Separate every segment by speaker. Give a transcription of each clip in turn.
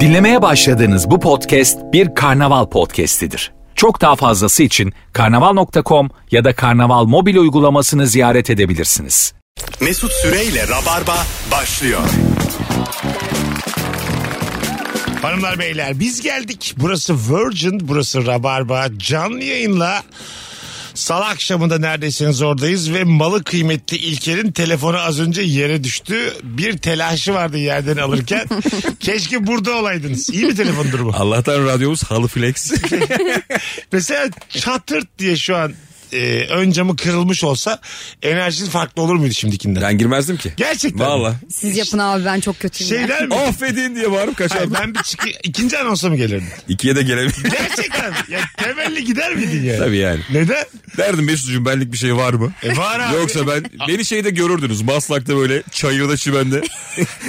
Speaker 1: Dinlemeye başladığınız bu podcast bir karnaval podcastidir. Çok daha fazlası için karnaval.com ya da karnaval mobil uygulamasını ziyaret edebilirsiniz.
Speaker 2: Mesut Süreyle Rabarba başlıyor.
Speaker 3: Hanımlar beyler biz geldik. Burası Virgin, burası Rabarba. Canlı yayınla Salı akşamında neredesiniz oradayız ve malı kıymetli İlker'in telefonu az önce yere düştü. Bir telaşı vardı yerden alırken. Keşke burada olaydınız. İyi bir telefon durumu.
Speaker 4: Allah'tan radyomuz halı flex.
Speaker 3: Mesela çatırt diye şu an e, ön camı kırılmış olsa enerjisi farklı olur muydu şimdikinden?
Speaker 4: ben girmezdim ki.
Speaker 3: Gerçekten.
Speaker 4: Valla.
Speaker 5: Siz yapın abi ben çok kötüyüm. ya.
Speaker 3: Şeyler mi?
Speaker 4: Affedin diye bağırıp
Speaker 3: Ay,
Speaker 4: kaçardım.
Speaker 3: ben bir çıkı... ikinci anonsa mı gelirdim?
Speaker 4: İkiye de gelebilirim.
Speaker 3: Gerçekten. ya temelli gider miydin yani?
Speaker 4: Tabii yani.
Speaker 3: Neden?
Speaker 4: Derdim Mesut'cum benlik bir şey var mı?
Speaker 3: E var abi.
Speaker 4: Yoksa ben beni şeyde görürdünüz. Maslak'ta böyle çayırda çimende.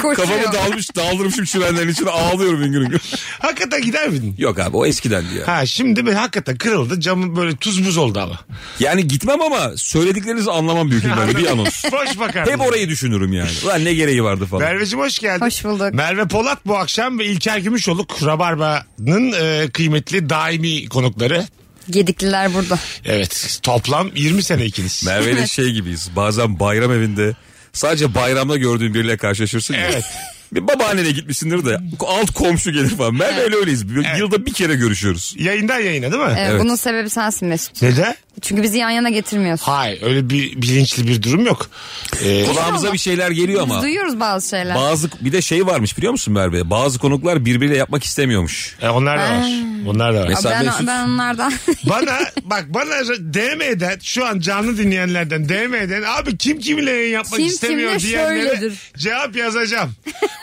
Speaker 5: Koşuyor.
Speaker 4: Kafamı dalmış daldırmışım çimenlerin içine ağlıyorum hüngür hüngür.
Speaker 3: Hakikaten gider miydin?
Speaker 4: Yok abi o eskiden diyor.
Speaker 3: Ha şimdi ben hakikaten kırıldı. Camı böyle tuz buz oldu ama.
Speaker 4: Yani gitmem ama söylediklerinizi anlamam büyük ihtimalle bir anons.
Speaker 3: Boş bakardın.
Speaker 4: Hep orayı düşünürüm yani. Ulan ne gereği vardı falan.
Speaker 3: Merveciğim hoş geldin.
Speaker 5: Hoş bulduk.
Speaker 3: Merve Polat bu akşam ve İlker Gümüşoluk Rabarba'nın e, kıymetli daimi konukları.
Speaker 5: Gedikliler burada.
Speaker 3: Evet toplam 20 sene ikiniz.
Speaker 4: Merve ile şey gibiyiz. Bazen bayram evinde sadece bayramda gördüğün biriyle karşılaşırsın. ya.
Speaker 3: Evet.
Speaker 4: Bir babaannene gitmişsindir de alt komşu gelir falan. Merve ile öyleyiz. Bir- Yılda bir kere görüşüyoruz.
Speaker 3: Yayından yayına değil mi?
Speaker 5: Ee,
Speaker 4: Evet.
Speaker 5: Bunun sebebi sensin Mesut.
Speaker 3: Neden?
Speaker 5: Çünkü bizi yan yana getirmiyorsun.
Speaker 3: Hayır öyle bir bilinçli bir durum yok. E,
Speaker 4: Kulağımıza bir şeyler geliyor
Speaker 5: Biz
Speaker 4: ama.
Speaker 5: duyuyoruz bazı şeyler.
Speaker 4: Bazı bir de şey varmış biliyor musun Merve? Bazı konuklar birbiriyle yapmak istemiyormuş.
Speaker 3: e, onlar da var. Onlar da var.
Speaker 4: Mesela-
Speaker 5: ben,
Speaker 4: Mesut-
Speaker 5: ben onlardan
Speaker 3: Bana bak bana DM'den şu an canlı dinleyenlerden DM'den abi kim kimle yayın yapmak
Speaker 5: Kim
Speaker 3: istemiyor
Speaker 5: kimle
Speaker 3: diyenlere
Speaker 5: şöyledir.
Speaker 3: cevap yazacağım.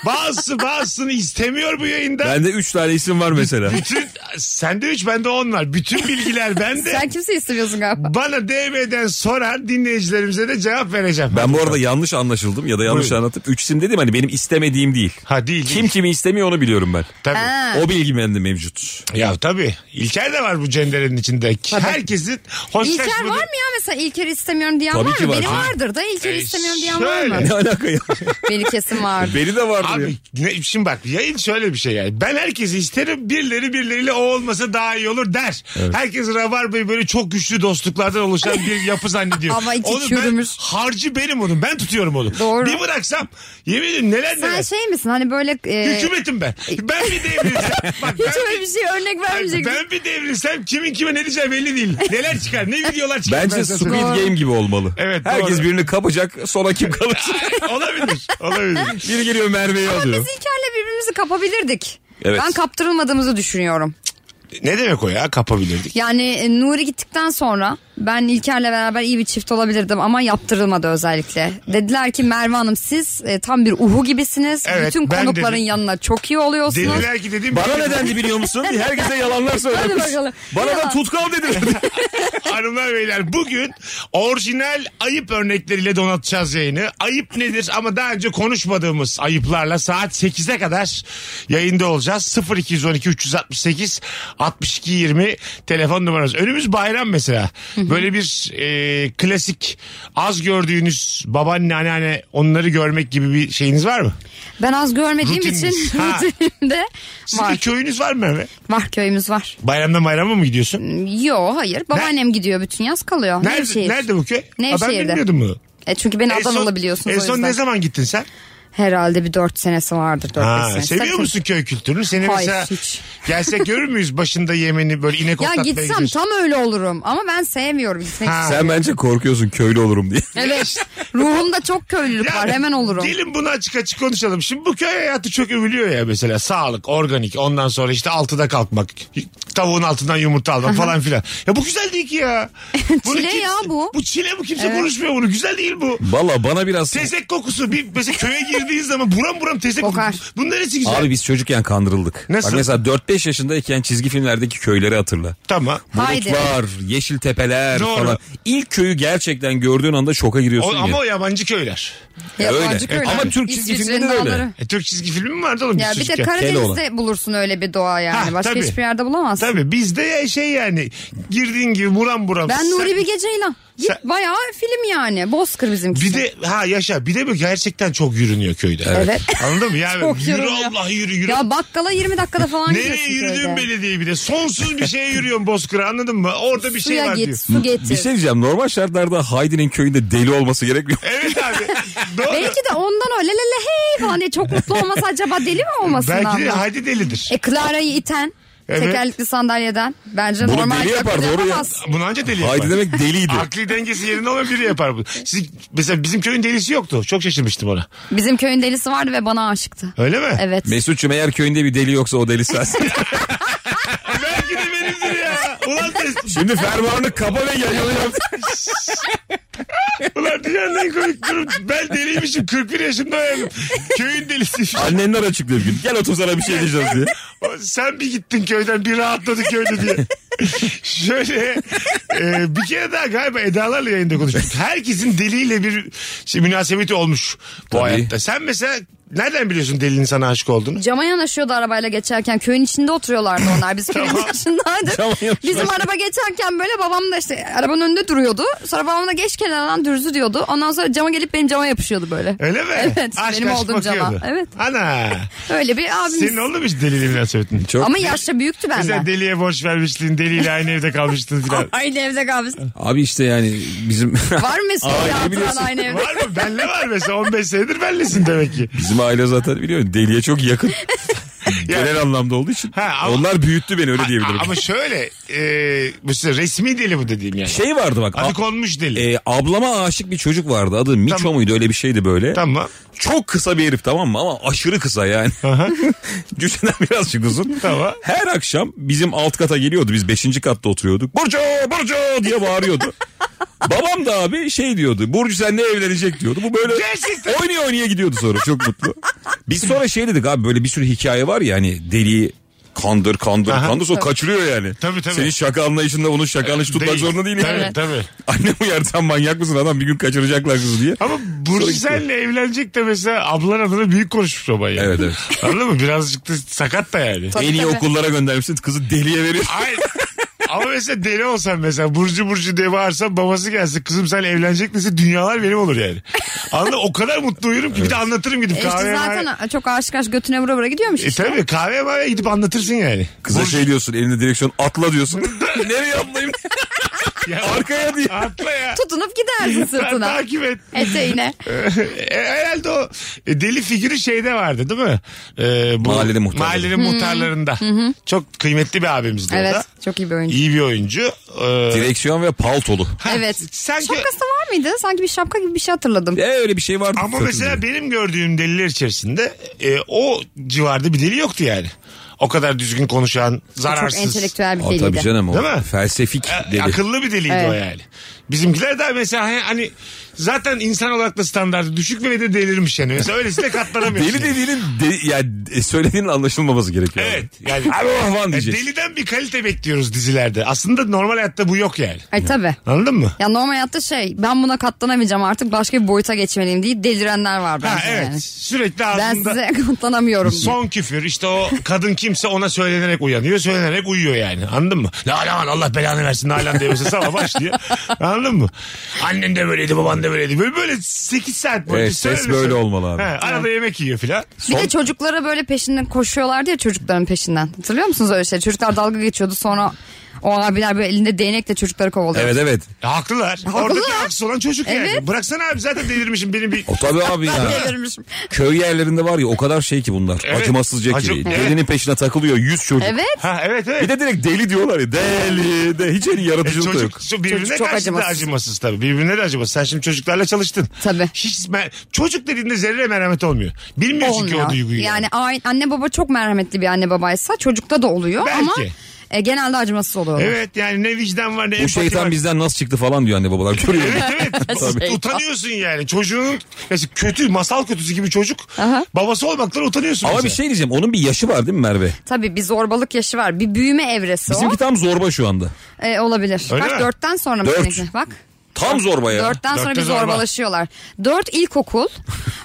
Speaker 3: Bazısı bazısını istemiyor bu yayında.
Speaker 4: Bende 3 tane isim var mesela.
Speaker 3: Bütün sende 3 bende 10 var. Bütün bilgiler bende.
Speaker 5: sen kimseyi istemiyorsun galiba.
Speaker 3: Bana DM'den soran dinleyicilerimize de cevap vereceğim.
Speaker 4: Ben bu arada yanlış anlaşıldım ya da yanlış
Speaker 3: Buyurun.
Speaker 4: anlatıp 3 isim dedim hani benim istemediğim değil.
Speaker 3: Ha değil.
Speaker 4: Kim
Speaker 3: değil.
Speaker 4: kimi istemiyor onu biliyorum ben.
Speaker 3: Tabii.
Speaker 5: Ha.
Speaker 4: O bilgi bende mevcut.
Speaker 3: Ya tabii. İlker de var bu cenderenin içinde. Herkesin hoş
Speaker 5: İlker var mı ya mesela İlker istemiyorum diyen
Speaker 4: Tabii
Speaker 5: var mı?
Speaker 4: ki var.
Speaker 5: Benim
Speaker 4: Ha.
Speaker 5: vardır da İlker
Speaker 3: E,
Speaker 5: istemiyorum diyen var mı?
Speaker 3: şöyle.
Speaker 4: Ne alaka ya?
Speaker 5: Beni kesin vardır.
Speaker 4: Beni de vardı ya.
Speaker 3: Abi ne, şimdi bak yayın şöyle bir şey yani. Ben herkesi isterim birileri birileriyle o olmasa daha iyi olur der. Herkes Rabarba'yı böyle çok güçlü dostluklardan oluşan bir yapı zannediyor.
Speaker 5: Ama iki
Speaker 3: onu ben,
Speaker 5: çürümüş.
Speaker 3: harcı benim onun ben tutuyorum onu.
Speaker 5: Doğru.
Speaker 3: Bir bıraksam yemin ederim neler
Speaker 5: sen
Speaker 3: neler.
Speaker 5: şey misin hani böyle... e,
Speaker 3: Hükümetim ben. Ben bir devrilsem. Bak
Speaker 5: hiç
Speaker 3: ben
Speaker 5: öyle bir şey örnek
Speaker 3: ben,
Speaker 5: vermeyeceksin.
Speaker 3: ben bir devrilsem kimin kime ne diyeceği belli değil. Neler çıkar ne videolar çıkar. ben
Speaker 4: Bence
Speaker 3: sana
Speaker 4: Squid
Speaker 5: Doğru.
Speaker 4: Game gibi olmalı.
Speaker 3: Evet,
Speaker 4: Herkes
Speaker 3: doğru.
Speaker 4: birini kapacak sonra kim kalırsa.
Speaker 3: söyleyeyim. olabilir. Olabilir.
Speaker 4: Biri geliyor Merve'yi alıyor.
Speaker 5: Biz İlker'le birbirimizi kapabilirdik.
Speaker 4: Evet.
Speaker 5: Ben kaptırılmadığımızı düşünüyorum.
Speaker 3: Ne demek o ya kapabilirdik.
Speaker 5: Yani e, Nuri gittikten sonra ben İlker'le beraber iyi bir çift olabilirdim ama yaptırılmadı özellikle. Dediler ki Merve Hanım siz e, tam bir uhu gibisiniz.
Speaker 3: Evet,
Speaker 5: Bütün
Speaker 3: ben
Speaker 5: konukların
Speaker 3: dedim.
Speaker 5: yanına çok iyi oluyorsunuz.
Speaker 3: Dediler ki dedim.
Speaker 4: Bana ne dendi biliyor musun? Herkese yalanlar söylemiş.
Speaker 5: bakalım.
Speaker 4: Bana da
Speaker 5: Yalan.
Speaker 4: tutkal dediler.
Speaker 3: Hanımlar beyler bugün orijinal ayıp örnekleriyle donatacağız yayını. Ayıp nedir ama daha önce konuşmadığımız ayıplarla saat 8'e kadar yayında olacağız. 0212 368 62 20 telefon numaranız. Önümüz bayram mesela. Böyle bir e, klasik az gördüğünüz babaanne anneanne onları görmek gibi bir şeyiniz var mı?
Speaker 5: Ben az görmediğim
Speaker 3: Rutininiz.
Speaker 5: için
Speaker 3: Ha.
Speaker 5: rutinimde
Speaker 3: Sizin bir
Speaker 5: var.
Speaker 3: köyünüz var mı Merve?
Speaker 5: Var köyümüz var.
Speaker 3: Bayramdan bayrama mı gidiyorsun?
Speaker 5: Yo hayır babaannem gidiyor bütün yaz kalıyor.
Speaker 3: Nerede,
Speaker 5: Nevşehir.
Speaker 3: nerede bu köy? Aa, Ben
Speaker 5: Nevşehir'de.
Speaker 3: bilmiyordum bunu.
Speaker 5: E çünkü beni
Speaker 3: En son-
Speaker 5: Adanalı biliyorsunuz
Speaker 3: En
Speaker 5: o
Speaker 3: son
Speaker 5: yüzden.
Speaker 3: ne zaman gittin sen?
Speaker 5: Herhalde bir dört senesi vardır. Dört beş
Speaker 3: Ha,
Speaker 5: senesi.
Speaker 3: seviyor
Speaker 5: Sakın-
Speaker 3: musun köy kültürünü? Seni
Speaker 5: Hayır,
Speaker 3: mesela
Speaker 5: hiç.
Speaker 3: gelsek görür müyüz başında yemeni böyle inek
Speaker 5: Ya
Speaker 3: otlatmaya
Speaker 5: gitsem
Speaker 3: gidiyorsun?
Speaker 5: tam öyle olurum ama ben sevmiyorum gitmek
Speaker 3: Ha.
Speaker 5: istemiyorum.
Speaker 4: Sen bence korkuyorsun köylü olurum diye.
Speaker 5: Evet. Ruhumda çok köylülük
Speaker 3: Ya,
Speaker 5: var. Hemen olurum.
Speaker 3: Gelin bunu açık açık konuşalım. Şimdi bu köy hayatı çok övülüyor ya mesela. Sağlık, organik, ondan sonra işte altıda kalkmak, tavuğun altından yumurta almak falan filan. Ya bu güzel değil ki ya. Bunu
Speaker 5: Çile ya bu.
Speaker 3: Bu çile bu kimse konuşmuyor bunu. Güzel değil bu.
Speaker 4: Valla bana biraz...
Speaker 3: Tezek kokusu. Bir, mesela köye girdiğin zaman buram buram tezek kokusu.
Speaker 5: Kokar.
Speaker 3: Bunun neresi güzel?
Speaker 4: Abi biz çocukken kandırıldık.
Speaker 3: Nasıl?
Speaker 4: Bak mesela 4-5 yaşındayken çizgi filmlerdeki köyleri hatırla.
Speaker 3: Tamam.
Speaker 5: Haydi.
Speaker 4: Bulutlar, yeşil tepeler
Speaker 3: Doğru.
Speaker 4: falan. İlk köyü gerçekten gördüğün anda şoka
Speaker 3: O-
Speaker 4: giriyorsun
Speaker 3: ama
Speaker 4: ya.
Speaker 3: o yabancı köyler.
Speaker 5: Ya,
Speaker 4: öyle.
Speaker 5: acık
Speaker 4: E, ama Türk çizgi
Speaker 5: İsviçre'nin
Speaker 4: filminde de öyle.
Speaker 5: dağları.
Speaker 3: E, Türk çizgi filmi mi vardı oğlum? biz
Speaker 5: Ya bir de
Speaker 3: çocukken?
Speaker 5: Karadeniz'de bulursun öyle bir doğa yani.
Speaker 3: Ha,
Speaker 5: Başka
Speaker 3: tabii.
Speaker 5: hiçbir yerde bulamazsın.
Speaker 3: Tabii bizde ya şey yani girdiğin gibi buram buram.
Speaker 5: Ben
Speaker 3: Sen-
Speaker 5: Nuri bir gece ilan. Git
Speaker 3: Sen-
Speaker 5: bayağı film yani. Bozkır bizimkisi.
Speaker 3: Bir de ha yaşa bir de bu gerçekten çok yürünüyor köyde.
Speaker 5: Evet.
Speaker 3: Anladın mı? Yani
Speaker 5: Çok
Speaker 3: yürü
Speaker 5: yürünüyor.
Speaker 3: Allah yürü yürü.
Speaker 5: Ya bakkala 20 dakikada falan
Speaker 3: Nereye
Speaker 5: gidiyorsun
Speaker 3: yürüdüğün
Speaker 5: köyde.
Speaker 3: belli değil bir de. Sonsuz bir şeye yürüyorsun Bozkır'a anladın mı? Orada bir şey
Speaker 5: Suya
Speaker 3: var
Speaker 5: git,
Speaker 3: diyor.
Speaker 5: su getir.
Speaker 4: Bir şey diyeceğim normal şartlarda Haydi'nin köyünde deli olması gerekmiyor.
Speaker 3: Evet abi. Doğru.
Speaker 5: Belki de ondan öyle lele hey falan diye çok mutlu olması acaba deli mi olmasından
Speaker 3: Belki de
Speaker 5: mı?
Speaker 3: hadi delidir.
Speaker 5: E Clara'yı iten
Speaker 3: Evet.
Speaker 5: tekerlekli sandalyeden bence
Speaker 4: Bunu
Speaker 5: normal
Speaker 4: deli yapar,
Speaker 5: yapar,
Speaker 4: doğru ya.
Speaker 5: yapamaz.
Speaker 3: Bunu anca deli yapar.
Speaker 4: Haydi demek deliydi.
Speaker 3: Akli dengesi yerinde olan biri yapar bu. Siz, mesela bizim köyün delisi yoktu. Çok şaşırmıştım ona.
Speaker 5: Bizim köyün delisi vardı ve bana aşıktı.
Speaker 3: Öyle mi?
Speaker 5: Evet.
Speaker 4: Mesut'cum eğer köyünde bir deli yoksa o deli sensin.
Speaker 3: Belki de benimdir ya. Ulan, des,
Speaker 4: Şimdi fermuarını kapa ve gel yola yap.
Speaker 3: ulan dünyanın en komik durum. Ben deliymişim. 41 yaşımda öğrendim. Köyün delisi.
Speaker 4: Annenler açıklıyor bir gün. Gel otur sana bir şey diyeceğiz diye.
Speaker 3: Sen bir gittin köyden bir rahatladık köyde diye. Şöyle e, bir kere daha galiba Eda'larla yayında konuştuk. Herkesin deliyle bir şey, münasebeti olmuş bu
Speaker 4: Tabii.
Speaker 3: hayatta. Sen mesela nereden biliyorsun delinin sana aşık olduğunu?
Speaker 5: Cama yanaşıyordu arabayla geçerken. Köyün içinde oturuyorlardı onlar. Biz köyün dışındaydık.
Speaker 4: Cama yanaşıyor.
Speaker 5: Bizim araba geçerken böyle babam da işte arabanın önünde duruyordu. Sonra babam da geç kenardan dürzü diyordu. Ondan sonra cama gelip benim cama yapışıyordu böyle.
Speaker 3: Öyle mi?
Speaker 5: Evet, benim olduğum
Speaker 3: bakıyordu.
Speaker 5: cama. Evet.
Speaker 3: Ana.
Speaker 5: Öyle bir abimiz.
Speaker 3: Senin oldu mu hiç deliyle münasebetin?
Speaker 4: Çok.
Speaker 5: Ama yaşça büyüktü
Speaker 3: Mesela
Speaker 5: benden.
Speaker 3: deliye borç vermiştin, deliyle aynı evde kalmıştın filan.
Speaker 5: Aynı evde kalmışsın.
Speaker 4: Abi işte yani bizim
Speaker 5: Var mı Mesut
Speaker 4: Aa,
Speaker 5: bir hatıran
Speaker 4: biliyorsun.
Speaker 5: aynı evde?
Speaker 3: Var mı? Benle var mesela 15 senedir benlesin demek ki.
Speaker 4: bizim aile zaten biliyorsun deliye çok yakın. Genel anlamda olduğu için.
Speaker 3: Ha, ama-
Speaker 4: Onlar büyüttü beni öyle diyebilirim.
Speaker 3: Ama şöyle e, bu size resmi deli bu dediğim yani.
Speaker 4: şey vardı bak.
Speaker 3: Adı
Speaker 4: a-
Speaker 3: konmuş deli.
Speaker 4: e, ablama aşık bir çocuk vardı. Adı Miço
Speaker 3: Tamam.
Speaker 4: muydu öyle bir şeydi böyle.
Speaker 3: Tamam.
Speaker 4: Çok kısa bir herif tamam mı ama aşırı kısa yani. Cüsseden birazcık uzun.
Speaker 3: Tamam.
Speaker 4: Her akşam bizim alt kata geliyordu. Biz beşinci katta oturuyorduk. Burcu Burcu diye bağırıyordu. Babam da abi şey diyordu. Burcu sen ne evlenecek diyordu. Bu böyle
Speaker 3: Gerçekten.
Speaker 4: oynaya oynaya gidiyordu sonra çok mutlu. Biz sonra şey dedik abi böyle bir sürü hikaye var ya hani deliği kandır kandır
Speaker 3: Aha.
Speaker 4: kandır sonra kaçırıyor yani.
Speaker 3: Tabii, tabii.
Speaker 4: Senin şaka anlayışında onun şaka anlayışı tutmak
Speaker 3: Değil.
Speaker 4: zorunda değil.
Speaker 3: Tabii
Speaker 4: yani.
Speaker 3: tabii.
Speaker 4: Annem uyardı sen manyak mısın adam bir gün kaçıracaklar kızı diye.
Speaker 3: Ama Burcu
Speaker 4: Sonra gitti.
Speaker 3: senle evlenecek de mesela ablan adına büyük konuşmuş baba yani.
Speaker 4: Evet, evet.
Speaker 3: Anladın mı? Birazcık da sakat da yani.
Speaker 4: en iyi
Speaker 5: E
Speaker 4: okullara göndermişsin kızı deliye veriyor.
Speaker 3: Hayır. Ama mesela deli olsam mesela Burcu Burcu diye bağırsam babası gelse kızım sen evlenecek misin dünyalar benim olur yani. Anladın mı? O kadar mutlu uyurum ki bir de anlatırım gidip
Speaker 5: E
Speaker 3: kahveye.
Speaker 5: işte
Speaker 3: mahveye.
Speaker 5: zaten çok aşık aşık götüne vura vura gidiyormuş
Speaker 3: E
Speaker 5: işte.
Speaker 3: tabii kahveye mahveye gidip anlatırsın yani.
Speaker 4: Kıza şey diyorsun elinde direksiyon atla diyorsun. Nereye atlayayım?
Speaker 3: Ya,
Speaker 4: Arkaya diye.
Speaker 3: Atla ya.
Speaker 5: Tutunup gidersin sırtına.
Speaker 3: Takip et.
Speaker 5: Eteğine.
Speaker 3: E, herhalde o e, deli figürü şeyde vardı değil mi? E, bu,
Speaker 4: Mahallenin muhtarları.
Speaker 3: mahallenin muhtarlarında. Çok kıymetli bir abimizdi o da.
Speaker 5: Evet çok iyi bir oyuncu.
Speaker 3: İyi bir oyuncu. E,
Speaker 4: Direksiyon ve paltolu.
Speaker 3: ha,
Speaker 5: Evet.
Speaker 3: Sanki,
Speaker 5: Şapkası var mıydı? Sanki bir şapka gibi bir şey hatırladım.
Speaker 4: E öyle bir şey vardı.
Speaker 3: ama mesela benim gördüğüm deliler içerisinde e, o civarda bir deli yoktu yani. O kadar düzgün konuşan,
Speaker 5: Çok
Speaker 3: zararsız.
Speaker 5: entelektüel bir
Speaker 4: Aa, tabii
Speaker 5: deliydi.
Speaker 4: canım o.
Speaker 3: Değil mi?
Speaker 4: Felsefik
Speaker 3: E,
Speaker 4: deli.
Speaker 3: Akıllı bir deliydi
Speaker 5: Evet.
Speaker 3: o yani. Bizimkiler de mesela hani- hani zaten insan olarak da standartı düşük ve de delirmiş yani. Mesela öylesine katlanamıyor.
Speaker 4: Deli dediğinin de, yani e, söylediğinin anlaşılmaması gerekiyor.
Speaker 3: Evet. Yani,
Speaker 4: Yani, Abi oh lan
Speaker 3: E,
Speaker 4: diyecek.
Speaker 3: deliden bir kalite bekliyoruz dizilerde. Aslında normal hayatta bu yok yani.
Speaker 5: Ay tabii.
Speaker 3: Anladın mı?
Speaker 5: Ya normal hayatta şey ben buna katlanamayacağım artık başka bir boyuta geçmeliyim diye delirenler
Speaker 3: Ha
Speaker 5: var bence
Speaker 3: evet.
Speaker 5: yani.
Speaker 3: Sürekli
Speaker 5: Ben
Speaker 3: ağzında
Speaker 5: size katlanamıyorum. diye.
Speaker 3: son küfür işte o kadın kimse ona söylenerek uyanıyor söylenerek uyuyor yani anladın mı? Nalan Allah belanı versin Nalan diye mesela sabah başlıyor anladın mı? Annen de böyleydi baban da böyleydi böyle, böyle 8 saat boyunca
Speaker 4: Evet, ses
Speaker 3: söyle-
Speaker 4: böyle
Speaker 3: söyle.
Speaker 4: olmalı abi.
Speaker 3: He, arada yemek yiyor filan.
Speaker 5: Bir de çocuklara böyle peşinden koşuyorlardı ya çocukların peşinden. Hatırlıyor musunuz öyle şey? Çocuklar dalga geçiyordu sonra o abiler böyle elinde değnekle çocukları kovalıyor.
Speaker 4: Evet evet.
Speaker 3: E, Haklılar. Orada bir haksız olan çocuk yani.
Speaker 5: Evet.
Speaker 3: Bıraksana abi zaten delirmişim benim bir
Speaker 4: O tabii abi ya.
Speaker 5: Delirmişim.
Speaker 4: Köy yerlerinde var ya o kadar şey ki bunlar.
Speaker 3: Evet.
Speaker 4: Acımasızca
Speaker 3: Acı-
Speaker 4: ki.
Speaker 3: Evet.
Speaker 4: Delinin peşine takılıyor yüz çocuk.
Speaker 5: Evet.
Speaker 3: Ha evet evet.
Speaker 4: Bir de direkt deli diyorlar ya. Deli de hiç en iyi
Speaker 3: E,
Speaker 4: yaratıcılık da yok.
Speaker 3: çocuk şu birbirine
Speaker 5: Çocuk çok
Speaker 3: karşı da
Speaker 5: acımasız.
Speaker 3: acımasız tabii. Birbirine de acımasız. Sen şimdi çocuklarla çalıştın.
Speaker 5: Tabii.
Speaker 3: Hiç mer- çocuk dediğinde zerre merhamet olmuyor. Bilmiyorsun ki o
Speaker 5: Olmuyor.
Speaker 3: duyguyu.
Speaker 5: Yani a- anne baba çok merhametli bir anne babaysa çocukta da oluyor
Speaker 3: Belki.
Speaker 5: ama e, genelde acımasız oluyorlar.
Speaker 3: Evet yani ne vicdan var ne
Speaker 4: Bu
Speaker 3: empati
Speaker 4: şeytan
Speaker 3: var.
Speaker 4: bizden nasıl çıktı falan diyor anne babalar. Görüyor.
Speaker 3: Evet evet.
Speaker 5: Tabii.
Speaker 3: Utanıyorsun yani. Çocuğun mesela kötü masal kötüsü gibi çocuk.
Speaker 5: Aha.
Speaker 3: Babası olmaktan utanıyorsun.
Speaker 4: Ama
Speaker 3: mesela.
Speaker 4: bir şey diyeceğim. Onun bir yaşı var değil mi Merve?
Speaker 5: Tabii bir zorbalık yaşı var. Bir büyüme evresi
Speaker 4: Bizimki
Speaker 5: o.
Speaker 4: tam zorba şu anda.
Speaker 5: E, olabilir.
Speaker 3: Öyle
Speaker 5: Kaç
Speaker 3: mi?
Speaker 5: dörtten sonra mı
Speaker 4: Dört.
Speaker 5: seninki? Bak.
Speaker 4: Tam zorba ya.
Speaker 5: Dörtten sonra
Speaker 3: Ee, Dörtte
Speaker 5: bir
Speaker 3: zorba.
Speaker 5: zorbalaşıyorlar. Dört ilkokul.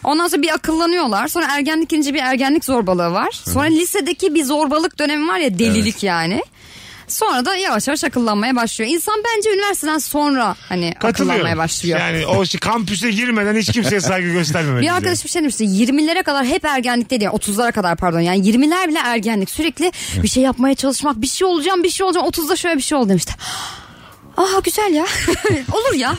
Speaker 5: Ondan sonra bir akıllanıyorlar. Sonra ergenlik ikinci bir ergenlik zorbalığı var. Sonra lisedeki bir zorbalık dönemi var ya delilik yani. Sonra da yavaş yavaş akıllanmaya başlıyor. İnsan bence üniversiteden sonra hani akıllanmaya başlıyor.
Speaker 3: Yani o şey, kampüse girmeden hiç kimseye saygı göstermemek.
Speaker 5: Bir arkadaşım şey demişti 20'lere kadar hep ergenlik dedi ya 30'lara kadar pardon yani 20'ler bile ergenlik sürekli bir şey yapmaya çalışmak bir şey olacağım bir şey olacağım 30'da şöyle bir şey oldu demişti. Aha güzel ya olur ya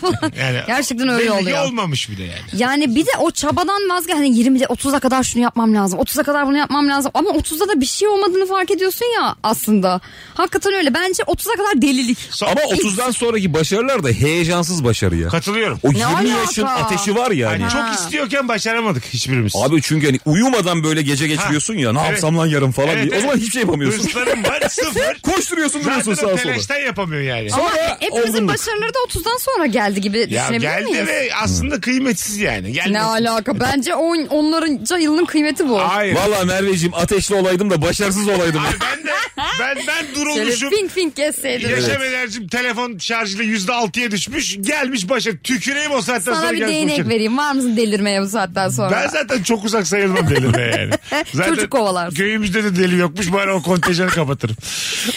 Speaker 5: gerçekten öyle oluyor.
Speaker 3: olmamış bir de yani.
Speaker 5: Yani bir de o çabadan vazgeç hani 20'de 30'a kadar şunu yapmam lazım 30'a kadar bunu yapmam lazım ama 30'da da bir şey olmadığını fark ediyorsun ya aslında. Hakikaten öyle bence 30'a kadar delilik.
Speaker 3: Son-
Speaker 4: Ama 30'dan sonraki başarılar da heyecansız başarı ya.
Speaker 3: Katılıyorum.
Speaker 4: O
Speaker 5: Ne
Speaker 4: 20
Speaker 5: alaka?
Speaker 4: yaşın ateşi var yani.
Speaker 3: Yani çok istiyorken başaramadık hiçbirimiz.
Speaker 4: Abi çünkü hani uyumadan böyle gece geçiriyorsun ya ne
Speaker 3: Evet.
Speaker 4: yapsam lan yarın falan
Speaker 3: Evet,
Speaker 4: diye. O
Speaker 3: evet.
Speaker 4: zaman hiçbir şey yapamıyorsun.
Speaker 3: Hırslarım var sıfır.
Speaker 4: Koşturuyorsun duruyorsun
Speaker 3: Zaten o
Speaker 4: sağa sola.
Speaker 3: telaştan yapamıyor yani.
Speaker 5: Ama
Speaker 4: Sonra
Speaker 5: hepimizin
Speaker 4: olgunluk.
Speaker 5: başarıları da 30'dan sonra geldi gibi
Speaker 3: Ya
Speaker 5: düşünebilir
Speaker 3: geldi
Speaker 5: miyiz?
Speaker 3: ve aslında kıymetsiz yani. Gelmesin.
Speaker 5: Ne alaka? Bence on, onların yılının kıymeti bu.
Speaker 3: Hayır.
Speaker 4: Valla Merveciğim ateşli olaydım da başarısız olaydım.
Speaker 3: Abi ben de ben ben
Speaker 5: Şöyle
Speaker 3: durulmuşum.
Speaker 5: fink fink gezseydin.
Speaker 3: Yaşam enerjim telefon şarjıyla yüzde altıya düşmüş. Gelmiş başa tüküreyim o saatten
Speaker 5: Sana
Speaker 3: sonra
Speaker 5: bir
Speaker 3: gelsin
Speaker 5: değnek
Speaker 3: başa.
Speaker 5: vereyim. Var mısın delirmeye bu saatten sonra?
Speaker 3: Ben zaten çok uzak sayılmam delirmeye yani. Zaten
Speaker 5: Çocuk kovalarsın.
Speaker 3: Köyümüzde de deli yokmuş bari o kontenjanı kapatırım.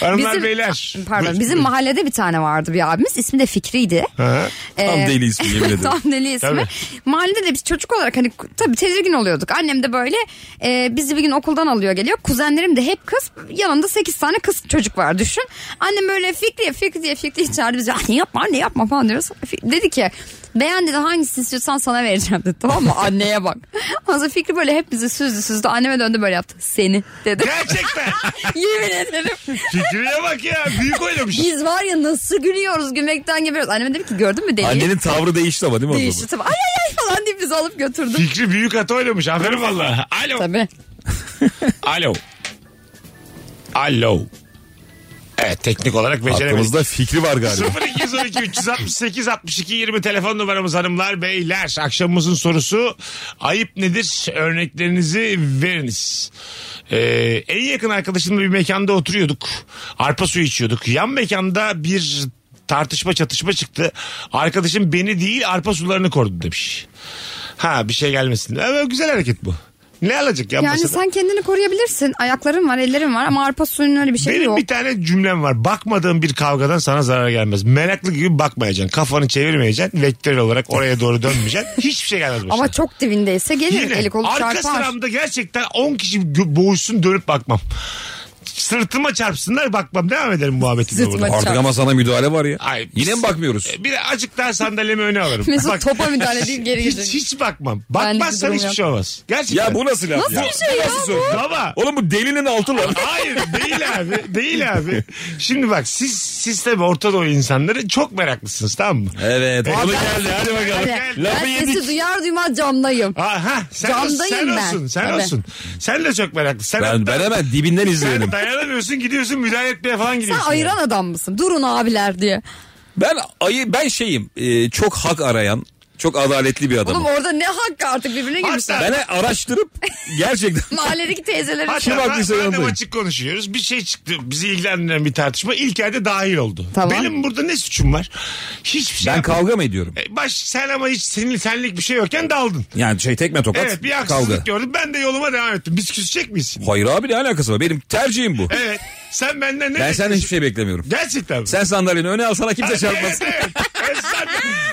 Speaker 3: Hanımlar beyler.
Speaker 5: Ah, Pardon
Speaker 3: Buyur-
Speaker 5: bizim mahallede bir tane vardı bir abimiz. İsmi de Fikri'ydi.
Speaker 3: Ha?
Speaker 4: Tam
Speaker 5: Ee,
Speaker 4: deli ismi yemin ederim.
Speaker 5: Tam deli ismi.
Speaker 3: Tabii.
Speaker 5: Mahallede de biz çocuk olarak hani tabii tedirgin oluyorduk. Annem de böyle e, bizi bir gün okuldan alıyor geliyor. Kuzenlerim de hep kız. Yanında 8 tane kız çocuk var düşün. Annem böyle Fikri Fikri diye Fikri çağırdı bizi. Anne yapma anne yapma falan diyoruz. Fi- Dedi ki beğen dedi hangisini istiyorsan sana vereceğim dedi. Tamam mı? Anneye bak. Ondan sonra Fikri böyle hep bizi süzdü süzdü. Anneme döndü böyle yaptı. Seni dedi.
Speaker 3: Gerçekten.
Speaker 5: Yemin ederim.
Speaker 3: Fikrine bak ya. Büyük oynamış.
Speaker 5: Biz var ya nasıl gülüyoruz gülmekten geberiyoruz. Annem dedi ki gördün mü deliyi?
Speaker 4: Annenin tavrı değişti ama değil mi? o zaman?
Speaker 5: Değişti tabii. Ay ay ay falan deyip bizi alıp götürdü.
Speaker 3: Fikri büyük hata oynamış. Aferin valla. Alo.
Speaker 5: Tabii.
Speaker 3: Alo. Alo. Evet teknik olarak beceremedik.
Speaker 4: Aklımızda fikri var galiba.
Speaker 3: 0212 368 62 20 telefon numaramız hanımlar beyler. Akşamımızın sorusu ayıp nedir? Örneklerinizi veriniz. Ee, en yakın arkadaşımla bir mekanda oturuyorduk. Arpa suyu içiyorduk. Yan mekanda bir tartışma çatışma çıktı. Arkadaşım beni değil arpa sularını korudu demiş. Ha bir şey gelmesin. Ama güzel hareket bu. Ne alacak ya?
Speaker 5: Yani
Speaker 3: masada?
Speaker 5: sen kendini koruyabilirsin. Ayakların var, ellerin var ama arpa suyunun öyle bir şey
Speaker 3: Benim
Speaker 5: yok.
Speaker 3: bir tane cümlem var. Bakmadığın bir kavgadan sana zarar gelmez. Meraklı gibi bakmayacaksın. Kafanı çevirmeyeceksin. Vektör olarak oraya doğru dönmeyeceksin. Hiçbir şey gelmez başına.
Speaker 5: Ama çok dibindeyse gelir
Speaker 3: Yine
Speaker 5: eli kolu
Speaker 3: arka
Speaker 5: çarpar.
Speaker 3: sıramda gerçekten 10 kişi gö- boğuşsun dönüp bakmam. Sırtıma çarpsınlar bakmam. Devam ederim muhabbetime
Speaker 5: Sırtıma
Speaker 3: burada.
Speaker 5: çarp-
Speaker 4: Artık ama sana müdahale var ya.
Speaker 3: Ay, e,
Speaker 4: Yine mi bakmıyoruz?
Speaker 3: Bir de azıcık daha sandalyemi öne alırım.
Speaker 5: Mesut
Speaker 3: Bak-
Speaker 5: topa müdahale değil geri
Speaker 3: hiç,
Speaker 5: gidecek.
Speaker 3: hiç bakmam.
Speaker 5: de bir
Speaker 3: Bakmazsan
Speaker 5: durum
Speaker 3: hiçbir
Speaker 5: yok.
Speaker 3: şey olmaz. Gerçekten.
Speaker 4: Ya bu nasıl laf
Speaker 5: Nasıl
Speaker 4: ya?
Speaker 5: bir şey ya
Speaker 4: nasıl
Speaker 5: bu?
Speaker 4: söz?
Speaker 3: Baba.
Speaker 4: Oğlum bu delinin altı lan.
Speaker 3: Hayır değil abi. Değil abi. Şimdi bak siz siz tabii Orta Doğu insanları çok meraklısınız tamam mı?
Speaker 4: Evet. Onu geldi hadi bakalım.
Speaker 5: Hani
Speaker 3: Gel,
Speaker 4: lafı
Speaker 5: ben sesi
Speaker 4: yedik.
Speaker 5: duyar duymaz camdayım.
Speaker 3: Aha, sen,
Speaker 5: Camdayım
Speaker 3: sen
Speaker 5: ben.
Speaker 3: olsun, sen
Speaker 5: Tabii.
Speaker 3: olsun. Sen de çok meraklısın. Sen
Speaker 4: Ben, ben
Speaker 3: hatta-
Speaker 4: hemen dibinden izleyelim.
Speaker 3: sen dayanamıyorsun gidiyorsun müdahale etmeye falan
Speaker 5: Sen
Speaker 3: gidiyorsun.
Speaker 5: ayıran adam mısın? Durun abiler diye.
Speaker 4: Ben ayı ben şeyim e, çok hak arayan çok adaletli bir adamım.
Speaker 5: Oğlum orada ne hakkı artık birbirine girmişler.
Speaker 4: Ben araştırıp gerçekten
Speaker 5: Mahalledeki teyzeleri
Speaker 3: Hatta
Speaker 4: Kim haklıysa
Speaker 3: ben-
Speaker 4: yanındayım.
Speaker 3: madem açık konuşuyoruz. Bir şey çıktı bizi ilgilendiren bir tartışma. İlk yerde dahil oldu.
Speaker 5: Tamam.
Speaker 3: Benim burada ne suçum var? Hiçbir şey
Speaker 4: ben
Speaker 3: yapmadım.
Speaker 4: kavga mı ediyorum?
Speaker 3: E, Baş sen ama hiç senin senlik bir şey yokken daldın.
Speaker 4: Yani şey tekme tokat
Speaker 3: Evet bir haksızlık
Speaker 4: kavga.
Speaker 3: gördüm. Ben de yoluma devam ettim. Biz küsecek miyiz?
Speaker 4: Hayır abi ne alakası var? Benim tercihim bu.
Speaker 3: Evet. Sen benden ne
Speaker 4: Ben senden
Speaker 3: bekliyorsun?
Speaker 4: hiçbir şey beklemiyorum.
Speaker 3: Gerçekten mi?
Speaker 4: Sen sandalyeni öne al sana kimse
Speaker 3: Evet,
Speaker 4: çarpmasın.
Speaker 3: evet. Ben sen-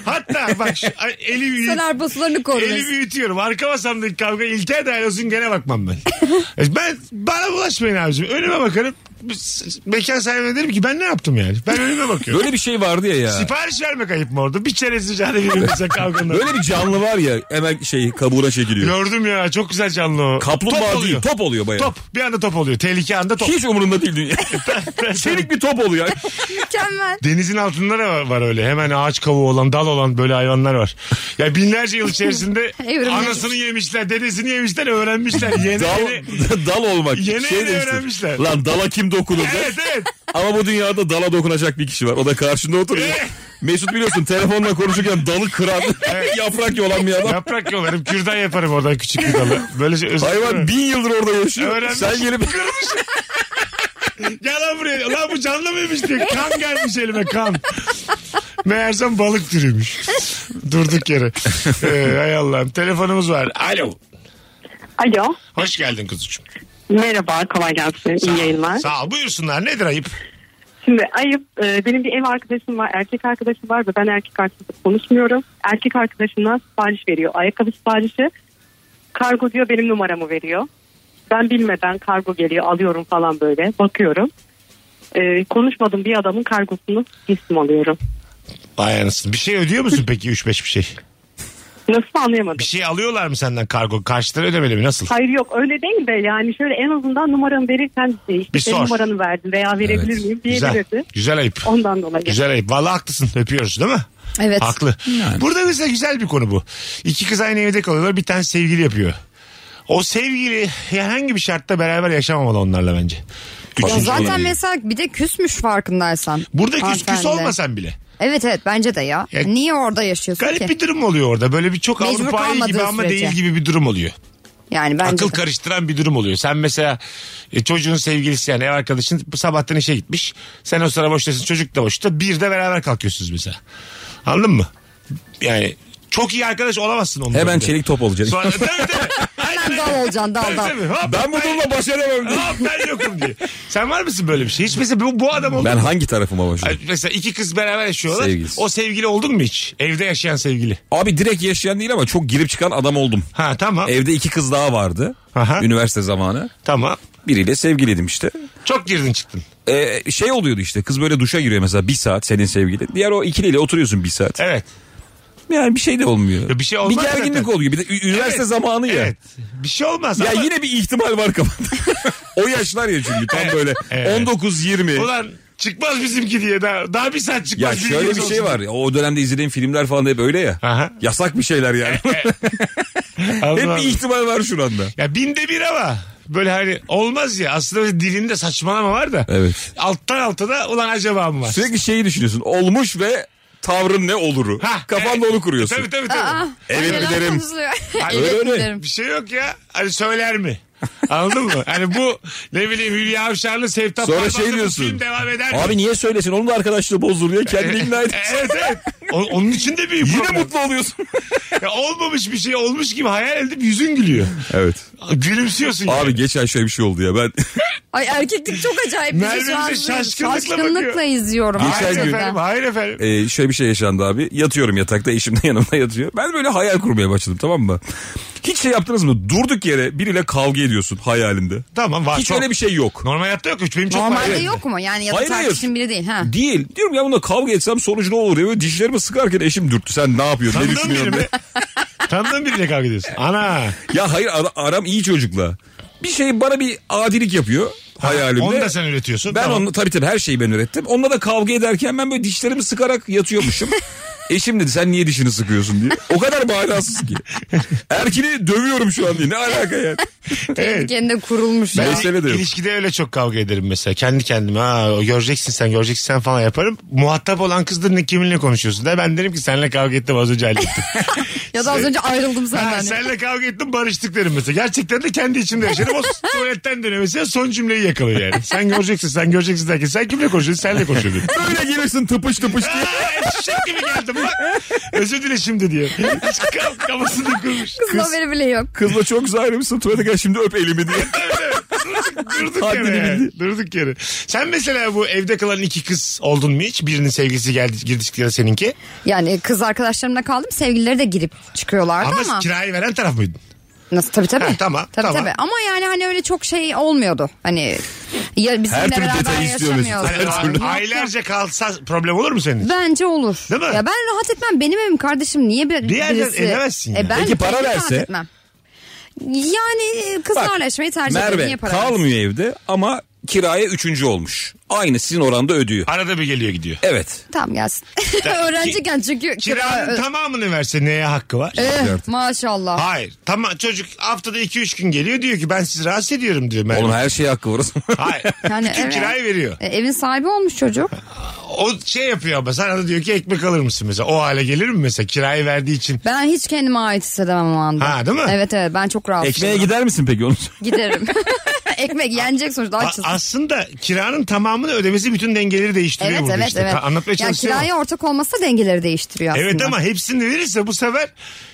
Speaker 3: Hatta bak şu- ay, eli
Speaker 5: Sen
Speaker 3: büyüt,
Speaker 5: arpa sularını
Speaker 3: eli
Speaker 5: koruyorsun.
Speaker 3: büyütüyorum. Arka masamdaki kavga İlker dahil olsun gene bakmam ben. E, ben bana bulaşmayın abicim. Önüme bakarım. Biz- Mekan sahibine derim ki ben ne yaptım yani? Ben önüme bakıyorum.
Speaker 4: Böyle bir şey vardı ya ya.
Speaker 3: Sipariş vermek ayıp mı orada? Bir çerez rica edebilirse kavganın.
Speaker 4: Böyle bir canlı var ya hemen şey kabuğuna çekiliyor.
Speaker 3: Gördüm ya çok güzel canlı o.
Speaker 4: Kaplumbağa
Speaker 3: Top
Speaker 4: değil
Speaker 3: oluyor.
Speaker 4: top oluyor bayağı.
Speaker 3: Top. Bir anda top oluyor. Tehlike anda top.
Speaker 4: Hiç umurunda değil dünya. Çelik bir top oluyor.
Speaker 5: Mükemmel.
Speaker 3: Denizin altında da var- var öyle. Hemen ağaç kavuğu olan, dal olan böyle hayvanlar var. Ya binlerce yıl içerisinde
Speaker 5: Evrimleşmiş.
Speaker 3: anasını yemişler, dedesini yemişler, öğrenmişler. Yeni
Speaker 4: Dal,
Speaker 3: yeni-
Speaker 4: dal olmak.
Speaker 3: Yeni yeni
Speaker 4: demiştir.
Speaker 3: öğrenmişler.
Speaker 4: Lan dala kim dokunur? be?
Speaker 3: Evet evet.
Speaker 4: Ama bu dünyada dala dokunacak bir kişi var. O da karşında oturuyor.
Speaker 3: Eh.
Speaker 4: Mesut biliyorsun telefonla konuşurken dalı kıran yaprak yolan bir adam.
Speaker 3: Yaprak yolarım, kürdan yaparım oradan küçük bir dalı. Böyle şey özür dilerim.
Speaker 4: Hayvan bin yıldır orada yaşıyor.
Speaker 3: Öğrenmiş.
Speaker 4: Sen gelip
Speaker 3: Gel lan buraya. Lan bu canlı mıymış diye. Kan gelmiş elime kan. Meğersem balık türüymüş. Durduk yere. Ee, hay Allah'ım. Telefonumuz var. Alo.
Speaker 6: Alo.
Speaker 3: Hoş geldin kuzucuğum.
Speaker 6: Merhaba, kolay gelsin. İyi yayınlar.
Speaker 3: Sağ ol. Buyursunlar. Nedir ayıp?
Speaker 6: Şimdi ayıp e, benim bir ev arkadaşım var erkek arkadaşım var ve ben erkek arkadaşımla konuşmuyorum. Erkek arkadaşımdan sipariş veriyor ayakkabı siparişi. Kargo diyor benim numaramı veriyor. Ben bilmeden kargo geliyor alıyorum falan böyle bakıyorum. E, konuşmadığım bir adamın kargosunu teslim alıyorum.
Speaker 3: Vay anasını. Bir şey ödüyor musun peki 3-5 bir şey?
Speaker 6: Nasıl anlayamadım.
Speaker 3: Bir şey alıyorlar mı senden kargo? Karşıları ödemeli mi? Nasıl?
Speaker 6: Hayır yok öyle değil de yani şöyle en azından numaramı verirsen işte, işte
Speaker 3: Bir
Speaker 6: senin
Speaker 3: sor.
Speaker 6: numaranı verdim veya verebilir
Speaker 4: Evet.
Speaker 6: miyim
Speaker 3: Güzel.
Speaker 6: diyebilirdi.
Speaker 3: Güzel ayıp.
Speaker 6: Ondan dolayı.
Speaker 3: Güzel ayıp. Valla haklısın. Öpüyoruz değil mi?
Speaker 5: Evet.
Speaker 3: Haklı. Burada mesela güzel bir konu bu. İki kız aynı evde kalıyorlar. Bir tane sevgili yapıyor. O sevgili herhangi bir şartta beraber yaşamamalı onlarla bence.
Speaker 5: Ya
Speaker 4: Üçüncü
Speaker 5: zaten
Speaker 4: olabilir.
Speaker 5: mesela bir de küsmüş farkındaysan.
Speaker 3: Burada küs küs
Speaker 5: hanımefendi.
Speaker 3: olmasan bile.
Speaker 5: Evet evet bence de ya.
Speaker 3: Ya-
Speaker 5: Niye orada yaşıyorsun
Speaker 3: Garip
Speaker 5: ki?
Speaker 3: bir durum oluyor orada. Böyle bir çok
Speaker 5: Mecbur
Speaker 3: Avrupa'yı gibi
Speaker 5: kalmadığı
Speaker 3: ama
Speaker 5: sürece.
Speaker 3: değil gibi bir durum oluyor.
Speaker 5: Yani bence
Speaker 3: Akıl
Speaker 5: de.
Speaker 3: karıştıran bir durum oluyor. Sen mesela e, çocuğun sevgilisi yani ev arkadaşın bu sabahtan işe gitmiş. Sen o sıra boştasın çocuk da boşta. Bir de beraber kalkıyorsunuz mesela. Anladın mı? Yani çok iyi arkadaş olamazsın onunla.
Speaker 4: Hemen
Speaker 3: bir de.
Speaker 4: çelik top olacaksın.
Speaker 3: Sonra, tabii, tabii.
Speaker 5: Hemen dal olacaksın dal dal.
Speaker 3: Tabii, hop,
Speaker 4: Ben bu durumla baş edemem diye.
Speaker 3: hop, ben yokum diye. Sen var mısın böyle bir şey? Hiç mesela bu, bu adam oldu.
Speaker 4: Ben
Speaker 3: mu?
Speaker 4: hangi tarafıma
Speaker 3: Ay,
Speaker 4: başlıyorum?
Speaker 3: Mesela iki kız beraber yaşıyorlar.
Speaker 4: Sevgilisi.
Speaker 3: O sevgili oldun mu hiç? Evde yaşayan sevgili.
Speaker 4: Abi direkt yaşayan değil ama çok girip çıkan adam oldum.
Speaker 3: Ha tamam.
Speaker 4: Evde iki kız daha vardı.
Speaker 3: Aha.
Speaker 4: Üniversite zamanı.
Speaker 3: Tamam.
Speaker 4: Biriyle sevgiliydim işte.
Speaker 3: Çok girdin çıktın.
Speaker 4: Ee, şey oluyordu işte kız böyle duşa giriyor mesela bir saat senin sevgilin. Diğer o ikiliyle oturuyorsun bir saat.
Speaker 3: Evet.
Speaker 4: Yani bir şey de olmuyor.
Speaker 3: Ya bir şey olmaz
Speaker 4: Bir gerginlik
Speaker 3: zaten.
Speaker 4: oluyor. Bir de ü- üniversite
Speaker 3: Evet.
Speaker 4: zamanı ya.
Speaker 3: Evet. Bir şey olmaz.
Speaker 4: Ya
Speaker 3: ama-
Speaker 4: yine bir ihtimal var kafamda. o yaşlar ya çünkü tam böyle
Speaker 3: Evet.
Speaker 4: 19-20.
Speaker 3: Ulan çıkmaz bizimki diye daha, daha bir saat
Speaker 4: Şey- Ya
Speaker 3: çıkmaz.
Speaker 4: şöyle bir
Speaker 3: bilginiz
Speaker 4: şey
Speaker 3: olsun.
Speaker 4: var. O dönemde izlediğim filmler falan hep öyle ya.
Speaker 3: Aha.
Speaker 4: Yasak bir şeyler yani.
Speaker 3: Allah
Speaker 4: hep
Speaker 3: Allah.
Speaker 4: bir ihtimal var şu anda.
Speaker 3: Ya binde bir ama böyle hani olmaz ya aslında böyle dilinde saçmalama var da.
Speaker 4: Evet.
Speaker 3: Alttan alta da ulan acaba mı var?
Speaker 4: Sürekli şeyi düşünüyorsun. Olmuş ve tavrın ne oluru.
Speaker 3: Ha,
Speaker 4: Kafanda
Speaker 3: evet.
Speaker 4: onu kuruyorsun.
Speaker 3: Tabii tabii tabii.
Speaker 4: Evet
Speaker 5: Ay,
Speaker 4: giderim.
Speaker 5: konuşuluyor.
Speaker 3: Hayır,
Speaker 5: Evet
Speaker 4: öyle.
Speaker 5: giderim.
Speaker 3: Bir şey yok ya. Hani söyler mi? Anladın mı? Hani bu ne bileyim Hülya Avşar'la Sevtap
Speaker 4: Sonra
Speaker 3: Parmaz'la
Speaker 4: şey
Speaker 3: bu
Speaker 4: diyorsun.
Speaker 3: film devam eder mi?
Speaker 4: Abi niye söylesin? Onun da arkadaşlığı bozulur diye kendini ikna et.
Speaker 3: Evet evet. O- onun için de büyük
Speaker 4: Yine
Speaker 3: problem.
Speaker 4: mutlu oluyorsun.
Speaker 3: Ya olmamış bir şey olmuş gibi hayal edip yüzün gülüyor.
Speaker 4: evet.
Speaker 3: Gülümsüyorsun. yani.
Speaker 4: Abi geçen şöyle bir şey oldu ya. Ben
Speaker 5: Ay erkeklik çok acayip bir şey.
Speaker 3: Merve
Speaker 5: Şu an
Speaker 3: bize şaşkınlıkla bakıyor.
Speaker 5: şaşkınlıkla izliyorum.
Speaker 4: Geçen
Speaker 3: Hayır
Speaker 5: aslında.
Speaker 4: gün-
Speaker 3: efendim, hayır efendim.
Speaker 4: Ee, şöyle bir şey yaşandı abi. Yatıyorum yatakta eşim de yanımda yatıyor. Ben böyle hayal kurmaya başladım tamam mı? Hiç şey yaptınız mı? Durduk yere biriyle kavga ediyorsun hayalinde.
Speaker 3: Tamam var.
Speaker 4: Hiç
Speaker 3: çok.
Speaker 4: öyle bir şey yok.
Speaker 3: Normal hayatta yok. Üç benim çok
Speaker 5: Normalde
Speaker 3: var. Evet.
Speaker 5: yok mu? Yani ya da
Speaker 4: Hayır, hayır.
Speaker 5: tartışın biri değil. Ha.
Speaker 4: Değil. Diyorum ya bununla kavga etsem sonucu ne olur diye böyle dişlerimi sıkarken eşim dürttü. Sen ne yapıyorsun? Ne
Speaker 3: Tanıdığın biri
Speaker 4: düşünüyorsun?
Speaker 3: mi?
Speaker 4: diye.
Speaker 3: Tanıdığın biriyle kavga ediyorsun. Ana.
Speaker 4: ya hayır ara- aram iyi çocukla. Bir şey bana bir adilik yapıyor hayalimde.
Speaker 3: Onu da sen üretiyorsun.
Speaker 4: Ben
Speaker 3: Tamam.
Speaker 4: onu tabii tabii her şeyi ben ürettim. Onunla da kavga ederken ben böyle dişlerimi sıkarak yatıyormuşum. Eşim dedi sen niye dişini sıkıyorsun diye. O kadar manasız ki. Erkin'i dövüyorum şu an diye. Ne alaka yani?
Speaker 3: Evet.
Speaker 5: Kendine kurulmuş ya.
Speaker 3: Ben
Speaker 4: Mesele de yok.
Speaker 3: ilişkide öyle çok kavga ederim mesela. Kendi kendime ha göreceksin sen göreceksin sen falan yaparım. Muhatap olan kız da ne kiminle konuşuyorsun de ben derim ki seninle kavga ettim az önce hallettim.
Speaker 5: Ya da az önce ayrıldım
Speaker 3: ha,
Speaker 5: senden.
Speaker 3: seninle kavga ettim barıştık derim mesela. Gerçekten de kendi içimde yaşarım. O tuvaletten dönüyor mesela son cümleyi yakalıyor yani. Sen göreceksin sen göreceksin derken sen kimle konuşuyorsun senle konuşuyorum.
Speaker 4: Böyle gelirsin tıpış tıpış diye.
Speaker 3: Aa, Eşek gibi geldim bak. Özür dile şimdi diyor. Hiç kaf- kafasını kırmış.
Speaker 5: Kızın haberi bile yok.
Speaker 4: Kızla çok güzel ayrılmışsın tuvalete gel şimdi öp elimi diye.
Speaker 3: Durduk
Speaker 4: Haddini
Speaker 3: yere. yani.
Speaker 4: bildi.
Speaker 3: Durduk yere. Sen mesela bu evde kalan iki kız oldun mu hiç? Birinin sevgilisi geldi girdik ya da seninki.
Speaker 5: Yani kız arkadaşlarımla kaldım. Sevgilileri de girip çıkıyorlardı
Speaker 3: Ama,
Speaker 5: ama.
Speaker 3: kirayı veren taraf mıydın?
Speaker 5: Nasıl tabii tabii.
Speaker 3: Ha, tamam,
Speaker 5: Tabii
Speaker 3: tamam.
Speaker 5: tabii. Ama yani hani öyle çok şey olmuyordu. Hani ya bizimle
Speaker 4: Her türlü
Speaker 5: beraber
Speaker 4: detayı istiyor Mesut.
Speaker 5: yaşamıyordu.
Speaker 4: Her
Speaker 5: Yok,
Speaker 4: türlü.
Speaker 5: yok.
Speaker 3: Hani Aylarca kalsa problem olur mu senin için?
Speaker 5: Bence olur.
Speaker 3: Değil mi?
Speaker 5: Ya ben rahat etmem. Benim evim kardeşim. Niye bir,
Speaker 3: Bir yerden
Speaker 5: birisi... E,
Speaker 3: edemezsin yani.
Speaker 5: ben
Speaker 4: Peki para
Speaker 5: kendim rahat
Speaker 4: verse?
Speaker 5: etmem. Yani e,
Speaker 4: Bak,
Speaker 5: kızlarla yaşamayı tercih ederim.
Speaker 4: Merve
Speaker 5: Niye para versin?
Speaker 4: kalmıyor evde ama kiraya üçüncü olmuş. Aynı sizin oranda ödüyor.
Speaker 3: Arada bir geliyor gidiyor.
Speaker 4: Evet.
Speaker 5: Tamam gelsin. Öğrenciyken çünkü
Speaker 3: Kiranın
Speaker 5: kira-
Speaker 3: tamamını verse neye hakkı var?
Speaker 5: Eh,
Speaker 4: Dört.
Speaker 5: maşallah.
Speaker 3: Hayır. Tamam çocuk haftada 2-3 gün geliyor diyor ki ben sizi rahatsız ediyorum diyor. Merve.
Speaker 4: Oğlum her şeye hakkı var.
Speaker 3: Hayır.
Speaker 5: Yani
Speaker 3: Bütün
Speaker 5: evet.
Speaker 3: kirayı veriyor.
Speaker 5: E, evin sahibi olmuş çocuk.
Speaker 3: O şey yapıyor ama sana da diyor ki ekmek alır mısın mesela? O hale gelir mi mesela kirayı verdiği için?
Speaker 5: Ben hiç kendime ait hissedemem o anda.
Speaker 3: Ha, değil mi?
Speaker 5: Evet evet ben çok rahat.
Speaker 4: Ekmeğe gider misin peki onu?
Speaker 5: Giderim. ekmek yenecek sonuçta
Speaker 3: A-
Speaker 5: açız.
Speaker 3: aslında kiranın tamamını ödemesi bütün dengeleri değiştiriyor
Speaker 5: Evet
Speaker 3: burada
Speaker 5: evet
Speaker 3: işte.
Speaker 5: evet.
Speaker 3: Ta- Anlatmaya
Speaker 5: yani
Speaker 3: çalışıyorum.
Speaker 5: kiraya ortak olması da dengeleri değiştiriyor aslında.
Speaker 3: Evet ama hepsini verirse bu sefer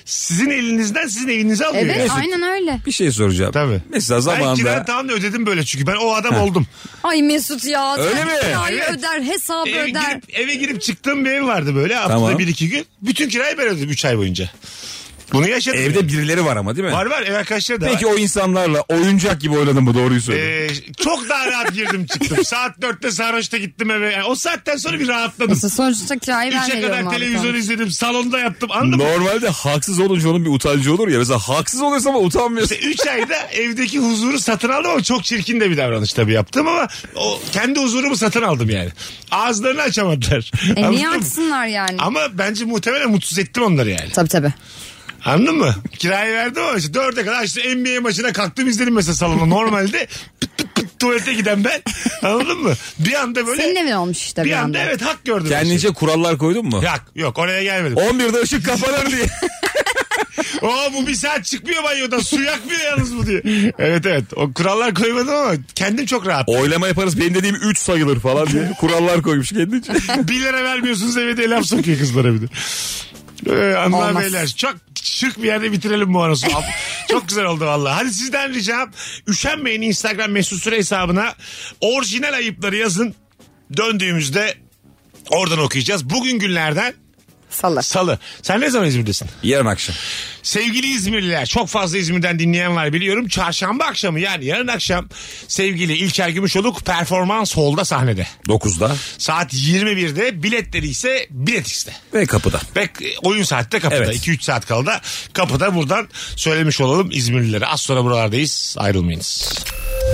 Speaker 3: sizin elinizden sizin evinize alıyor.
Speaker 5: Evet
Speaker 3: yani.
Speaker 5: aynen öyle.
Speaker 4: Bir şey soracağım.
Speaker 3: Tabii.
Speaker 4: Mesela
Speaker 3: Ben kiranın
Speaker 4: zamanında
Speaker 3: tamamını ödedim böyle çünkü ben o adam oldum.
Speaker 5: Ay Mesut ya.
Speaker 4: Öyle
Speaker 5: sen
Speaker 4: mi?
Speaker 5: Kirayı
Speaker 3: Evet.
Speaker 5: öder hesabı
Speaker 3: eve,
Speaker 5: öder.
Speaker 3: girip, eve girip çıktığım bir ev vardı böyle haftada
Speaker 4: Tamam.
Speaker 3: bir iki gün. Bütün kirayı ben ödedim 3 ay boyunca. Bunu yaşadım.
Speaker 4: evde
Speaker 3: yani.
Speaker 4: birileri var ama değil mi?
Speaker 3: var var ev arkadaşları da
Speaker 4: Peki
Speaker 3: var.
Speaker 4: o insanlarla oyuncak gibi oynadın mı doğruyu söyle.
Speaker 3: Ee, çok daha rahat girdim çıktım. Saat dörtte sarhoşta gittim eve. Yani o saatten sonra bir rahatladım.
Speaker 5: Mesela sonuçta kirayı ben
Speaker 3: İçe
Speaker 5: veriyorum
Speaker 3: kadar
Speaker 5: abi.
Speaker 3: televizyon
Speaker 5: tamam.
Speaker 3: izledim. Salonda yattım. Anladın mı?
Speaker 4: Normalde haksız olunca onun bir utancı olur ya. Mesela haksız oluyorsun ama utanmıyorsun.
Speaker 3: 3 ayda evdeki huzuru satın aldım ama çok çirkin de bir davranış tabii yaptım ama o kendi huzurumu satın aldım yani. Ağızlarını açamadılar.
Speaker 5: E niye
Speaker 3: Anladın mı?
Speaker 5: açsınlar yani?
Speaker 3: Ama bence muhtemelen mutsuz ettim onları yani.
Speaker 5: Tabii tabii.
Speaker 3: Anladın mı? Kirayı verdim ama işte dörde kadar işte NBA maçına kalktım izledim mesela salonda. Normalde pıt pıt pıt tuvalete giden ben. Anladın mı? Bir anda böyle.
Speaker 5: Senin evin olmuş işte
Speaker 3: bir,
Speaker 5: bir,
Speaker 3: anda, evet hak gördüm.
Speaker 4: Kendince kurallar koydun mu?
Speaker 3: Yok yok oraya gelmedim.
Speaker 4: 11'de ışık kapanır diye.
Speaker 3: Oo bu bir saat çıkmıyor banyodan su yakmıyor yalnız bu diye. Evet evet o kurallar koymadım ama kendim çok rahat.
Speaker 4: Oylama yaparız benim dediğim 3 sayılır falan diye. Kurallar koymuş kendince.
Speaker 3: Bir lira vermiyorsunuz eve de laf sokuyor kızlara bir de. Ee, hanımlar,
Speaker 5: Olmaz.
Speaker 3: beyler çok şık bir yerde bitirelim bu anonsu. Ab- çok güzel oldu valla. Hadi sizden ricam üşenmeyin Instagram mesut süre hesabına orijinal ayıpları yazın. Döndüğümüzde oradan okuyacağız. Bugün günlerden
Speaker 5: Salı.
Speaker 3: salı. Sen ne zaman İzmir'desin?
Speaker 4: Yarın akşam.
Speaker 3: Sevgili İzmirliler çok fazla İzmir'den dinleyen var biliyorum. Çarşamba akşamı yani yarın akşam sevgili İlker Gümüşoluk performans holda sahnede.
Speaker 4: 9'da
Speaker 3: Saat 21'de biletleri ise bilet X'te.
Speaker 4: ve kapıda.
Speaker 3: Ve oyun saatte kapıda.
Speaker 4: Evet.
Speaker 3: 2-3 saat kaldı. Kapıda buradan söylemiş olalım İzmirlilere. Az sonra buralardayız. Ayrılmayınız.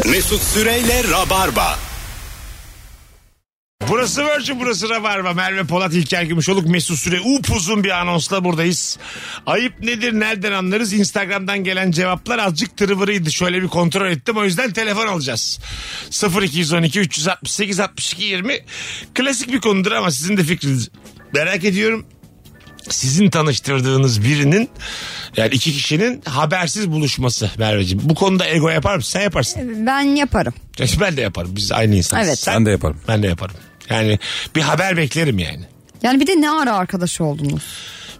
Speaker 2: Mesut Süreyle Rabarba.
Speaker 3: Burası Virgin, burası Rabarba. Merve Polat, İlker Gümüşoluk, Mesut Süre. Upuzun bir anonsla buradayız. Ayıp nedir, nereden anlarız? Instagram'dan gelen cevaplar azıcık tırıvırıydı. Şöyle bir kontrol ettim. O yüzden telefon alacağız. 0212 368 62 20. Klasik bir konudur ama sizin de fikriniz. Merak ediyorum. Sizin tanıştırdığınız birinin yani iki kişinin habersiz buluşması Merveciğim. Bu konuda ego yapar mısın? Sen yaparsın.
Speaker 5: Ben yaparım.
Speaker 3: Ben de yaparım. Biz aynı insanız.
Speaker 5: Evet.
Speaker 3: Sen
Speaker 4: Ben de yaparım.
Speaker 3: ben de yaparım. Yani bir haber beklerim yani.
Speaker 5: Yani bir de ne ara arkadaş oldunuz?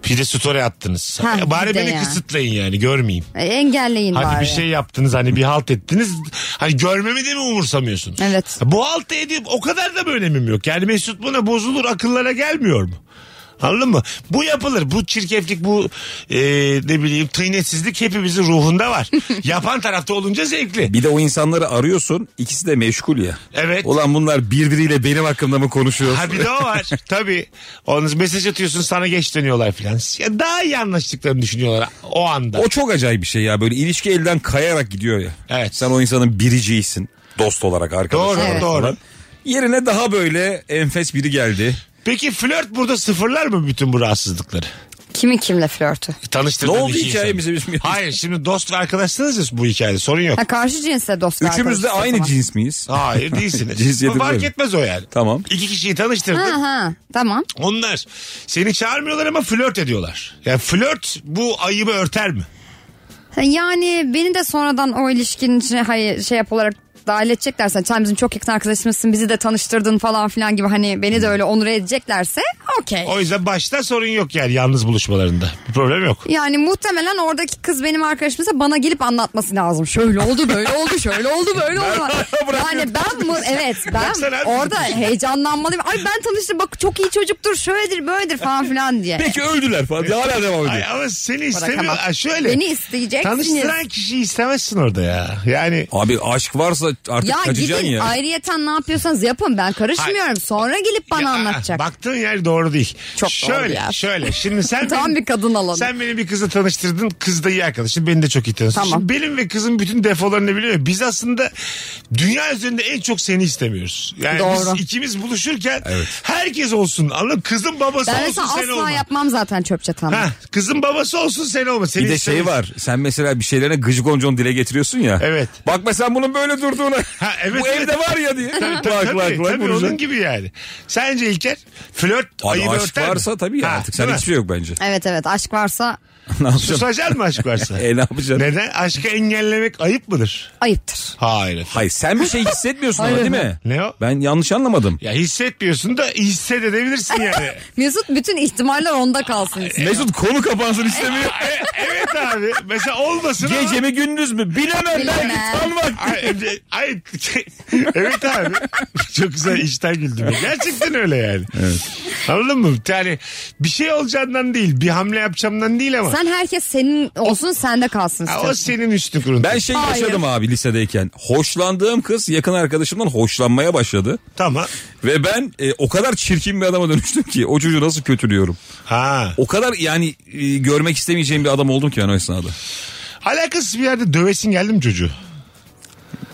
Speaker 3: Bir de story attınız.
Speaker 5: Ha, bir
Speaker 3: Bari
Speaker 5: de
Speaker 3: beni
Speaker 5: ya.
Speaker 3: kısıtlayın yani görmeyeyim.
Speaker 5: E, engelleyin
Speaker 3: Hadi
Speaker 5: bari.
Speaker 3: bir şey yaptınız hani bir halt ettiniz. Hani görmemi de mi umursamıyorsunuz?
Speaker 5: Evet.
Speaker 3: Bu halt edip o kadar da bir önemim yok. Yani Mesut buna bozulur akıllara gelmiyor mu? Anladın mı? Bu yapılır. Bu çirkeflik, bu e, ne bileyim tıynetsizlik hepimizin ruhunda var. Yapan tarafta olunca zevkli.
Speaker 4: Bir de o insanları arıyorsun. ikisi de meşgul ya.
Speaker 3: Evet.
Speaker 4: Ulan bunlar birbiriyle benim hakkımda mı konuşuyor?
Speaker 3: Ha bir de o var. Tabii. Onun mesaj atıyorsun sana geç dönüyorlar filan. Ya Daha iyi anlaştıklarını düşünüyorlar o anda.
Speaker 4: O çok acayip bir şey ya. Böyle ilişki elden kayarak gidiyor ya.
Speaker 3: Evet.
Speaker 4: Sen o insanın biriciyisin. Dost olarak, arkadaş
Speaker 3: Doğru,
Speaker 4: olarak
Speaker 5: Evet.
Speaker 3: doğru.
Speaker 4: falan. Yerine daha böyle enfes biri geldi.
Speaker 3: Peki flört burada sıfırlar mı bütün bu rahatsızlıkları?
Speaker 5: Kimi kimle flörtü?
Speaker 3: Tanıştırdığın
Speaker 4: Ne oldu
Speaker 3: iki
Speaker 4: hikaye
Speaker 3: insan.
Speaker 4: bize bizim-
Speaker 3: Hayır şimdi dost ve arkadaşsınız ya bu hikayede sorun yok.
Speaker 5: Ha, karşı cinse dostlar.
Speaker 4: Üçümüz de aynı cins miyiz?
Speaker 3: Hayır değilsiniz.
Speaker 4: Cinsiyetimiz
Speaker 3: Fark
Speaker 4: öyle.
Speaker 3: etmez o yani.
Speaker 4: Tamam.
Speaker 3: İki kişiyi tanıştırdın.
Speaker 5: Ha ha tamam.
Speaker 3: Onlar seni çağırmıyorlar ama flört ediyorlar. Yani flört bu ayıbı örter mi?
Speaker 5: Ha, Yani beni de sonradan o ilişkinin içine hayır, şey yap olarak dahil edeceklerse sen bizim çok yakın arkadaşımızsın bizi de tanıştırdın falan filan gibi hani beni de öyle onur edeceklerse okey.
Speaker 3: O yüzden başta sorun yok yani yalnız buluşmalarında. Bir problem yok.
Speaker 5: Yani muhtemelen oradaki kız benim arkadaşımsa bana gelip anlatması lazım. Şöyle oldu böyle oldu şöyle oldu böyle oldu. yani ben mu evet
Speaker 3: Baksana
Speaker 5: ben
Speaker 3: abi.
Speaker 5: orada heyecanlanmalıyım. Ay ben tanıştım bak çok iyi çocuktur şöyledir böyledir falan filan diye.
Speaker 4: Peki öldüler falan. Hala devam ediyor.
Speaker 3: Ay, ama seni istemiyor.
Speaker 5: Bırakamam.
Speaker 3: Ay, Şöyle.
Speaker 5: Beni isteyeceksiniz.
Speaker 3: Tanıştıran kişiyi istemezsin orada ya. Yani
Speaker 4: Abi aşk varsa artık
Speaker 5: Ya
Speaker 4: kaçacaksın
Speaker 5: gidin
Speaker 4: ya.
Speaker 5: ayrıyeten ne yapıyorsanız yapın ben karışmıyorum. Sonra gelip bana
Speaker 3: Ya,
Speaker 5: anlatacak.
Speaker 3: Baktığın yer doğru değil.
Speaker 5: Çok doğru
Speaker 3: şöyle,
Speaker 5: ya.
Speaker 3: Şöyle şimdi sen
Speaker 5: Tam
Speaker 3: benim-
Speaker 5: bir kadın alanı.
Speaker 3: Sen beni bir kızla tanıştırdın. Kız da iyi arkadaşım. Beni de çok iyi tanıştın.
Speaker 5: Tamam.
Speaker 3: Şimdi benim ve kızın bütün defolarını biliyor. ya. Biz aslında dünya üzerinde en çok seni istemiyoruz. Yani
Speaker 5: Doğru.
Speaker 3: biz ikimiz buluşurken herkes olsun. Anladın mı? Kızın babası
Speaker 5: ben
Speaker 3: olsun
Speaker 5: mesela
Speaker 3: sen
Speaker 5: asla
Speaker 3: olma.
Speaker 5: yapmam zaten çöp çatanı.
Speaker 3: Ha, kızın babası olsun sen olma. Seni
Speaker 4: Bir de şey
Speaker 3: istemeyiz.
Speaker 4: var. Sen mesela bir şeylerine gıcık oncon dile getiriyorsun ya.
Speaker 3: Evet.
Speaker 4: Bak mesela bunun böyle durdu. anlattı ona.
Speaker 3: Ha, evet,
Speaker 4: Bu
Speaker 3: evet.
Speaker 4: evde var ya diye.
Speaker 3: Tabii, tabii,
Speaker 4: Lak, lak,
Speaker 3: tabii,
Speaker 4: lak
Speaker 3: tabii
Speaker 4: vuracak.
Speaker 3: onun gibi yani. Sence İlker flört
Speaker 4: Abi
Speaker 3: ayıbı
Speaker 4: aşk
Speaker 3: örter mi?
Speaker 4: varsa tabii ya
Speaker 3: Ha,
Speaker 4: artık. Sen
Speaker 3: değil mi?
Speaker 4: hiçbir şey yok bence.
Speaker 5: Evet evet aşk varsa
Speaker 4: ne yapacaksın?
Speaker 3: Susacak mı aşk varsa?
Speaker 4: E, ne yapacaksın?
Speaker 3: Neden? Aşkı engellemek ayıp mıdır?
Speaker 5: ayıptır.
Speaker 3: Hayır.
Speaker 4: Hayır sen bir şey hissetmiyorsun ama değil mi?
Speaker 3: Ne o?
Speaker 4: Ben yanlış anlamadım.
Speaker 3: Ya hissetmiyorsun da hissedebilirsin yani.
Speaker 5: Mesut bütün ihtimaller onda kalsın.
Speaker 4: Mesut konu kapansın istemiyor.
Speaker 3: E, evet abi. Mesela olmasın ama-
Speaker 4: Gece mi gündüz mü? Bilemem.
Speaker 5: Bilemem.
Speaker 4: Bilemem. Tam vakti.
Speaker 3: Ay, e, ay, evet abi. Çok güzel işten güldüm. ya. Gerçekten öyle yani. Anladın mı? Yani bir şey olacağından değil, bir hamle yapacağımdan değil ama.
Speaker 5: Sen herkes senin olsun sende kalsın
Speaker 3: Ha, o
Speaker 5: istiyorsun.
Speaker 3: senin üstü kurun.
Speaker 4: Ben şey yaşadım abi lisedeyken. Hoşlandığım kız yakın arkadaşımdan hoşlanmaya başladı.
Speaker 3: Tamam.
Speaker 4: Ve ben e, o kadar çirkin bir adama dönüştüm ki o çocuğu nasıl kötülüyorum.
Speaker 3: Ha.
Speaker 4: O kadar yani e, görmek istemeyeceğim bir adam oldum ki ben o esnada.
Speaker 3: Alakasız bir yerde dövesin geldim çocuğu.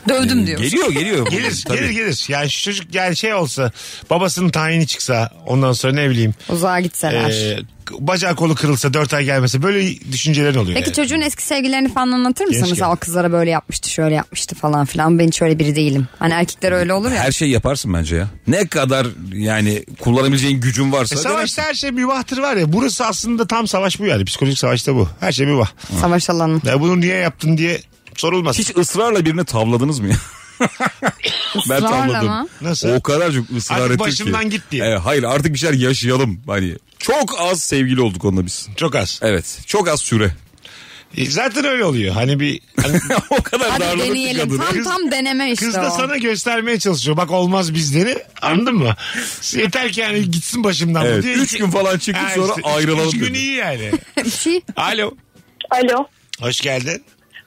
Speaker 3: Ee,
Speaker 5: Dövdüm diyorsun.
Speaker 4: Geliyor geliyor.
Speaker 3: Gelir,
Speaker 4: Tabii.
Speaker 3: gelir, gelir. Yani şu çocuk yani şey olsa, babasının tayini çıksa, ondan sonra ne bileyim,
Speaker 5: Uzağa gitseler.
Speaker 3: e, bacağı kolu kırılsa, dört ay gelmese böyle düşünceler oluyor.
Speaker 5: Peki
Speaker 3: yani.
Speaker 5: çocuğun eski sevgililerini falan anlatır mısın?
Speaker 3: Gençken.
Speaker 5: Mesela o kızlara böyle yapmıştı, şöyle yapmıştı falan filan. Ben hiç öyle biri değilim. Hani erkekler öyle olur ya.
Speaker 4: Her şeyi yaparsın bence ya. Ne kadar yani kullanabileceğin gücün varsa.
Speaker 3: E, savaşta her şey mübahtır var ya. Burası aslında tam savaş bu yani. Psikolojik savaşta bu. Her şey mübah.
Speaker 5: Savaş alanı.
Speaker 3: Ya bunu niye yaptın diye sorulmaz.
Speaker 4: Hiç ısrarla birini tavladınız mı ya? ben
Speaker 5: Israrla
Speaker 4: tavladım.
Speaker 5: mı?
Speaker 3: Nasıl?
Speaker 4: O kadar çok ısrar
Speaker 3: Artık
Speaker 4: ettim
Speaker 3: başımdan
Speaker 4: ki.
Speaker 3: git diye.
Speaker 4: Evet, hayır artık bir şeyler yaşayalım. Hani çok az sevgili olduk onunla biz.
Speaker 3: Çok az.
Speaker 4: Evet çok az süre.
Speaker 3: E, zaten öyle oluyor. Hani bir hani
Speaker 4: o kadar
Speaker 5: Hadi
Speaker 4: darladık ki
Speaker 5: deneyelim.
Speaker 4: kadını.
Speaker 5: Tam
Speaker 3: Kız-
Speaker 5: tam deneme işte
Speaker 3: kız
Speaker 5: o.
Speaker 3: da sana göstermeye çalışıyor. Bak olmaz bizleri. Anladın mı? Yeter ki yani gitsin başımdan. bu
Speaker 4: Evet,
Speaker 3: diye.
Speaker 4: üç gün falan çıkıp
Speaker 3: Ha,
Speaker 4: sonra
Speaker 3: işte,
Speaker 4: ayrılalım
Speaker 3: Üç gün
Speaker 4: dedi.
Speaker 3: iyi yani.
Speaker 5: Bir şey.
Speaker 3: Alo.
Speaker 7: Alo.
Speaker 3: Hoş geldin.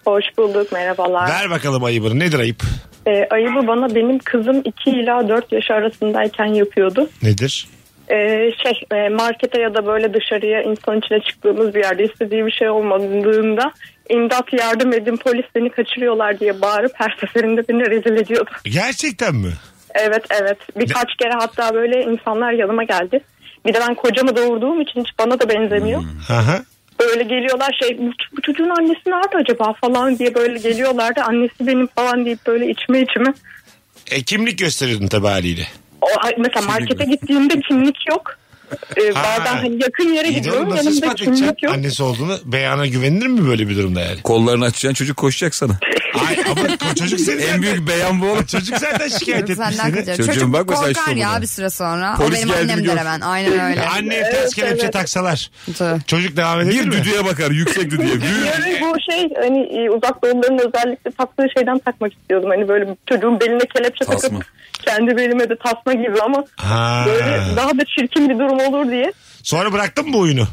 Speaker 7: Hoş bulduk merhabalar.
Speaker 3: Ver bakalım ayıbını. Nedir ayıp?
Speaker 7: Ee, ayıbı bana benim kızım 2 ila 4 yaş arasındayken yapıyordu.
Speaker 3: Nedir?
Speaker 7: Ee, şey e, markete ya da böyle dışarıya insan içine çıktığımız bir yerde istediği bir şey olmadığında imdat yardım edin polis beni kaçırıyorlar diye bağırıp her seferinde beni rezil ediyordu.
Speaker 3: Gerçekten mi?
Speaker 7: Evet evet birkaç kere hatta böyle insanlar yanıma geldi. Bir de ben kocamı doğurduğum için hiç bana da benzemiyor.
Speaker 3: Aha.
Speaker 7: Böyle geliyorlar şey bu, ç- bu çocuğun annesi nerede acaba falan diye böyle geliyorlardı. Annesi benim falan deyip böyle içme içme.
Speaker 3: E, kimlik gösteriyordun tabii haliyle.
Speaker 7: O, ay- mesela markete gittiğimde kimlik yok. Ee,
Speaker 3: Ha.
Speaker 7: bazen hani yakın yere
Speaker 3: İyi de oğlum,
Speaker 7: gidiyorum
Speaker 3: nasıl
Speaker 7: yanımda
Speaker 3: ispat
Speaker 7: kimlik
Speaker 3: edeceksin
Speaker 7: yok.
Speaker 3: annesi olduğunu? Beyana güvenilir mi böyle bir durumda yani?
Speaker 4: Kollarını açacaksın çocuk koşacak sana.
Speaker 3: Ay ama ko- çocuk seni
Speaker 4: en büyük beyan bu oğlum.
Speaker 3: Çocuk zaten şikayet etmiş
Speaker 5: Senden
Speaker 3: seni.
Speaker 5: kaçar.
Speaker 4: Çocuğum
Speaker 5: Çocuk
Speaker 4: bakma sen
Speaker 5: korkar
Speaker 4: işte buna.
Speaker 5: ya bir süre sonra.
Speaker 4: Polis
Speaker 5: o benim
Speaker 4: geldi mi
Speaker 5: annem
Speaker 4: gör.
Speaker 5: der hemen. Aynen öyle.
Speaker 3: Anneye ters kelepçe taksalar.
Speaker 5: Tabii.
Speaker 3: Çocuk devam eder
Speaker 4: Bir
Speaker 3: mi?
Speaker 4: düdüğe bakar yüksek düdüğe. Büyük.
Speaker 7: Yani bu şey hani e, uzak doğumların özellikle taktığı şeyden takmak istiyordum. Hani böyle çocuğun beline kelepçe
Speaker 4: Tasma.
Speaker 7: takıp kendi belime de tasma gibi ama
Speaker 3: Ha.
Speaker 7: böyle daha da çirkin bir durum olur diye.
Speaker 3: Sonra bıraktın mı bu oyunu?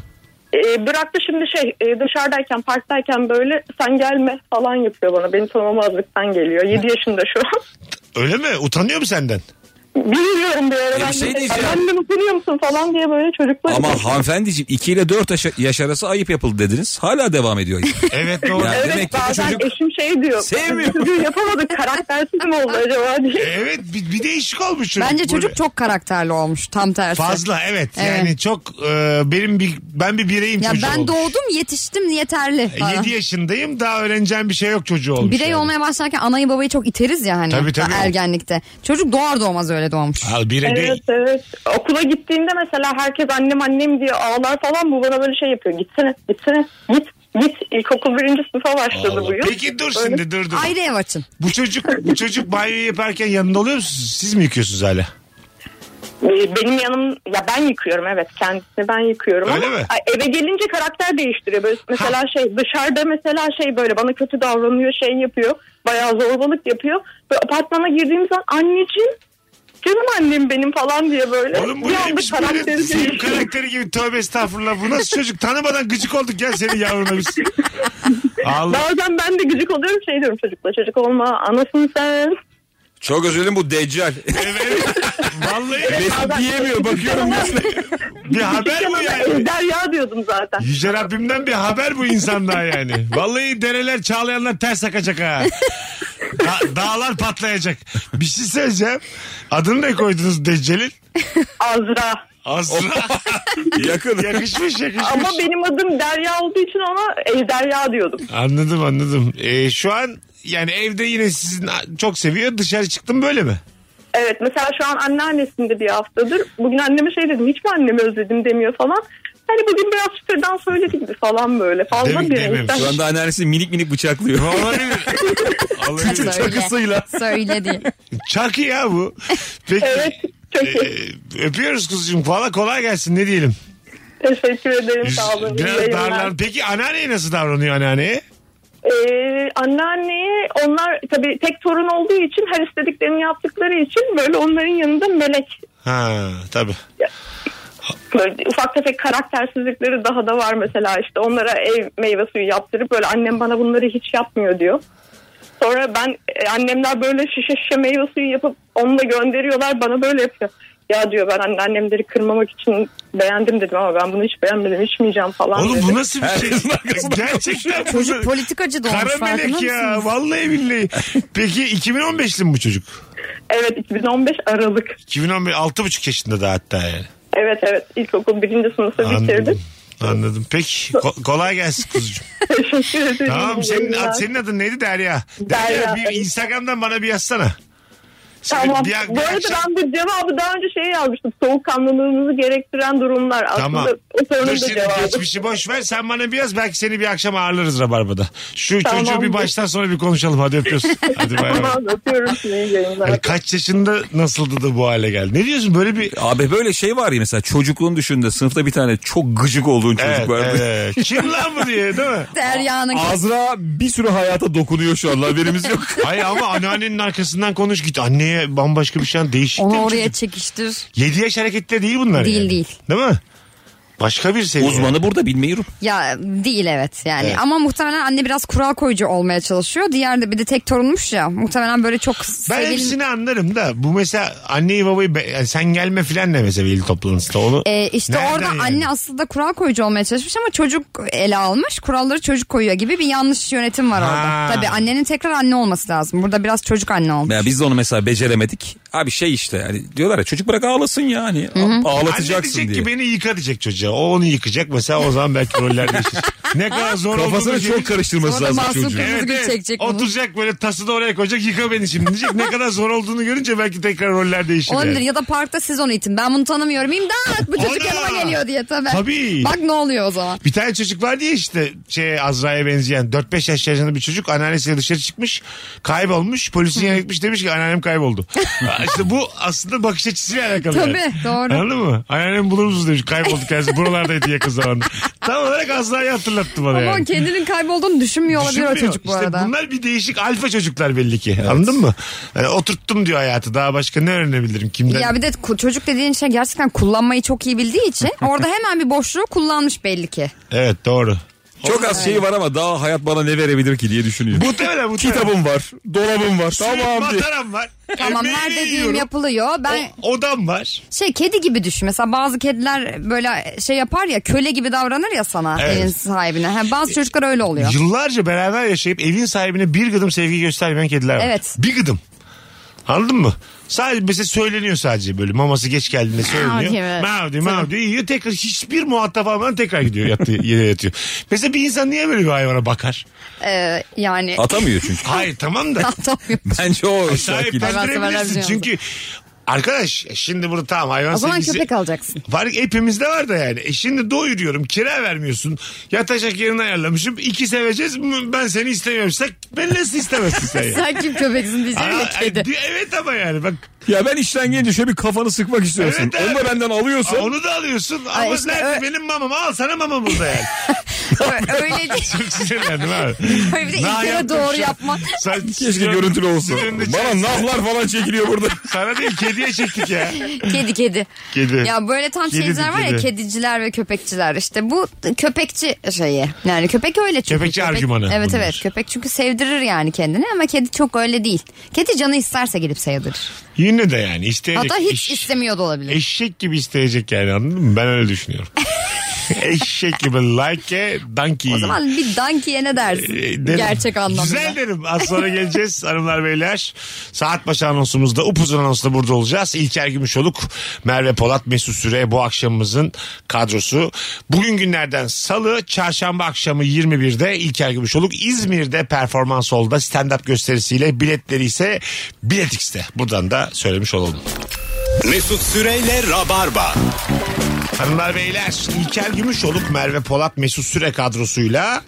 Speaker 7: E, bıraktı şimdi şey e, dışarıdayken parktayken böyle sen gelme falan yapıyor bana. Beni tanımamazlıktan geliyor. 7 yaşında şu an.
Speaker 3: Öyle mi? Utanıyor mu senden?
Speaker 7: Bilmiyorum bir ara.
Speaker 4: bir
Speaker 7: ben
Speaker 4: şey
Speaker 7: de,
Speaker 4: diyeceğim.
Speaker 7: "Anne utanıyor musun falan diye böyle çocuklar.
Speaker 4: Ama hanımefendiciğim 2 ile 4 yaş- yaş arası ayıp yapıldı dediniz. Hala devam ediyor. ayıp.
Speaker 3: Evet doğru.
Speaker 4: Ya.
Speaker 7: Evet
Speaker 4: Demek ki bu
Speaker 7: bazen
Speaker 4: çocuk
Speaker 7: eşim şey diyor.
Speaker 4: sevmiyor.
Speaker 7: Çocuğu yapamadık karaktersiz mi oldu acaba diye.
Speaker 3: Evet bir, bir değişik olmuş çocuk.
Speaker 5: Bence
Speaker 3: Böyle
Speaker 5: çocuk çok karakterli olmuş. Tam tersi.
Speaker 3: Fazla evet.
Speaker 5: Evet.
Speaker 3: Yani çok e, benim bir ben bir bireyim
Speaker 5: Ya
Speaker 3: çocuğu
Speaker 5: ben
Speaker 3: olmuş.
Speaker 5: doğdum yetiştim yeterli. falan.
Speaker 3: 7 E, yaşındayım daha öğreneceğim bir şey yok çocuğu olmuş.
Speaker 5: Birey
Speaker 3: yani.
Speaker 5: olmaya başlarken anayı babayı çok iteriz ya hani
Speaker 3: Tabii, tabii.
Speaker 5: ergenlikte. Çocuk doğar doğmaz öyle doğmuş.
Speaker 3: Al birey
Speaker 4: Şey
Speaker 7: Evet
Speaker 3: değil.
Speaker 7: evet. Okula gittiğimde mesela herkes annem annem diye ağlar falan bu bana böyle şey yapıyor. Gitsene gitsene git git. İlkokul birinci sınıfa başladı bu yıl.
Speaker 3: Peki dur şimdi dur dur.
Speaker 5: Ayrı ev açın.
Speaker 3: Bu çocuk bu çocuk banyo yaparken yanında oluyor musunuz? Siz mi yıkıyorsunuz hala?
Speaker 7: Ee, Benim yanım ya ben yıkıyorum evet kendisini ben yıkıyorum
Speaker 3: Öyle
Speaker 7: ama
Speaker 3: mi?
Speaker 7: Ay, eve gelince karakter değiştiriyor. Böyle mesela şey dışarıda mesela şey böyle bana kötü davranıyor şey yapıyor bayağı zorbalık yapıyor. Ve apartmana girdiğim zaman anneciğim canım annem benim falan diye böyle
Speaker 3: Oğlum bu
Speaker 7: bir anda
Speaker 3: neymiş böyle
Speaker 7: karakteri
Speaker 3: film
Speaker 7: değişiyor.
Speaker 3: karakteri gibi tövbe estağfurullah bu nasıl çocuk tanımadan gıcık olduk gel senin yavruna biz. Allah.
Speaker 7: Bazen ben de gıcık oluyorum şey diyorum çocukla çocuk olma anasın sen.
Speaker 4: Çok özür dilerim bu deccal.
Speaker 3: Evet. Vallahi
Speaker 4: Mesut diyemiyor bakıyorum gözüne.
Speaker 3: bir haber bu yani.
Speaker 7: Ejder ya diyordum zaten.
Speaker 3: Yüce Rabbimden bir haber bu insanlığa yani. Vallahi dereler çağlayanlar ters akacak ha. Da- dağlar patlayacak. Bir şey söyleyeceğim. Adını ne koydunuz Deccal'in?
Speaker 7: Azra.
Speaker 3: Azra.
Speaker 4: Yakın.
Speaker 3: yakışmış yakışmış.
Speaker 7: Ama benim adım Derya olduğu için ona Ejderha diyordum.
Speaker 3: Anladım anladım. Ee, şu an Yani evde yine sizin çok seviyor. Dışarı çıktım böyle mi?
Speaker 7: Evet mesela şu an anneannesinde bir haftadır. Bugün anneme şey dedim hiç mi annemi özledim demiyor falan. Hani bugün biraz çıtırdan söyledi gibi falan böyle. Fazla
Speaker 3: Demin
Speaker 7: bir
Speaker 3: dememiş.
Speaker 7: renkten.
Speaker 4: Şu anda anneannesi minik minik bıçaklıyor.
Speaker 3: Olabilir. Olabilir.
Speaker 5: Söyle.
Speaker 4: Çakısıyla.
Speaker 5: Söyledi.
Speaker 3: Çakı ya bu. Peki.
Speaker 7: Evet çok iyi.
Speaker 3: Ee, öpüyoruz kuzucuğum. Valla kolay gelsin ne diyelim.
Speaker 7: Teşekkür ederim sağ olun. İyi
Speaker 3: Biraz
Speaker 7: yayınlar.
Speaker 3: darlan. Peki anneanneye nasıl davranıyor anneanneye?
Speaker 7: Ee, anneanneye onlar tabii tek torun olduğu için her istediklerini yaptıkları için böyle onların yanında melek.
Speaker 3: Ha tabii.
Speaker 7: Böyle ufak tefek karaktersizlikleri daha da var mesela işte onlara ev meyve suyu yaptırıp böyle annem bana bunları hiç yapmıyor diyor. Sonra ben e, annemler böyle şişe şişe meyve suyu yapıp onu da gönderiyorlar bana böyle yapıyor. Ya diyor ben anneannemleri kırmamak için beğendim dedim ama ben bunu hiç beğenmedim içmeyeceğim falan
Speaker 3: Oğlum
Speaker 7: dedi.
Speaker 3: bu nasıl bir şey?
Speaker 4: Herkesin arkasında
Speaker 3: Gerçekten bu-
Speaker 5: Çocuk politikacı da olmuş
Speaker 3: Kara melek
Speaker 5: farkında
Speaker 3: ya.
Speaker 5: mısınız?
Speaker 3: Vallahi billahi. Peki 2015'li mi bu çocuk?
Speaker 7: Evet 2015 Aralık.
Speaker 3: 2015 6,5 yaşında da hatta yani.
Speaker 7: Evet evet ilkokul birinci sınıfta bitirdim.
Speaker 3: Anladım. Anladım. Peki ko- kolay gelsin kuzucuğum.
Speaker 7: Teşekkür ederim.
Speaker 3: tamam
Speaker 7: İyi
Speaker 3: senin,
Speaker 7: yayınlar.
Speaker 3: ad, senin adın neydi Derya? Derya,
Speaker 7: Derya.
Speaker 3: bir Instagram'dan bana bir yazsana. Sen
Speaker 7: Tamam.
Speaker 3: bir- bir
Speaker 7: Bu arada
Speaker 3: akşam-
Speaker 7: ben bu cevabı daha önce şey yazmıştım. Soğukkanlılığınızı gerektiren durumlar. Aslında
Speaker 3: Tamam.
Speaker 7: o sorunun
Speaker 3: Dur
Speaker 7: da
Speaker 3: şimdi
Speaker 7: cevabı.
Speaker 3: geçmişi boş ver. Sen bana bir yaz. Belki seni bir akşam ağırlarız Rabarba'da. Şu
Speaker 7: Tamam.
Speaker 3: çocuğu bir baştan sonra bir konuşalım. Hadi öpüyoruz. Hadi bay bay.
Speaker 7: Tamam öpüyorum sizi. iyi yayınlar.
Speaker 3: Yani Hani kaç yaşında nasıldı da bu hale geldi? Ne diyorsun böyle bir...
Speaker 4: Abi böyle şey var ya mesela çocukluğun düşünde sınıfta bir tane çok gıcık olduğun çocuk
Speaker 3: Evet,
Speaker 4: vardı.
Speaker 3: evet. Kim lan bu diye değil mi?
Speaker 5: Derya'nın
Speaker 4: Azra bir sürü hayata dokunuyor şu an haberimiz yok.
Speaker 3: Hayır ama anneannenin arkasından konuş git. Anneye bambaşka bir şey an değişik.
Speaker 5: onu oraya çekiştir.
Speaker 3: 7 yaş hareketleri değil bunlar
Speaker 5: Değil,
Speaker 3: yani.
Speaker 5: değil.
Speaker 3: Değil mi? Başka bir seviye.
Speaker 4: Uzmanı burada bilmiyorum.
Speaker 5: Ya değil evet yani.
Speaker 3: Evet.
Speaker 5: Ama muhtemelen anne biraz kural koyucu olmaya çalışıyor. Diğer de bir de tek torunmuş ya. Muhtemelen böyle çok
Speaker 3: Ben
Speaker 5: sevil-
Speaker 3: hepsini anlarım da bu mesela anneyi babayı be- yani sen gelme filan ne mesela veli toplantısında onu.
Speaker 5: Ee, işte
Speaker 3: Nereden
Speaker 5: orada
Speaker 3: yani?
Speaker 5: anne aslında kural koyucu olmaya çalışmış ama çocuk ele almış. Kuralları çocuk koyuyor gibi bir yanlış yönetim var
Speaker 3: Ha.
Speaker 5: orada. Tabii annenin tekrar anne olması lazım. Burada biraz çocuk anne olmuş.
Speaker 4: Ya biz de onu mesela beceremedik. Abi şey işte hani diyorlar ya çocuk bırak ağlasın ya hani
Speaker 3: Anne
Speaker 4: ağlatacaksın
Speaker 3: diyecek
Speaker 4: diye.
Speaker 3: ki beni yıka diyecek çocuğa. O onu yıkacak mesela o zaman belki roller değişir. ne kadar zor
Speaker 4: Kafasını
Speaker 3: olduğunu
Speaker 4: çok
Speaker 3: görüp-
Speaker 4: karıştırması
Speaker 5: Sonra da
Speaker 4: lazım
Speaker 5: masum
Speaker 4: çocuğun.
Speaker 5: kız-
Speaker 3: Evet,
Speaker 5: Kızgın
Speaker 3: evet.
Speaker 5: çekecek bunu.
Speaker 3: Oturacak böyle tası da oraya koyacak yıka beni şimdi diyecek. ne kadar zor olduğunu görünce belki tekrar roller değişir.
Speaker 5: Olabilir
Speaker 3: yani.
Speaker 5: ya da parkta siz onu itin. Ben bunu tanımıyorum. İmdat bu çocuk
Speaker 3: Ana!
Speaker 5: yanıma geliyor diye tabii.
Speaker 3: Tabii.
Speaker 5: Bak ne oluyor o zaman.
Speaker 3: Bir tane çocuk var diye işte şey Azra'ya benzeyen 4-5 yaş yaşında bir çocuk anneannesiyle dışarı çıkmış kaybolmuş polisin yanına gitmiş demiş ki anneannem kayboldu. işte bu aslında bakış açısıyla alakalı.
Speaker 5: Tabii,
Speaker 3: yani.
Speaker 5: doğru.
Speaker 3: Anladın mı? Anneannem bulur musunuz demiş kayboldu kendisi buralardaydı yakın zamanda. Tam olarak Azra'yı hatırlattı bana
Speaker 5: Ama
Speaker 3: yani.
Speaker 5: kendinin kaybolduğunu düşünmüyor olabilir o
Speaker 3: Düşünmüyor.
Speaker 5: çocuk bu
Speaker 3: İşte
Speaker 5: arada.
Speaker 3: Bunlar bir değişik alfa çocuklar belli ki. Anladın mı? Yani oturttum diyor hayatı. Daha başka ne öğrenebilirim kimden?
Speaker 5: Ya bir de ku- çocuk dediğin şey gerçekten kullanmayı çok iyi bildiği için orada hemen bir boşluğu kullanmış belli ki.
Speaker 3: Evet doğru.
Speaker 4: Çok az şey var ama daha hayat bana ne verebilir ki diye düşünüyor.
Speaker 3: Bu Şey temel bu temel.
Speaker 4: Kitabım var, dolabım var. Tamam diye.
Speaker 3: Mataram var.
Speaker 5: Tamam
Speaker 3: Emeğini
Speaker 5: her dediğim
Speaker 3: yiyorum.
Speaker 5: yapılıyor. Ben
Speaker 3: O- odam var.
Speaker 5: şey kedi gibi düşün. Mesela bazı kediler böyle şey yapar ya köle gibi davranır ya sana
Speaker 3: Evet.
Speaker 5: evin sahibine. Ha, bazı çocuklar öyle oluyor.
Speaker 3: Yıllarca beraber yaşayıp evin sahibine bir gıdım sevgi göstermeyen kediler var.
Speaker 5: Evet.
Speaker 3: Bir gıdım. Anladın mı? Sadece mesela söyleniyor sadece böyle maması geç geldiğinde söyleniyor.
Speaker 5: diyor, evet.
Speaker 3: Mav diyor, mav diyor. Yiyor tekrar hiçbir muhatap almadan tekrar gidiyor yattığı yere yatıyor. Mesela bir insan niye böyle bir hayvana bakar?
Speaker 5: Ee, yani
Speaker 4: Atamıyor çünkü.
Speaker 3: Hayır tamam da
Speaker 5: anlatamıyorum.
Speaker 4: Bence o sakin.
Speaker 3: sahiplendirebilirsin.
Speaker 5: Hayvanseverler
Speaker 3: Çünkü arkadaş e, şimdi burada tamam hayvan
Speaker 5: O zaman
Speaker 3: sevgisi-
Speaker 5: köpek alacaksın.
Speaker 3: Var hepimizde var da yani. E şimdi doyuruyorum kira vermiyorsun. Yatacak yerini ayarlamışım. İki seveceğiz. M- Ben seni istemiyorum. Sen beni nasıl istemezsin sen ya?
Speaker 5: Sen kim köpeksin diyeceğim
Speaker 3: Aa,
Speaker 5: ya kedi.
Speaker 3: e, di- evet ama yani bak
Speaker 4: Ya ben işten gelince şöyle bir kafanı sıkmak istiyorsun.
Speaker 3: Evet,
Speaker 4: Onu da
Speaker 3: evet.
Speaker 4: benden alıyorsun.
Speaker 3: aa, onu da alıyorsun ama
Speaker 5: Ay işte
Speaker 3: nerede
Speaker 5: ö-
Speaker 3: benim mamam al sana mamam burada yani.
Speaker 5: Ö- öyle değil.
Speaker 3: Çok sinirlendim abi.
Speaker 5: Öyle bir de
Speaker 3: Ne
Speaker 5: ilkere
Speaker 3: yaptım
Speaker 5: doğru
Speaker 3: şu an?
Speaker 5: yapma.
Speaker 3: Sen,
Speaker 4: Keşke görüntülü olsun.
Speaker 3: Sinirlendim.
Speaker 4: Bana naflar falan çekiliyor burada.
Speaker 3: Sana değil kediye çektik ya.
Speaker 5: Kedi kedi.
Speaker 3: Kedi.
Speaker 5: Ya böyle tam
Speaker 3: Kedi
Speaker 5: şeyler
Speaker 3: bir
Speaker 5: var ya
Speaker 3: kedi.
Speaker 5: kediciler ve köpekçiler işte bu köpekçi şeyi. Yani köpek öyle çünkü.
Speaker 3: Köpekçi argümanı
Speaker 5: Evet
Speaker 3: bunlar.
Speaker 5: evet köpek çünkü sevdirir yani kendini ama kedi çok öyle değil. Kedi canı isterse gelip sevdirir.
Speaker 3: Yine de yani isteyerek.
Speaker 5: Hatta hiç
Speaker 3: iş-
Speaker 5: istemiyor da olabilir.
Speaker 3: Eşek gibi isteyecek yani anladın mı? Ben öyle düşünüyorum. Eşek gibi like a donkey.
Speaker 5: O zaman bir donkey'e ne dersin?
Speaker 3: E, derim.
Speaker 5: Gerçek anlamda.
Speaker 3: Güzel derim. Az sonra geleceğiz hanımlar beyler. Saat başı anonsumuzda upuzun anonsla burada olacağız. İlker Gümüşoluk, Merve Polat, Mesut Süre bu akşamımızın kadrosu. Bugün günlerden salı, çarşamba akşamı 21'de İlker Gümüşoluk İzmir'de performans olda stand-up gösterisiyle biletleri ise Biletix'te. Buradan da söylemiş olalım.
Speaker 2: Mesut Süreyle Rabarba.
Speaker 3: Hanımlar beyler İlker Gümüşoluk Merve Polat Mesut Süre kadrosuyla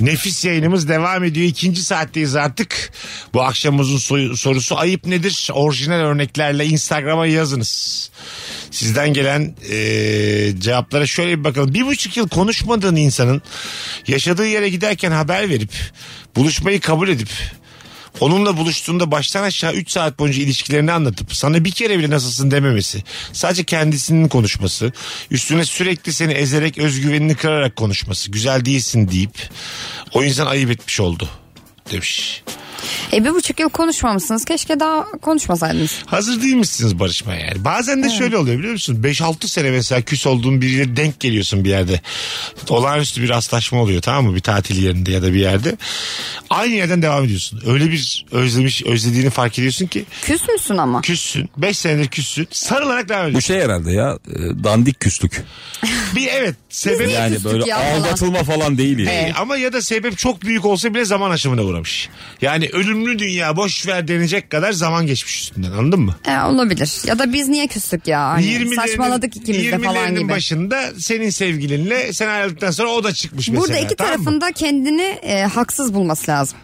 Speaker 3: nefis yayınımız devam ediyor. İkinci saatteyiz artık. Bu akşamımızın soy- sorusu ayıp nedir? Orijinal örneklerle Instagram'a yazınız. Sizden gelen eee, cevaplara şöyle bir bakalım. Bir buçuk yıl konuşmadığın insanın yaşadığı yere giderken haber verip buluşmayı kabul edip Onunla buluştuğunda baştan aşağı 3 saat boyunca ilişkilerini anlatıp sana bir kere bile nasılsın dememesi. Sadece kendisinin konuşması. Üstüne sürekli seni ezerek özgüvenini kırarak konuşması. Güzel değilsin deyip o insan ayıp etmiş oldu demiş.
Speaker 5: E bir buçuk yıl konuşmamışsınız. Keşke daha konuşmasaydınız.
Speaker 3: Hazır değil misiniz barışmaya yani? Bazen de şöyle oluyor biliyor musun? 5-6 sene mesela küs olduğun biriyle denk geliyorsun bir yerde. Olağanüstü bir rastlaşma oluyor tamam mı? Bir tatil yerinde ya da bir yerde. Aynı yerden devam ediyorsun. Öyle bir özlemiş özlediğini fark ediyorsun ki
Speaker 5: Küs müsün ama?
Speaker 3: küssün. 5 senedir küssün. Sarılarak devam
Speaker 4: Bu
Speaker 3: ediyorsun.
Speaker 4: şey herhalde ya e, dandik küslük.
Speaker 3: Bir evet sebep
Speaker 5: niye
Speaker 4: Yani
Speaker 5: küslük
Speaker 4: böyle
Speaker 5: ya falan?
Speaker 4: aldatılma falan değil yani.
Speaker 3: Ee, ama ya da sebep çok büyük olsa bile zaman aşımına uğramış. Yani ölümlü dünya boş ver denecek kadar zaman geçmiş üstünden anladın mı?
Speaker 5: E, olabilir. Ya da biz niye küstük ya? Hani
Speaker 3: 20'lerinin-
Speaker 5: saçmaladık ikimiz de
Speaker 3: 20'lerinin
Speaker 5: falan gibi.
Speaker 3: başında senin sevgilinle sen ayrıldıktan sonra o da çıkmış mesela.
Speaker 5: Burada iki
Speaker 3: tamam mı?
Speaker 5: tarafında kendini e, haksız bulması lazım.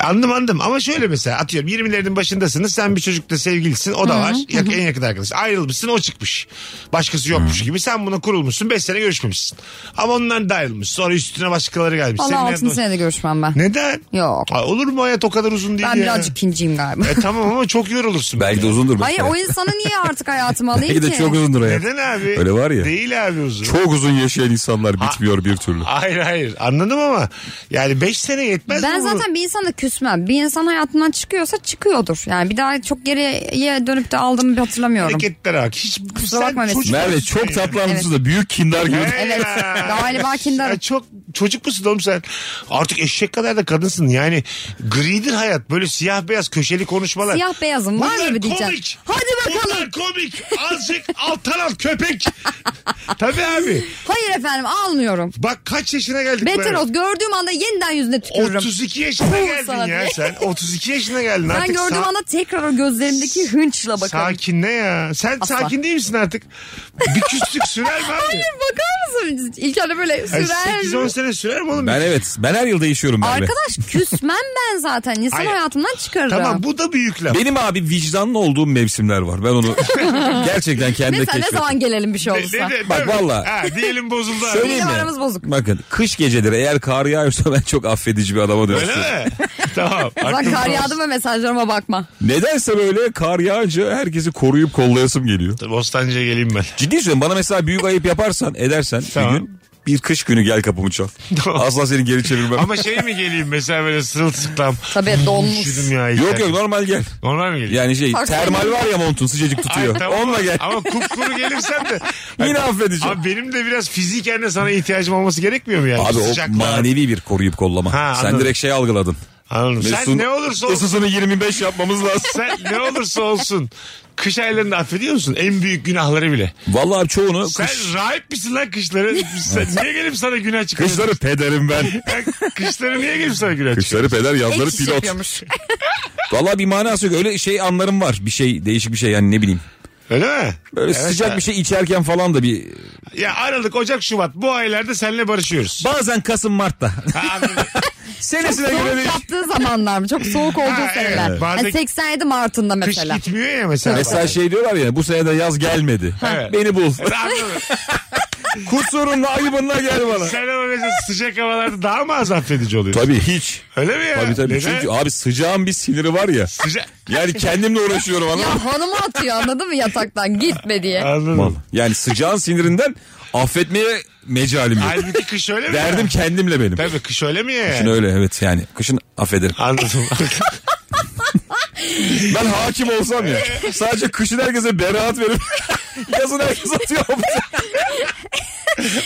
Speaker 3: Anladım anladım ama şöyle mesela atıyorum 20'lerin başındasınız sen bir çocukla sevgilisin o da var yak, en yakın arkadaş ayrılmışsın o çıkmış başkası yokmuş gibi sen buna kurulmuşsun 5 sene görüşmemişsin ama ondan da ayrılmış sonra üstüne başkaları gelmiş.
Speaker 5: Vallahi
Speaker 3: Senin
Speaker 5: 6.
Speaker 3: yanında-
Speaker 5: senede görüşmem ben.
Speaker 3: Neden?
Speaker 5: Yok.
Speaker 3: Ay, olur mu hayat o kadar uzun değil
Speaker 5: Ben
Speaker 3: ya.
Speaker 5: birazcık kinciyim galiba.
Speaker 3: E tamam ama çok yorulursun.
Speaker 4: Belki de uzundur.
Speaker 5: Hayır
Speaker 4: mesela.
Speaker 5: o insanı niye artık hayatıma alayım
Speaker 4: Belki
Speaker 5: ki?
Speaker 4: de çok uzundur hayat.
Speaker 3: Neden abi?
Speaker 4: Öyle var ya.
Speaker 3: Değil abi uzun.
Speaker 4: Çok uzun yaşayan insanlar bitmiyor bir türlü.
Speaker 3: Hayır hayır anladım ama yani 5 sene yetmez
Speaker 5: Ben
Speaker 3: mi bu?
Speaker 5: zaten bir insana küsmem. Bir insan hayatımdan çıkıyorsa çıkıyordur. Yani bir daha çok geriye dönüp de aldığımı bir hatırlamıyorum.
Speaker 3: Hareketlere bak. Hiç,
Speaker 5: Kusura bakma Mesut.
Speaker 3: çocuk
Speaker 4: Merve
Speaker 3: musun
Speaker 4: çok
Speaker 3: ya?
Speaker 4: tatlı anlatsın da büyük kindar gördüm.
Speaker 5: Evet.
Speaker 3: Ya.
Speaker 5: Galiba kindar.
Speaker 3: Ya çok çocuk musun oğlum sen? Artık eşek kadar da kadınsın. Yani gridir hayat. Böyle siyah beyaz köşeli konuşmalar.
Speaker 5: Siyah beyazım var
Speaker 3: Bunlar
Speaker 5: gibi diyeceğim.
Speaker 3: komik.
Speaker 5: Hadi bakalım.
Speaker 3: Bunlar komik. Azıcık alttan al köpek. Tabii abi.
Speaker 5: Hayır efendim almıyorum.
Speaker 3: Bak kaç yaşına geldik.
Speaker 5: Beter
Speaker 3: böyle.
Speaker 5: ol. Gördüğüm anda yeniden yüzüne tükürürüm.
Speaker 3: 32 yaşına
Speaker 5: sana
Speaker 3: geldin ya
Speaker 5: diye.
Speaker 3: sen. 32 yaşına geldin
Speaker 5: Ben
Speaker 3: artık.
Speaker 5: gördüğüm
Speaker 3: sa-
Speaker 5: anda tekrar o gözlerimdeki hınçla bakarım.
Speaker 3: Sakin ne ya? Sen
Speaker 5: Asla.
Speaker 3: sakin değil misin artık? Bir küslük sürer mi abi?
Speaker 5: Hayır bakar mısın? İlk anda böyle
Speaker 3: Yani
Speaker 5: sürer.
Speaker 3: 8-10 sene sürer mi oğlum?
Speaker 4: Ben evet. Ben her yıl değişiyorum Merve.
Speaker 5: Arkadaş küsmem ben zaten. İnsan
Speaker 3: Hayır.
Speaker 5: hayatımdan çıkarırım.
Speaker 3: Tamam bu da büyük laf.
Speaker 4: Benim abi vicdanlı olduğum mevsimler var. Ben onu gerçekten kendime
Speaker 5: Mesela ne
Speaker 4: keşfettim.
Speaker 5: zaman gelelim bir şey
Speaker 3: Ne- ne-
Speaker 5: olursa.
Speaker 3: ne-
Speaker 4: Bak valla.
Speaker 3: Ha, diyelim bozuldu abi.
Speaker 4: Söyleyeyim mi?
Speaker 5: Bizim aramız bozuk.
Speaker 4: Bakın kış geceleri eğer kar yağıyorsa ben çok affedici bir adama
Speaker 3: Öyle
Speaker 4: dönüşüyorum.
Speaker 3: mi? tamam.
Speaker 5: Bak
Speaker 3: aklım
Speaker 5: kar
Speaker 3: kalsın.
Speaker 5: yağdı mı mesajlarıma bakma.
Speaker 4: Nedense böyle kar yağınca herkesi koruyup kollayasım geliyor.
Speaker 3: Bostancı'ya geleyim ben.
Speaker 4: Ciddi söylüyorum bana mesela büyük ayıp yaparsan edersen
Speaker 3: Tamam.
Speaker 4: bir gün bir kış günü gel kapımı çal.
Speaker 3: Tamam.
Speaker 4: Asla seni geri çevirmem.
Speaker 3: Ama şey mi geleyim mesela böyle sırılsıklam. Hmm,
Speaker 5: Tabii donmuş.
Speaker 3: Üşüdüm ya.
Speaker 4: Yok yok normal gel.
Speaker 3: Normal mi geleyim?
Speaker 4: Yani şey
Speaker 5: Fark
Speaker 4: termal var ya montun sıcacık
Speaker 3: Ay,
Speaker 4: tutuyor.
Speaker 3: tamam.
Speaker 4: Onunla gel.
Speaker 3: Ama kupkuru gelirsen de.
Speaker 4: Yine affedeceğim.
Speaker 3: Abi benim de biraz fiziken de sana ihtiyacım olması gerekmiyor mu yani?
Speaker 4: Abi, o
Speaker 3: Sıcaklığa.
Speaker 4: manevi bir koruyup kollama.
Speaker 3: Ha,
Speaker 4: Sen
Speaker 3: anladım.
Speaker 4: direkt şey algıladın.
Speaker 3: Anladım. Sen
Speaker 4: Mesut'un
Speaker 3: ne olursa olsun.
Speaker 4: ısısını 25 yapmamız lazım.
Speaker 3: sen ne olursa olsun. Kış aylarında affediyor musun? En büyük günahları bile.
Speaker 4: Vallahi abi çoğunu
Speaker 3: Sen
Speaker 4: kış,
Speaker 3: rahip misin lan kışları? Sen, niye gelip sana günah çıkıyorsun?
Speaker 4: kışları pederim ben.
Speaker 3: Kışları, kışları niye gelip sana günah çıkıyorsun?
Speaker 4: Kışları peder yazları
Speaker 5: Ekşi
Speaker 4: pilot.
Speaker 5: yapıyormuş.
Speaker 4: Vallahi bir manası yok. Öyle şey anlarım var. Bir şey değişik bir şey yani ne bileyim.
Speaker 3: Öyle mi?
Speaker 4: Böyle
Speaker 3: Evet
Speaker 4: sıcak
Speaker 3: ya.
Speaker 4: bir şey içerken falan da bir...
Speaker 3: Ya Aralık, Ocak, Şubat bu aylarda seninle barışıyoruz.
Speaker 4: Bazen Kasım Mart'ta.
Speaker 3: Ha, anladım.
Speaker 4: Senesine göre
Speaker 5: Soğuk
Speaker 4: değil.
Speaker 5: yaptığı zamanlar mı? Çok soğuk olduğu
Speaker 3: Ha, evet.
Speaker 5: seneler.
Speaker 3: Bazen-
Speaker 5: Yani 87 Mart'ında
Speaker 3: Kış
Speaker 5: mesela.
Speaker 3: gitmiyor ya mesela.
Speaker 4: Mesela şey diyorlar ya bu sene de yaz gelmedi.
Speaker 3: Evet.
Speaker 4: Beni bul.
Speaker 3: Anladım.
Speaker 4: Kusurunla ayıbınla gel bana.
Speaker 3: Sen ama mesela sıcak havalarda daha mı az affedici oluyorsun?
Speaker 4: Tabii hiç.
Speaker 3: Öyle mi ya?
Speaker 4: Tabii tabii.
Speaker 3: Neden?
Speaker 4: Çünkü abi sıcağın bir siniri var ya.
Speaker 3: Sıcak...
Speaker 4: Yani kendimle uğraşıyorum anladın mı?
Speaker 5: Ya hanımı atıyor anladın mı yataktan gitme diye.
Speaker 3: Anladım.
Speaker 4: Vallahi. Yani sıcağın sinirinden affetmeye mecalim yok.
Speaker 3: Halbuki kış öyle mi?
Speaker 4: Derdim
Speaker 3: ya?
Speaker 4: kendimle benim.
Speaker 3: Tabii kış öyle mi ya?
Speaker 4: Kışın öyle evet yani. Kışın affederim.
Speaker 3: Anladım.
Speaker 4: Ben hakim olsam ya. Sadece kışın herkese beraat verip yazın herkes atıyor.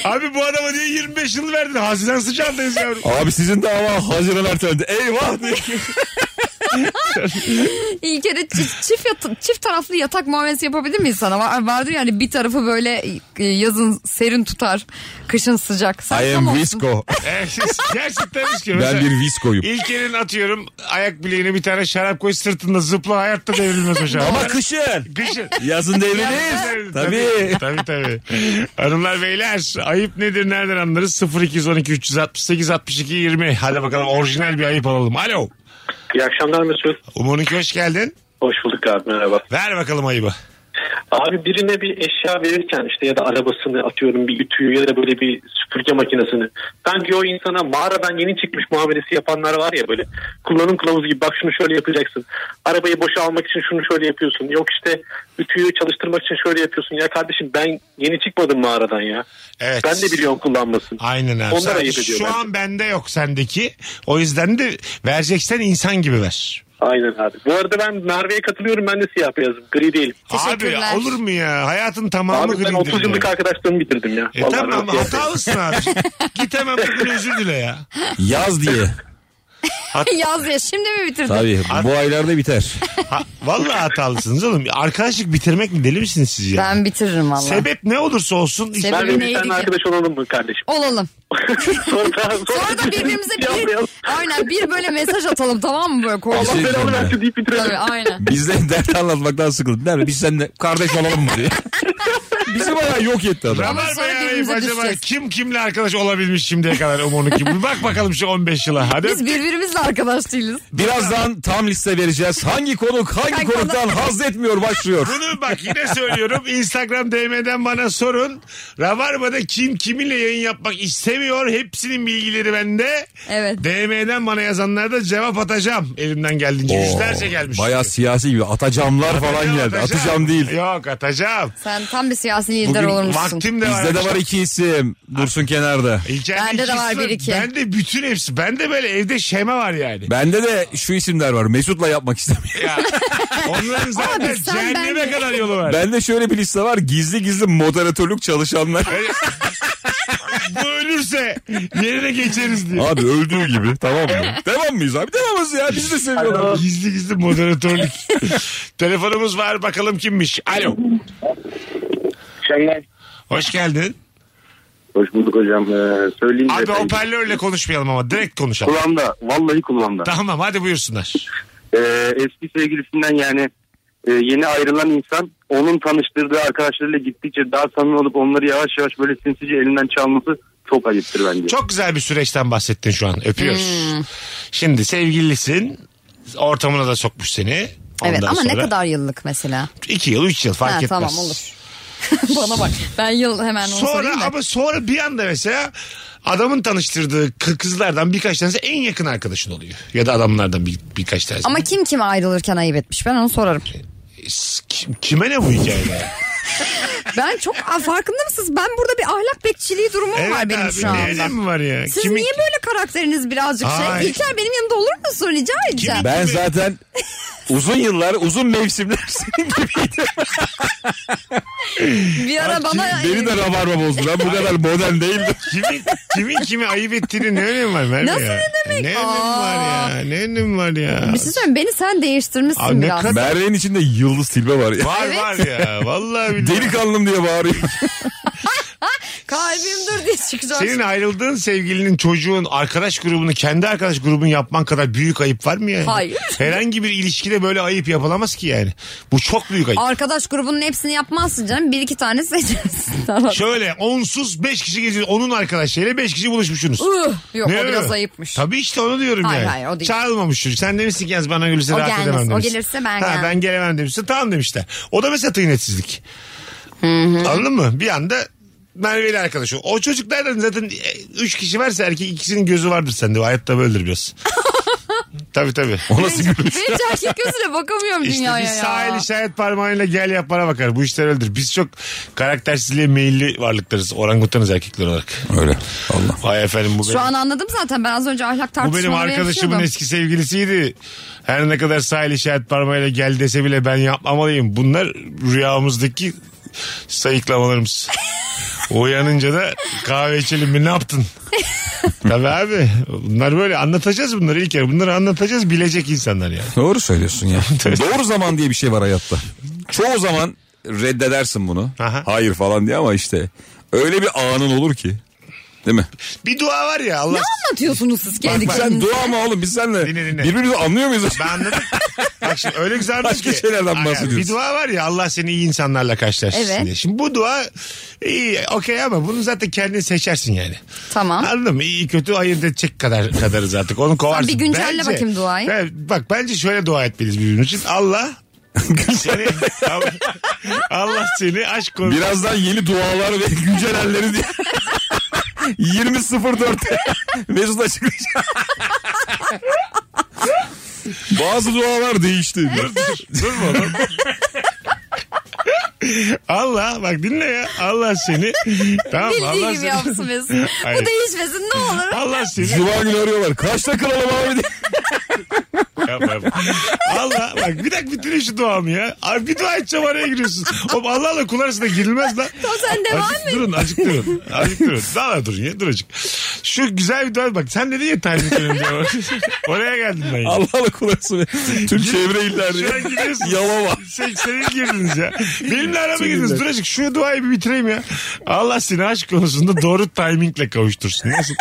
Speaker 3: Abi bu adama niye 25 yıl verdin? Haziran sıcağındayız yavrum.
Speaker 4: Abi sizin dava Haziran ertelendi. Eyvah diye.
Speaker 5: İlk kere çift, çift, yat- çift taraflı yatak muamelesi yapabilir miyiz sana? Var, vardır yani bir tarafı böyle e, yazın serin tutar, kışın sıcak. Sen
Speaker 4: I
Speaker 5: tam
Speaker 4: am
Speaker 5: olsun.
Speaker 4: Visco.
Speaker 3: Eh, şey, Gerçekten ki.
Speaker 4: Ben bir Visco'yum.
Speaker 3: İlker'in atıyorum ayak bileğine bir tane şarap koy sırtında zıpla hayatta devrilmez hocam.
Speaker 4: Ama kışın.
Speaker 3: Kışın.
Speaker 4: Yazın
Speaker 3: Tabii,
Speaker 4: devrilir. Tabii.
Speaker 3: Tabii tabii. Hanımlar beyler ayıp nedir nereden anlarız? 0212 368 62 20. Hadi bakalım orijinal bir ayıp alalım. Alo.
Speaker 8: İyi akşamlar Mesut.
Speaker 3: Umarım ki hoş geldin.
Speaker 8: Hoş bulduk abi merhaba.
Speaker 3: Ver bakalım ayıbı.
Speaker 8: Abi birine bir eşya verirken işte ya da arabasını atıyorum bir ütüyü ya da böyle bir süpürge makinesini. Sanki o insana mağaradan yeni çıkmış muamelesi yapanlar var ya böyle kullanım kılavuzu gibi bak şunu şöyle yapacaksın. Arabayı boşa almak için şunu şöyle yapıyorsun. Yok işte ütüyü çalıştırmak için şöyle yapıyorsun. Ya kardeşim ben yeni çıkmadım mağaradan ya.
Speaker 3: Evet.
Speaker 8: Ben de biliyorum kullanmasını.
Speaker 3: Aynen abi.
Speaker 8: Onlar
Speaker 3: Sen-
Speaker 8: ayıp ediyor
Speaker 3: şu
Speaker 8: bence.
Speaker 3: an bende yok sendeki. O yüzden de vereceksen insan gibi ver.
Speaker 8: Aynen abi. Bu arada ben Merve'ye katılıyorum ben de siyah beyazım. Gri değilim.
Speaker 3: Abi
Speaker 5: Teşekkürler.
Speaker 3: olur mu ya? Hayatın tamamı
Speaker 8: Abi ben 30
Speaker 3: gridir
Speaker 8: yıllık
Speaker 3: ya.
Speaker 8: arkadaşlığımı bitirdim ya.
Speaker 3: E
Speaker 8: Vallahi
Speaker 3: tamam
Speaker 8: ben siyah beyazım.
Speaker 3: hatalısın abi. Git hemen bugün özür dile ya.
Speaker 4: Yaz diye.
Speaker 5: Yaz ya şimdi mi bitirdin?
Speaker 4: Tabii. Bu aylarda biter.
Speaker 3: Ha, vallahi hatalısınız oğlum. Arkadaşlık bitirmek mi deli misiniz siz ya?
Speaker 5: Ben bitiririm valla.
Speaker 3: Sebep ne olursa olsun hiç-
Speaker 5: Sebep-
Speaker 8: Ben
Speaker 5: Tabii
Speaker 8: de bir
Speaker 5: neydi ki?
Speaker 8: tane arkadaş olalım mı kardeşim?
Speaker 5: Olalım.
Speaker 8: sonra, da-
Speaker 5: Sonra da birbirimize bir, aynen bir böyle mesaj atalım tamam mı böyle
Speaker 8: Allah
Speaker 5: korkuyoruz.
Speaker 4: Şey-
Speaker 8: belamı versin deyip bitirelim.
Speaker 5: Tabii aynen.
Speaker 4: Biz de dert anlatmaktan sıkıldık. Der mi? Biz seninle kardeş olalım mı diye. Bizi bayağı yok etti adam.
Speaker 3: Rabar
Speaker 5: sonra
Speaker 3: bayağı ayıp
Speaker 5: birbirimize
Speaker 3: acaba
Speaker 5: düşeceğiz.
Speaker 3: kim kimle arkadaş olabilmiş şimdiye kadar umarım ki. Bir bak bakalım şu 15 yıla. Hadi
Speaker 5: Biz birbirimizle arkadaş değiliz.
Speaker 4: Birazdan tam liste vereceğiz. Hangi konuk hangi
Speaker 5: Hangi
Speaker 4: konuktan haz etmiyor başlıyor.
Speaker 3: Bunu bak yine söylüyorum. Instagram DM'den bana sorun. Rabarba'da kim kiminle yayın yapmak istemiyor. Hepsinin bilgileri bende.
Speaker 5: Evet.
Speaker 3: DM'den bana yazanlara da cevap atacağım. Elimden geldiğince. Yüzlerce
Speaker 4: Oo,
Speaker 3: gelmiş.
Speaker 4: Bayağı siyasi gibi. Atacağımlar falan
Speaker 3: Atacağım,
Speaker 4: geldi. Atacağım değil.
Speaker 3: Yok atacağım.
Speaker 5: Sen tam bir siyasi lider
Speaker 4: Bugün
Speaker 5: olur musun?
Speaker 3: Vaktim de var.
Speaker 4: Bizde de var iki isim. Dursun kenarda.
Speaker 3: İlker'in
Speaker 5: Bende de var
Speaker 3: ikisi
Speaker 5: bir iki.
Speaker 3: Bende bütün hepsi. Bende böyle evde şema var yani.
Speaker 4: Bende de şu isimler var. Mesut'la yapmak istemiyorum.
Speaker 3: Ya, onların zaten
Speaker 5: Abi sen
Speaker 3: cehenneme
Speaker 5: bende-
Speaker 3: kadar yolu var.
Speaker 4: Bende şöyle bir liste var. Gizli gizli moderatörlük çalışanlar.
Speaker 3: Hani Bu ölürse yerine geçeriz diye.
Speaker 4: Abi öldüğü gibi. Tamam mı? Devam mıyız abi? Devamız ya. Biz de seviyorlar.
Speaker 3: Gizli gizli moderatörlük. Telefonumuz var bakalım kimmiş. Alo.
Speaker 9: Şengen.
Speaker 3: Hoş geldin.
Speaker 9: Hoş bulduk hocam. Ee, söyleyeyim
Speaker 3: Abi
Speaker 9: de-
Speaker 3: hoparlörle konuşmayalım ama direkt konuşalım.
Speaker 9: Kulağımda. Vallahi kulağımda.
Speaker 3: Tamam hadi buyursunlar.
Speaker 9: Ee, eski sevgilisinden yani e, yeni ayrılan insan onun tanıştırdığı arkadaşlarıyla gittikçe daha samimi olup onları yavaş yavaş böyle sinsice elinden çalması çok ayıptır bence.
Speaker 3: Çok güzel bir süreçten bahsettin şu an. Öpüyoruz.
Speaker 5: Hmm.
Speaker 3: Şimdi sevgilisin. Ortamına da sokmuş seni. Ondan
Speaker 5: Evet ama ne
Speaker 3: sonra
Speaker 5: kadar yıllık mesela?
Speaker 3: 2 yıl 3 yıl fark
Speaker 5: Ha,
Speaker 3: etmez.
Speaker 5: tamam olur. Bana bak ben yıl hemen onu
Speaker 3: Sonra
Speaker 5: sorayım da.
Speaker 3: ama sonra bir anda mesela adamın tanıştırdığı kı- kızlardan birkaç tanesi en yakın arkadaşın oluyor. Ya da adamlardan bir, birkaç tanesi.
Speaker 5: Ama kim kime ayrılırken ayıp etmiş ben onu sorarım.
Speaker 3: S- kim- kime ne bu hikayede?
Speaker 5: Ben çok Aa, farkında mısınız? Ben burada bir ahlak bekçiliği durumum var benim
Speaker 3: abi,
Speaker 5: şu
Speaker 3: ne
Speaker 5: anda.
Speaker 3: önemi var ya?
Speaker 5: Siz
Speaker 3: Kimi-
Speaker 5: niye böyle karakteriniz birazcık
Speaker 3: Ay.
Speaker 5: şey? İlker benim yanımda olur musun rica edeceğim.
Speaker 4: Ben zaten uzun yıllar, uzun mevsimler senin gibiydim.
Speaker 5: Bir ara bana
Speaker 4: Beni de rabarba bozdu. Ben bu kadar modern değildim.
Speaker 3: Kimin, kimin kimi ayıp ettiğini ne önemi var Merve
Speaker 5: Nasıl
Speaker 3: ya?
Speaker 5: ne demek?
Speaker 3: Ne önemi
Speaker 5: Aa.
Speaker 3: var ya? Ne önemi var ya?
Speaker 5: bir şey söyleyeyim beni sen değiştirmişsin
Speaker 3: Abi ne
Speaker 5: biraz.
Speaker 3: kadar-
Speaker 4: Merve'nin içinde yıldız tilbe var ya.
Speaker 3: Var
Speaker 5: Evet.
Speaker 3: var ya. Vallahi billahi.
Speaker 4: Delikanlım diye bağırıyor.
Speaker 5: Kalbim dur diye çıkacağım.
Speaker 3: Senin ayrıldığın sevgilinin çocuğun arkadaş grubunu kendi arkadaş grubunu yapman kadar büyük ayıp var mı yani?
Speaker 5: Hayır.
Speaker 3: Herhangi bir ilişkide böyle ayıp yapılamaz ki yani. Bu çok büyük ayıp.
Speaker 5: Arkadaş grubunun hepsini yapmazsın canım. Bir iki tane seçersin. Tamam.
Speaker 3: Şöyle onsuz 5 kişi geziyor. Onun arkadaşlarıyla 5 kişi buluşmuşsunuz.
Speaker 5: Ih, Yok o
Speaker 3: Ne
Speaker 5: biraz
Speaker 3: öyle?
Speaker 5: ayıpmış.
Speaker 3: Tabii işte onu diyorum
Speaker 5: Hayır,
Speaker 3: yani.
Speaker 5: hayır, o değil.
Speaker 3: Çağrılmamış çocuk. Sen demişsin ki yaz bana gülse
Speaker 5: O
Speaker 3: rahat
Speaker 5: gelmez,
Speaker 3: edemem
Speaker 5: o
Speaker 3: demişsin.
Speaker 5: gelirse ben
Speaker 3: ha,
Speaker 5: gelmem.
Speaker 3: Ben gelemem demişsin. Tamam demişler. O da mesela tıynetsizlik. Anladın mı? Bir anda Merve ile arkadaşı. O çocuklardan zaten 3 kişi varsa erkek ikisinin gözü vardır sende. O hayatta böyledir biraz. tabii tabii.
Speaker 4: O nasıl gülüş?
Speaker 5: Ben hiç erkek gözüyle bakamıyorum
Speaker 3: İşte
Speaker 5: dünyaya
Speaker 3: bir
Speaker 5: ya.
Speaker 3: sağ el işaret parmağıyla gel yap bana bakar. Bu işler öldür. Biz çok karaktersizliğe meyilli varlıklarız. Orangutanız erkekler olarak.
Speaker 4: Öyle. Allah.
Speaker 3: Ay efendim bu
Speaker 5: Şu an anladım zaten ben az önce ahlak
Speaker 3: Bu
Speaker 5: tartışmaları
Speaker 3: benim arkadaşımın
Speaker 5: yaşıyordum.
Speaker 3: eski sevgilisiydi. Her ne kadar sahil işaret parmağıyla gel dese bile ben yapmamalıyım. Bunlar rüyamızdaki sayıklamalarımız. Uyanınca da kahve içelim mi ne yaptın? Tabii abi. Bunlar böyle anlatacağız bunları ilk kere. Bunları anlatacağız bilecek insanlar yani.
Speaker 4: Doğru söylüyorsun ya. Doğru zaman diye bir şey var hayatta. Çoğu zaman reddedersin bunu.
Speaker 3: Aha.
Speaker 4: Hayır falan diye ama işte öyle bir anın olur ki. Değil mi?
Speaker 3: Bir dua var ya Allah.
Speaker 5: Anlatıyorsunuz siz kendi
Speaker 3: Bak, bak.
Speaker 4: Sen
Speaker 5: kendinize.
Speaker 4: dua mı oğlum biz senle
Speaker 3: Dinle, dinle.
Speaker 4: birbirimizi anlıyor muyuz?
Speaker 3: Ben anladım. Bak şimdi öyle güzelmiş
Speaker 4: Başka
Speaker 3: ki.
Speaker 4: şeylerden
Speaker 3: Ay,
Speaker 4: bahsediyoruz.
Speaker 3: Bir dua var ya Allah seni iyi insanlarla karşılaştırsın
Speaker 5: Evet.
Speaker 3: diye. Şimdi bu dua iyi okey ama bunu zaten kendin seçersin yani.
Speaker 5: Tamam.
Speaker 3: Anladın mı? İyi kötü ayırt edecek kadar kadarız artık. Onu kovarsın.
Speaker 5: bir güncelle bakayım duayı.
Speaker 3: Evet, bak bence şöyle dua etmeliyiz birbirimiz için. Allah seni Allah seni aşk korusun.
Speaker 4: Birazdan yeni dualar ve güncel halleri diye. 20.04 Mesut açıklayacak. Bazı dualar değişti.
Speaker 3: Dur mu oğlum? Allah bak dinle ya. Allah seni. Tamam mı?
Speaker 5: Bildiği
Speaker 3: Allah
Speaker 5: gibi
Speaker 3: seni.
Speaker 5: yapsın Mesut.
Speaker 3: Hayır.
Speaker 5: Bu değişmesin ne olur.
Speaker 3: Allah seni.
Speaker 4: Cuma günü arıyorlar. Kaçta kıralım abi diye.
Speaker 3: Yapma, yapma. Allah bak bir dakika bitirin şu duamı ya. Abi bir dua edeceğim araya giriyorsun. Oğlum Allah'la kul arasında girilmez lan.
Speaker 5: Tamam, sen devam
Speaker 3: Azıcık Durun azıcık durun. Azıcık durun. Daha da durun ya dur azıcık. Şu güzel bir dua bak sen dedin ya Tanrı Kerim diye. bak. Oraya geldim ben. Ya.
Speaker 4: Allah'la kulağısın. Tüm çevre
Speaker 3: Şu an
Speaker 4: illerdi.
Speaker 3: gidiyorsun.
Speaker 4: Yalama.
Speaker 3: 80'e girdiniz ya. Benimle arama girdiniz. Dur azıcık şu duayı bir bitireyim ya. Allah seni aşk konusunda doğru timingle kavuştursun. Nasıl?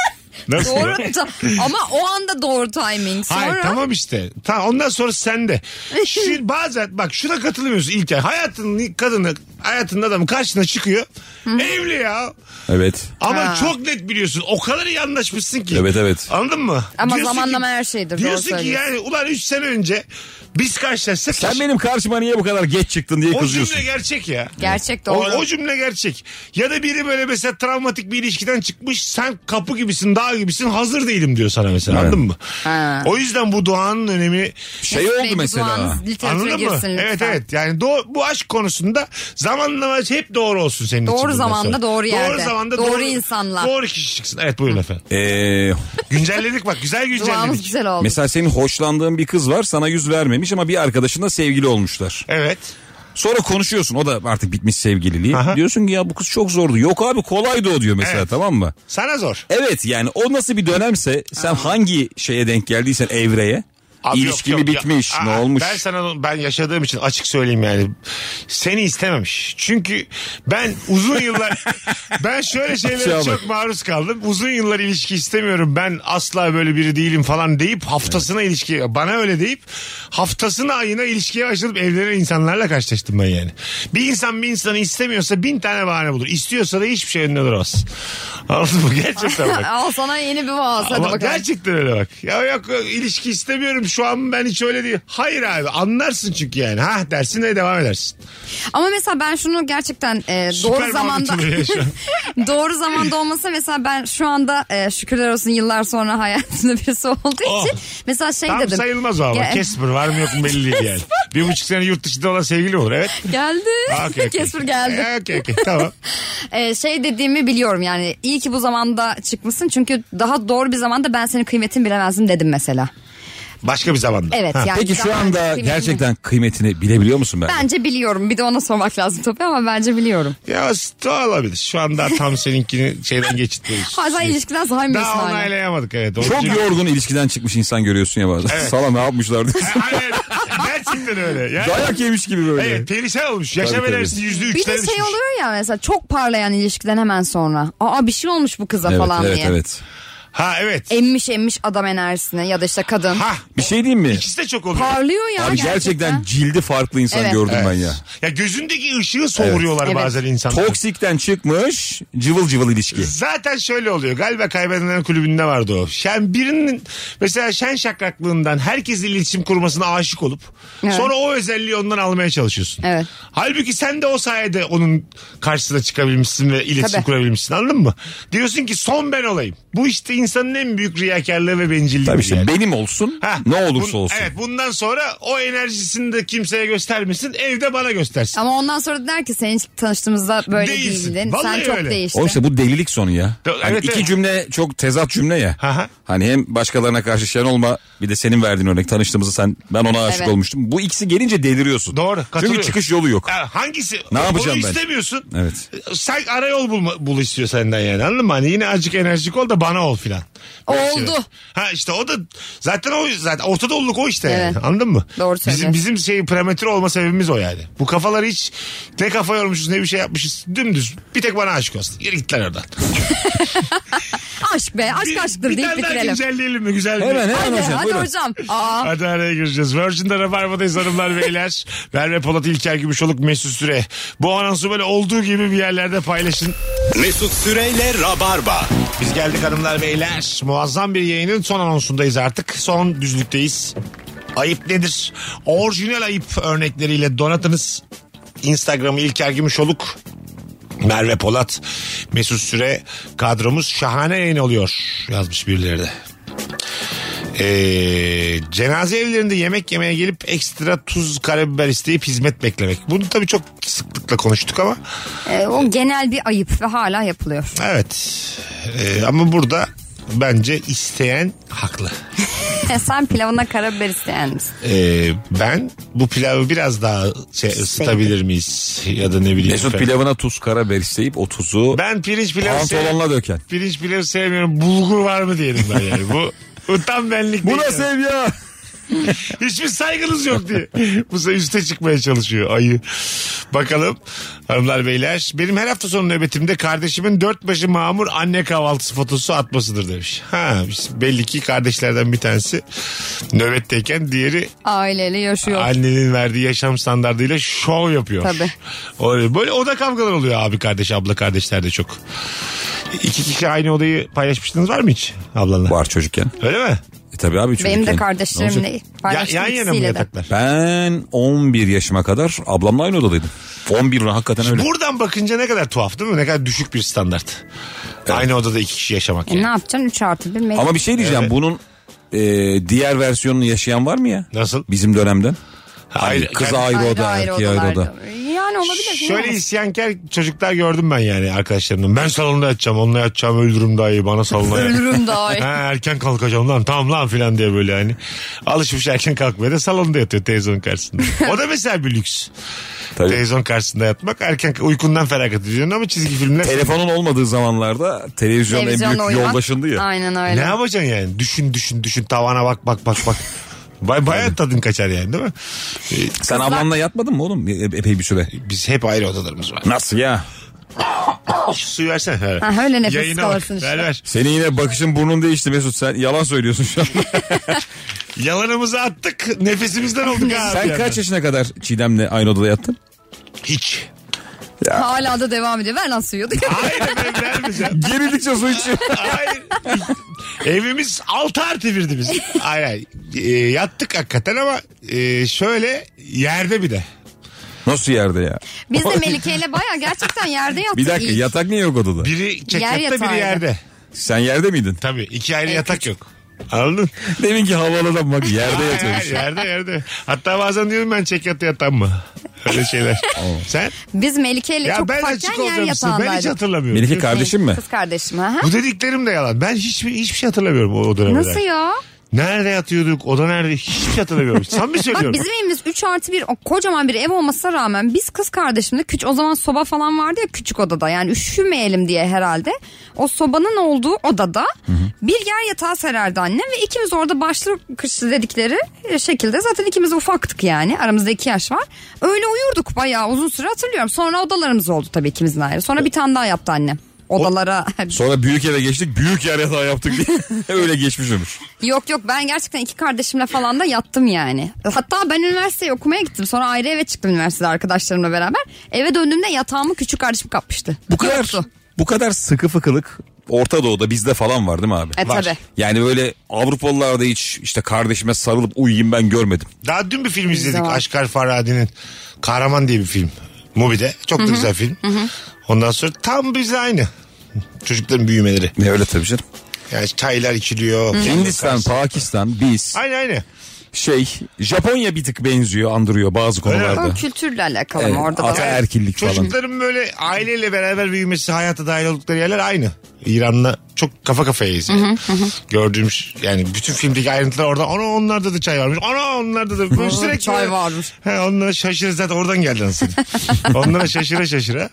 Speaker 3: Nasıl? ya?
Speaker 5: Doğru ta- ama o anda doğru timing. Sonra
Speaker 3: Hayır tamam işte. Ta, ondan sonra sende. Şimdi bazen bak şuna katılmıyorsun İlker. Hayatının kadını, hayatının adamı karşına çıkıyor. Evli ya.
Speaker 4: Evet.
Speaker 3: Ama
Speaker 5: Ha.
Speaker 3: çok net biliyorsun. O kadar iyi anlaşmışsın ki.
Speaker 4: Evet, evet.
Speaker 3: Anladın mı?
Speaker 5: ama
Speaker 3: Diyorsun ki-
Speaker 5: zamanlama her şeydir. doğru
Speaker 3: Diyorsun ki
Speaker 5: söylüyorsun.
Speaker 3: yani ulan 3 sene önce biz karşılaştık.
Speaker 4: Sen benim karşıma niye bu kadar geç çıktın diye
Speaker 3: o cümle
Speaker 4: kızıyorsun.
Speaker 3: gerçek ya.
Speaker 5: Gerçek
Speaker 3: O,
Speaker 5: doğru.
Speaker 3: o cümle gerçek. Ya da biri böyle mesela travmatik bir ilişkiden çıkmış sen kapı gibisin dağ gibisin hazır değilim diyor sana mesela
Speaker 4: Evet.
Speaker 3: anladın mı?
Speaker 5: Ha.
Speaker 3: O yüzden bu duanın önemi
Speaker 4: Şey
Speaker 5: Mesut Bey,
Speaker 4: oldu
Speaker 5: bu
Speaker 4: mesela.
Speaker 5: duanız literatüre
Speaker 3: Anladın mı?
Speaker 5: girsin lütfen.
Speaker 3: Evet evet. Yani doğ- bu aşk konusunda zamanlama hep doğru olsun senin için.
Speaker 5: Doğru
Speaker 3: bundan
Speaker 5: zamanda,
Speaker 3: sonra.
Speaker 5: doğru yerde. Doğru insanlar.
Speaker 3: Doğru kişi çıksın. Evet buyurun efendim.
Speaker 4: Ee,
Speaker 3: Güncelledik bak güzel
Speaker 5: Duamız
Speaker 3: güncelledik.
Speaker 5: güzel oldu.
Speaker 4: mesela senin hoşlandığın bir kız var sana yüz vermemiş ama bir arkadaşınla sevgili olmuşlar.
Speaker 3: Evet.
Speaker 4: Sonra konuşuyorsun o da artık bitmiş sevgililiği.
Speaker 3: Aha.
Speaker 4: Diyorsun ki ya bu kız çok zordu. Yok abi kolaydı o diyor mesela
Speaker 3: Evet.
Speaker 4: tamam mı?
Speaker 3: Sana zor.
Speaker 4: Evet yani o nasıl bir dönemse sen hangi şeye denk geldiysen evreye.
Speaker 3: Abi yok,
Speaker 4: ilişki
Speaker 3: yok, ya-
Speaker 4: mi bitmiş
Speaker 3: Aa,
Speaker 4: ne olmuş?
Speaker 3: Ben sana ben yaşadığım için açık söyleyeyim yani. Seni istememiş. Çünkü ben uzun yıllar ben şöyle
Speaker 4: Şey
Speaker 3: şeylere
Speaker 4: bak.
Speaker 3: çok maruz kaldım. Uzun yıllar ilişki istemiyorum. Ben asla böyle biri değilim falan deyip haftasına ilişki bana öyle deyip haftasına ayına ilişkiye başladım. Evlenen insanlarla karşılaştım ben yani. Bir insan bir insanı istemiyorsa bin tane bahane bulur. İstiyorsa da hiçbir şey önüne duramaz. Anladın mı? Gerçekten bak.
Speaker 5: Al sana yeni bir vaaz hadi
Speaker 3: Ama
Speaker 5: bakalım.
Speaker 3: gerçekten öyle bak. Ya yok ilişki istemiyorum şu an ben hiç öyle değil. Hayır abi anlarsın çünkü yani. Ha dersin ve devam edersin.
Speaker 5: Ama mesela ben şunu gerçekten e,
Speaker 3: Süper
Speaker 5: doğru zamanda
Speaker 3: muhabbet oluyor şu an.
Speaker 5: doğru zamanda olmasa mesela ben şu anda e, şükürler olsun yıllar sonra hayatımda birisi olduğu
Speaker 3: Oh.
Speaker 5: için mesela şey
Speaker 3: Tam
Speaker 5: dedim.
Speaker 3: sayılmaz o ama.
Speaker 5: Ge-
Speaker 3: Kesper var mı yok mu belli değil yani. Bir buçuk sene yurt dışında olan sevgili olur evet.
Speaker 5: Geldi.
Speaker 3: Ha, okey, okey.
Speaker 5: Kesper geldi.
Speaker 3: Ha, Okey okey tamam.
Speaker 5: Ee, şey dediğimi biliyorum yani iyi ki bu zamanda çıkmışsın çünkü daha doğru bir zamanda ben senin kıymetini bilemezdim dedim mesela.
Speaker 3: Başka bir zamanda.
Speaker 5: Evet
Speaker 3: Ha.
Speaker 5: yani.
Speaker 4: Peki şu
Speaker 5: daha
Speaker 4: anda
Speaker 5: kıymetini-
Speaker 4: gerçekten kıymetini bilebiliyor musun ben?
Speaker 5: Bence biliyorum bir de ona sormak lazım tabii ama bence biliyorum.
Speaker 3: Ya da olabilir. Şu anda tam seninkini şeyden geçitmiyoruz.
Speaker 5: Hayır sen ilişkiden saymıyorsun
Speaker 3: Şey, Daha
Speaker 5: hala.
Speaker 3: onaylayamadık evet. Onun
Speaker 4: Çok
Speaker 3: için-
Speaker 4: yorgun ilişkiden çıkmış insan görüyorsun ya bazen.
Speaker 3: Evet.
Speaker 4: Salam ne yapmışlar diyorsun.
Speaker 3: Evet. Gerçekten öyle. Yani,
Speaker 4: Dayak yemiş gibi böyle.
Speaker 3: evet perişan olmuş. Yaşam
Speaker 4: Tabii, tabii.
Speaker 3: enerjisi yüzde
Speaker 5: Bir
Speaker 3: üçlere
Speaker 5: de
Speaker 3: düşmüş.
Speaker 5: şey oluyor ya mesela çok parlayan ilişkiden hemen sonra. Aa bir şey olmuş bu kıza
Speaker 4: Evet
Speaker 5: falan
Speaker 4: evet
Speaker 5: diye.
Speaker 4: evet.
Speaker 3: Ha evet.
Speaker 5: Emmiş emmiş adam enerjisine ya da işte kadın.
Speaker 3: Ha.
Speaker 4: Bir şey diyeyim mi?
Speaker 3: İkisi de çok oluyor.
Speaker 5: Parlıyor ya
Speaker 4: Abi gerçekten, cildi farklı insan
Speaker 5: Evet.
Speaker 4: gördüm ben
Speaker 3: Evet.
Speaker 4: ya.
Speaker 3: Ya gözündeki ışığı soğuruyorlar
Speaker 5: Evet.
Speaker 3: bazen insanlar.
Speaker 4: Toksikten çıkmış cıvıl cıvıl ilişki.
Speaker 3: Zaten şöyle oluyor. Galiba kaybedenler kulübünde vardı o. Şen birinin mesela şen şakraklığından herkesle iletişim kurmasına aşık olup
Speaker 5: Evet.
Speaker 3: sonra o özelliği ondan almaya çalışıyorsun.
Speaker 5: Evet.
Speaker 3: Halbuki sen de o sayede onun karşısına çıkabilmişsin ve iletişim
Speaker 5: Tabii.
Speaker 3: kurabilmişsin anladın mı? Diyorsun ki son ben olayım. Bu işte insanın en büyük riyakarlığı ve bencilliği.
Speaker 4: Tabii işte
Speaker 3: yani.
Speaker 4: benim olsun
Speaker 3: Ha,
Speaker 4: ne olursa
Speaker 3: bun-
Speaker 4: olsun.
Speaker 3: Evet bundan sonra o enerjisini de kimseye göstermesin evde bana göstersin.
Speaker 5: Ama ondan sonra der ki sen hiç tanıştığımızda böyle
Speaker 3: Değilsin.
Speaker 5: değildin.
Speaker 3: Vallahi
Speaker 5: Sen çok
Speaker 3: öyle.
Speaker 5: değiştin.
Speaker 4: O işte bu delilik sonu ya.
Speaker 3: Do-
Speaker 4: Hani
Speaker 3: evet,
Speaker 4: iki
Speaker 3: evet.
Speaker 4: cümle çok tezat cümle ya.
Speaker 3: Aha.
Speaker 4: Hani hem başkalarına karşı şen olma bir de senin verdiğin örnek tanıştığımızda sen ben ona aşık
Speaker 5: Evet.
Speaker 4: olmuştum. Bu ikisi gelince deliriyorsun.
Speaker 3: Doğru,
Speaker 4: Çünkü
Speaker 3: katılıyorum.
Speaker 4: çıkış yolu yok.
Speaker 3: Ha, hangisi?
Speaker 4: Ne yapacağım
Speaker 3: Onu
Speaker 4: ben?
Speaker 3: istemiyorsun.
Speaker 4: Evet.
Speaker 3: Sen ara yol bulma, bul istiyor senden yani anladın mı? Hani yine azıcık enerjik ol da bana ol filan. Böyle
Speaker 5: Oldu.
Speaker 3: şeyler. Ha işte o da zaten o zaten Orta Doğuluk o işte
Speaker 5: Evet.
Speaker 3: yani anladın mı?
Speaker 5: Doğru
Speaker 3: Bizim,
Speaker 5: söylüyorsun.
Speaker 3: bizim şey prematür olma sebebimiz o yani. Bu kafalar hiç ne kafa yormuşuz ne bir şey yapmışız dümdüz bir tek bana aşık olsun. Yürü git lan oradan.
Speaker 5: Aşk be aşk aşktır
Speaker 3: bir
Speaker 5: deyip
Speaker 3: tane daha
Speaker 5: bitirelim.
Speaker 3: güzelleyelim mi? Güzel bir-
Speaker 4: Hemen hemen
Speaker 5: Hadi,
Speaker 4: hocam.
Speaker 5: hadi
Speaker 4: buyurun.
Speaker 5: hocam. Aa,
Speaker 3: Hadi araya gireceğiz. Virgin'de Rabarba'dayız hanımlar beyler. Merve Polat İlker Gümüşoluk Mesut Süre. Bu anonsu böyle olduğu gibi bir yerlerde paylaşın.
Speaker 2: Mesut Süreyle Rabarba.
Speaker 3: Biz geldik hanımlar beyler. Muazzam bir yayının son anonsundayız artık. Son düzlükteyiz. Ayıp nedir? Orijinal ayıp örnekleriyle donatınız. Instagram'ı İlker Gümüşoluk. Merve Polat, Mesut Süre kadromuz şahane yayın oluyor yazmış birileri de. Ee, cenaze evlerinde yemek yemeye gelip ekstra tuz karabiber isteyip hizmet beklemek. Bunu tabii çok sıklıkla konuştuk ama
Speaker 5: e, o genel bir ayıp ve hala yapılıyor.
Speaker 3: Evet. Ee, ama burada bence isteyen haklı.
Speaker 5: E, Sen pilavına karabiber isteyen misin?
Speaker 3: Ee, ben bu pilavı biraz daha şey, ısıtabilir miyiz? Ya da ne bileyim.
Speaker 4: Mesut
Speaker 3: efendim.
Speaker 4: pilavına tuz karabiber isteyip o tuzu
Speaker 3: Ben pirinç pilavı sevmiyorum.
Speaker 4: pantolonla döken.
Speaker 3: Pirinç pilavı sevmiyorum. Bulgur var mı diyelim ben yani. Bu, bu tam benlik
Speaker 4: Bu
Speaker 3: değil.
Speaker 4: nasıl ev ya?
Speaker 3: Hiçbir saygınız yok diye. Bu sefer üste çıkmaya çalışıyor ayı. Bakalım hanımlar beyler. Benim her hafta sonu nöbetimde kardeşimin dört başı mamur anne kahvaltısı fotosu atmasıdır demiş. Ha biz- belli ki kardeşlerden bir tanesi nöbetteyken diğeri
Speaker 5: Aileyle yaşıyor.
Speaker 3: annenin verdiği yaşam standartıyla şov yapıyor.
Speaker 5: Tabii.
Speaker 3: Öyle, böyle oda kavgalar oluyor abi kardeş abla kardeşler de çok. İki kişi aynı odayı paylaşmıştınız var mı hiç ablanla?
Speaker 4: Var çocukken.
Speaker 3: Öyle mi?
Speaker 4: E tabi abi çocukken.
Speaker 5: Benim de
Speaker 4: Ne
Speaker 5: kardeşlerim
Speaker 4: olacak?
Speaker 5: ne?
Speaker 3: Ya,
Speaker 5: Paylaştım
Speaker 3: yan yana mı
Speaker 5: ikisiyle de.
Speaker 3: yataklar?
Speaker 4: Ben 11 yaşıma kadar ablamla aynı odadaydım. 11 lan, hakikaten öyle.
Speaker 3: Buradan bakınca ne kadar tuhaf değil mi? Ne kadar düşük bir standart. Aynı odada iki kişi yaşamak.
Speaker 5: E,
Speaker 3: yani.
Speaker 5: ne yapacaksın? 3 artı 1
Speaker 4: Ama bir şey diyeceğim bunun e, diğer versiyonunu yaşayan var mı ya?
Speaker 3: Nasıl?
Speaker 4: Bizim dönemden.
Speaker 3: Hayır,
Speaker 4: Hayır, kız
Speaker 3: yani-
Speaker 4: ayrı, oda, erkeği ayrı oda.
Speaker 5: Yani olabilir.
Speaker 3: Şöyle
Speaker 5: bilmiyorum.
Speaker 3: isyankar çocuklar gördüm ben yani arkadaşlarımdan. Ben salonda yatacağım, onunla yatacağım, öldürürüm daha iyi. Bana salonda yat.
Speaker 5: Ölürüm daha iyi.
Speaker 3: Ha, erken kalkacağım lan tamam lan filan diye böyle hani. Alışmış erken kalkmaya da salonda yatıyor televizyonun karşısında. O da mesela bir lüks.
Speaker 4: Tabii.
Speaker 3: Televizyon karşısında yatmak erken uykundan feragat ediyorsun ama çizgi filmler.
Speaker 4: Telefonun olmadığı zamanlarda televizyon en büyük
Speaker 5: Televizyonla uyumak.
Speaker 4: yoldaşındı ya.
Speaker 5: Aynen
Speaker 3: Ne
Speaker 5: öyle.
Speaker 3: yapacaksın yani? Düşün düşün düşün tavana bak bak bak bak. Bay bayağı tadın kaçar yani değil mi?
Speaker 4: Sen ablanla yatmadın mı oğlum E- epey bir süre?
Speaker 3: Biz hep ayrı odalarımız var.
Speaker 4: Nasıl ya?
Speaker 3: Şu suyu versene. Ha,
Speaker 5: Ha, öyle nefes
Speaker 3: Yayına
Speaker 5: kalırsın
Speaker 3: bak. Ver
Speaker 5: işte.
Speaker 3: ver.
Speaker 4: Senin yine bakışın burnun değişti Mesut sen yalan söylüyorsun şu an.
Speaker 3: Yalanımızı attık. Nefesimizden olduk abi.
Speaker 4: sen
Speaker 3: yani.
Speaker 4: kaç yaşına kadar Çiğdem'le aynı odada yattın?
Speaker 3: Hiç.
Speaker 5: Hala da devam ediyor. Ver lan suyu.
Speaker 3: Hayır efendim vermeyeceğim.
Speaker 4: Gerildikçe su içiyor.
Speaker 3: Hayır. Evimiz 6 artı birdi biz. Hayır hayır. E, yattık hakikaten ama e, şöyle yerde bir de.
Speaker 4: Nasıl yerde ya?
Speaker 5: Biz de Melike ile baya gerçekten yerde yattık.
Speaker 4: Bir dakika
Speaker 5: ilk.
Speaker 4: yatak niye yok odada?
Speaker 3: Biri çekyatta
Speaker 5: Yer yatağı
Speaker 3: biri yerde.
Speaker 4: Sen yerde miydin?
Speaker 3: Tabii iki ayrı yatak yok. Anladın?
Speaker 4: Demin ki havalı adam bak yerde
Speaker 3: Hayır,
Speaker 4: yatıyormuş.
Speaker 3: hayır, yerde yerde. Hatta bazen diyorum ben çekyatta yatan mı? Öyle şeyler. Sen?
Speaker 5: Biz Melike ile
Speaker 3: Ya
Speaker 5: çok
Speaker 3: ben
Speaker 5: ufakken
Speaker 3: açık
Speaker 5: yer
Speaker 3: olacağım. Ben hiç
Speaker 5: yatağındaydık.
Speaker 3: hatırlamıyorum.
Speaker 4: Melike kardeşim mi?
Speaker 5: Kız kardeşim. Ha?
Speaker 3: Bu dediklerim de yalan. Ben hiçbir hiçbir şey hatırlamıyorum o, o dönemde.
Speaker 5: Nasıl ya?
Speaker 3: Nerede yatıyorduk? Oda nerede? Hiçbir şey hatırlamıyorum. Sen mi
Speaker 5: Bak
Speaker 3: söylüyorum?
Speaker 5: bizim evimiz 3 artı 1 kocaman bir ev olmasına rağmen biz kız kardeşimle küçük o zaman soba falan vardı ya küçük odada yani üşümeyelim diye herhalde o sobanın olduğu odada bir yer yatağı sererdi annem ve ikimiz orada başlı kışlı dedikleri şekilde zaten ikimiz de ufaktık yani aramızda 2 yaş var öyle uyurduk bayağı uzun süre hatırlıyorum sonra odalarımız oldu tabii ikimizin ayrı sonra bir tane daha yaptı annem odalara
Speaker 4: Sonra büyük eve geçtik büyük yer yatağı yaptık diye. Öyle geçmiş ömür.
Speaker 5: Yok yok ben gerçekten iki kardeşimle falan da yattım yani. Hatta ben üniversiteyi okumaya gittim. Sonra ayrı eve çıktım üniversitede arkadaşlarımla beraber. Eve döndüğümde yatağımı küçük kardeşim kapmıştı.
Speaker 4: Bu kadar
Speaker 5: Yoktu.
Speaker 4: bu kadar sıkı fıkılık Orta Doğu'da bizde falan var değil mi abi?
Speaker 5: E
Speaker 4: Var.
Speaker 5: tabii.
Speaker 4: Yani böyle Avrupalılarda hiç işte kardeşime sarılıp uyuyayım ben görmedim.
Speaker 3: Daha dün bir film izledik.
Speaker 5: Zaman.
Speaker 3: Aşkar Farhadi'nin Kahraman diye bir film. Mubi'de. Çok da güzel film. Ondan sonra tam bize aynı. Çocukların büyümeleri.
Speaker 4: Ne öyle tabii canım.
Speaker 3: Yani çaylar içiliyor.
Speaker 4: Hindistan, Pakistan, biz.
Speaker 3: Aynı aynı.
Speaker 4: şey Japonya bir tık benziyor andırıyor bazı
Speaker 5: O
Speaker 4: konularda.
Speaker 5: kültürle alakalı
Speaker 4: Evet,
Speaker 5: mı orada da?
Speaker 4: ata erkillik falan.
Speaker 3: Çocukların böyle aileyle beraber büyümesi, hayata dahil oldukları yerler aynı. İran'la çok kafa kafayayız yani. Gördüğüm ş- yani bütün filmdeki ayrıntılar orada. Ana onlarda da çay varmış. Ana onlarda da böyle sürekli.
Speaker 5: çay varmış.
Speaker 3: He, onlara şaşırır zaten oradan geldi aslında. onlara şaşıra şaşıra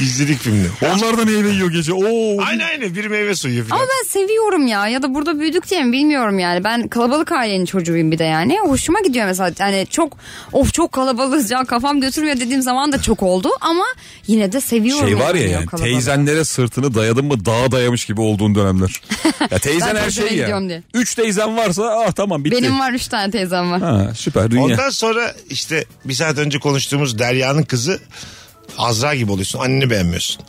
Speaker 3: izledik filmi.
Speaker 4: Onlar da meyve yiyor gece. Oo.
Speaker 3: Aynı aynı bir meyve suyu
Speaker 5: Ama
Speaker 3: falan.
Speaker 5: ben seviyorum ya ya da burada büyüdük diye mi bilmiyorum yani. Ben kalabalık ailenin çocuğuyum bir de yani. Hoşuma gidiyor mesela yani çok of çok kalabalığız ya kafam götürmüyor dediğim zaman da çok oldu ama yine de seviyorum.
Speaker 4: Şey var ya
Speaker 5: o
Speaker 4: yani
Speaker 5: kalabalığı.
Speaker 4: teyzenlere sırtını dayadın mı dağa dayamış gibi olduğun dönemler. Ya teyzen
Speaker 5: Ben
Speaker 4: her
Speaker 5: teyzeme
Speaker 4: şey
Speaker 5: gidiyorum
Speaker 4: ya.
Speaker 5: diye.
Speaker 4: Üç teyzen varsa ah tamam bitti.
Speaker 5: Benim var üç tane teyzem var.
Speaker 4: Ha, süper dünya.
Speaker 3: Ondan sonra işte bir saat önce konuştuğumuz Derya'nın kızı Azra gibi oluyorsun. Anneni beğenmiyorsun.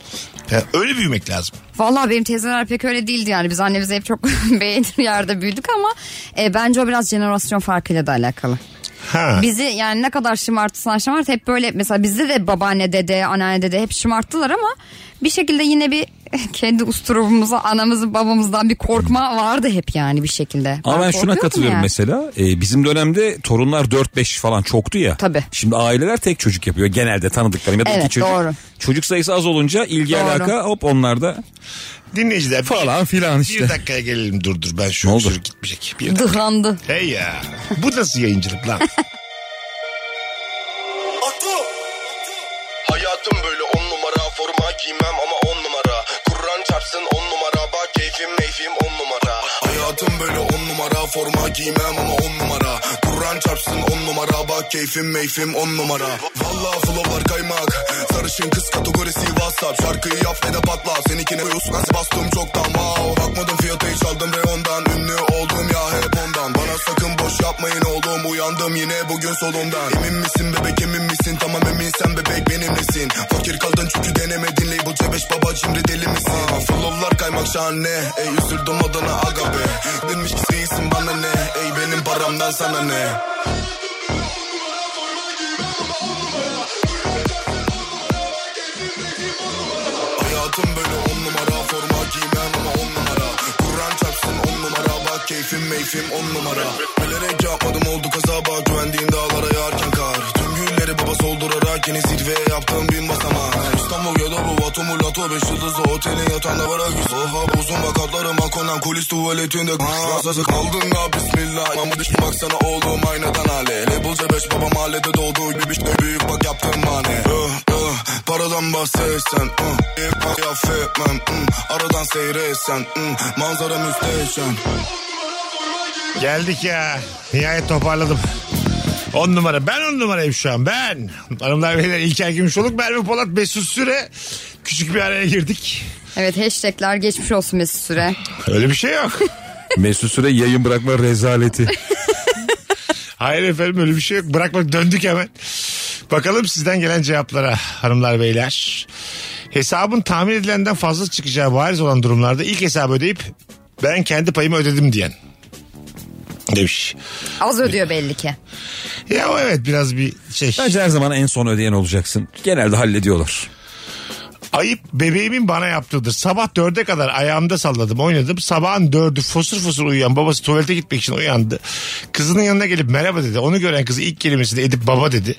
Speaker 3: Yani öyle büyümek lazım.
Speaker 5: Vallahi benim teyzeler pek öyle değildi yani. Biz annemizi hep çok beğenir yerde büyüdük ama e, bence o biraz jenerasyon farkıyla da alakalı.
Speaker 3: Ha.
Speaker 5: Bizi yani ne kadar şımartırsan şımart hep böyle mesela bizde de babaanne dede anneanne dede hep şımarttılar ama bir şekilde yine bir kendi usturubumuza anamızın babamızdan bir korkma vardı hep yani bir şekilde.
Speaker 4: Ama ben şuna
Speaker 5: korkuyordum
Speaker 4: katılıyorum
Speaker 5: yani.
Speaker 4: mesela. E, bizim dönemde torunlar 4-5 falan çoktu ya.
Speaker 5: Tabii.
Speaker 4: Şimdi aileler tek çocuk yapıyor genelde tanıdıklarım ya da
Speaker 5: Evet,
Speaker 4: iki çocuk.
Speaker 5: doğru.
Speaker 4: Çocuk sayısı az olunca ilgi
Speaker 5: Doğru.
Speaker 4: alaka hop onlarda
Speaker 3: Dinleyiciler
Speaker 4: falan filan
Speaker 3: Bir
Speaker 4: işte.
Speaker 3: dakikaya gelelim dur dur ben şu
Speaker 4: Ne
Speaker 3: ne
Speaker 4: oldu?
Speaker 3: gitmeyecek. Bir dakika.
Speaker 5: Dıhlandı.
Speaker 3: Hey ya. Bu nasıl yayıncılık lan?
Speaker 10: Hayatım böyle on numara forma giymem ama on numara Kur'an çarpsın on numara bak keyfim meyfim on numara Hayatım böyle on numara forma giymem ama on numara Kur'an çarpsın on numara bak keyfim meyfim on numara Valla flowlar kaymak sarışın kız kategorisi whatsapp Şarkıyı yap ve de patla seninkine uyusun nasıl bastım çoktan wow Bakmadım fiyatı hiç aldım reyondan ünlü oldum ya hep ondan Bana sakın boş yapmayın oğlum uyandım yine bugün solundan Emin misin bebek emin misin tamam emin sen bebek benimlesin Fakir kaldın çünkü denemedin label cebeş baba cimri deli misin Aa, Flowlar kaymak şahane ey üzüldüm adına aga be Demiş ki değilsin bana ne ey benim paramdan sana ne Hayatım böyle on numara forma giymem ama on numara Kur'an çarpsın on numara bak keyfim meyfim on numara Bilerek yapmadım oldu kaza bak güvendiğim dağlara yağarken kar Tüm gülleri baba soldurarak yine zirveye yaptığım bin basamak İstanbul ya da bu vatomu lato beş yıldızlı otelin yatağında var aküs Oha bozum vakatlarıma konan kulis tuvaletinde Rasası kaldın ya bismillah Ama düştüm baksana oğlum aynadan hale Labelce beş babam mahallede doğdu Bir işte büyük bak yaptığım mani Öh, öh, Paradan bahsetsen uh, Bir bak affetmem uh, Aradan seyretsen uh, Manzara müsteşem
Speaker 3: Geldik ya. Nihayet toparladım. 10 numara. Ben 10 numarayım şu an. Ben. Hanımlar beyler İlker Gümüşoluk, Merve Polat, Mesut Süre. Küçük bir araya girdik.
Speaker 5: Evet hashtagler geçmiş olsun Mesut Süre.
Speaker 3: Öyle bir şey yok.
Speaker 4: Mesut Süre yayın bırakma rezaleti.
Speaker 3: Hayır efendim öyle bir şey yok. Bırakmak döndük hemen. Bakalım sizden gelen cevaplara hanımlar beyler. Hesabın tahmin edilenden fazla çıkacağı bariz olan durumlarda ilk hesabı ödeyip ben kendi payımı ödedim diyen. Demiş.
Speaker 5: Az ödüyor belli ki.
Speaker 3: Ya o evet biraz bir şey.
Speaker 4: Bence her zaman en son ödeyen olacaksın. Genelde hallediyorlar.
Speaker 3: Ayıp bebeğimin bana yaptığıdır. Sabah dörde kadar ayağımda salladım oynadım. Sabahın dördü fosur fosur uyuyan babası tuvalete gitmek için uyandı. Kızının yanına gelip merhaba dedi. Onu gören kızı ilk kelimesini edip baba dedi.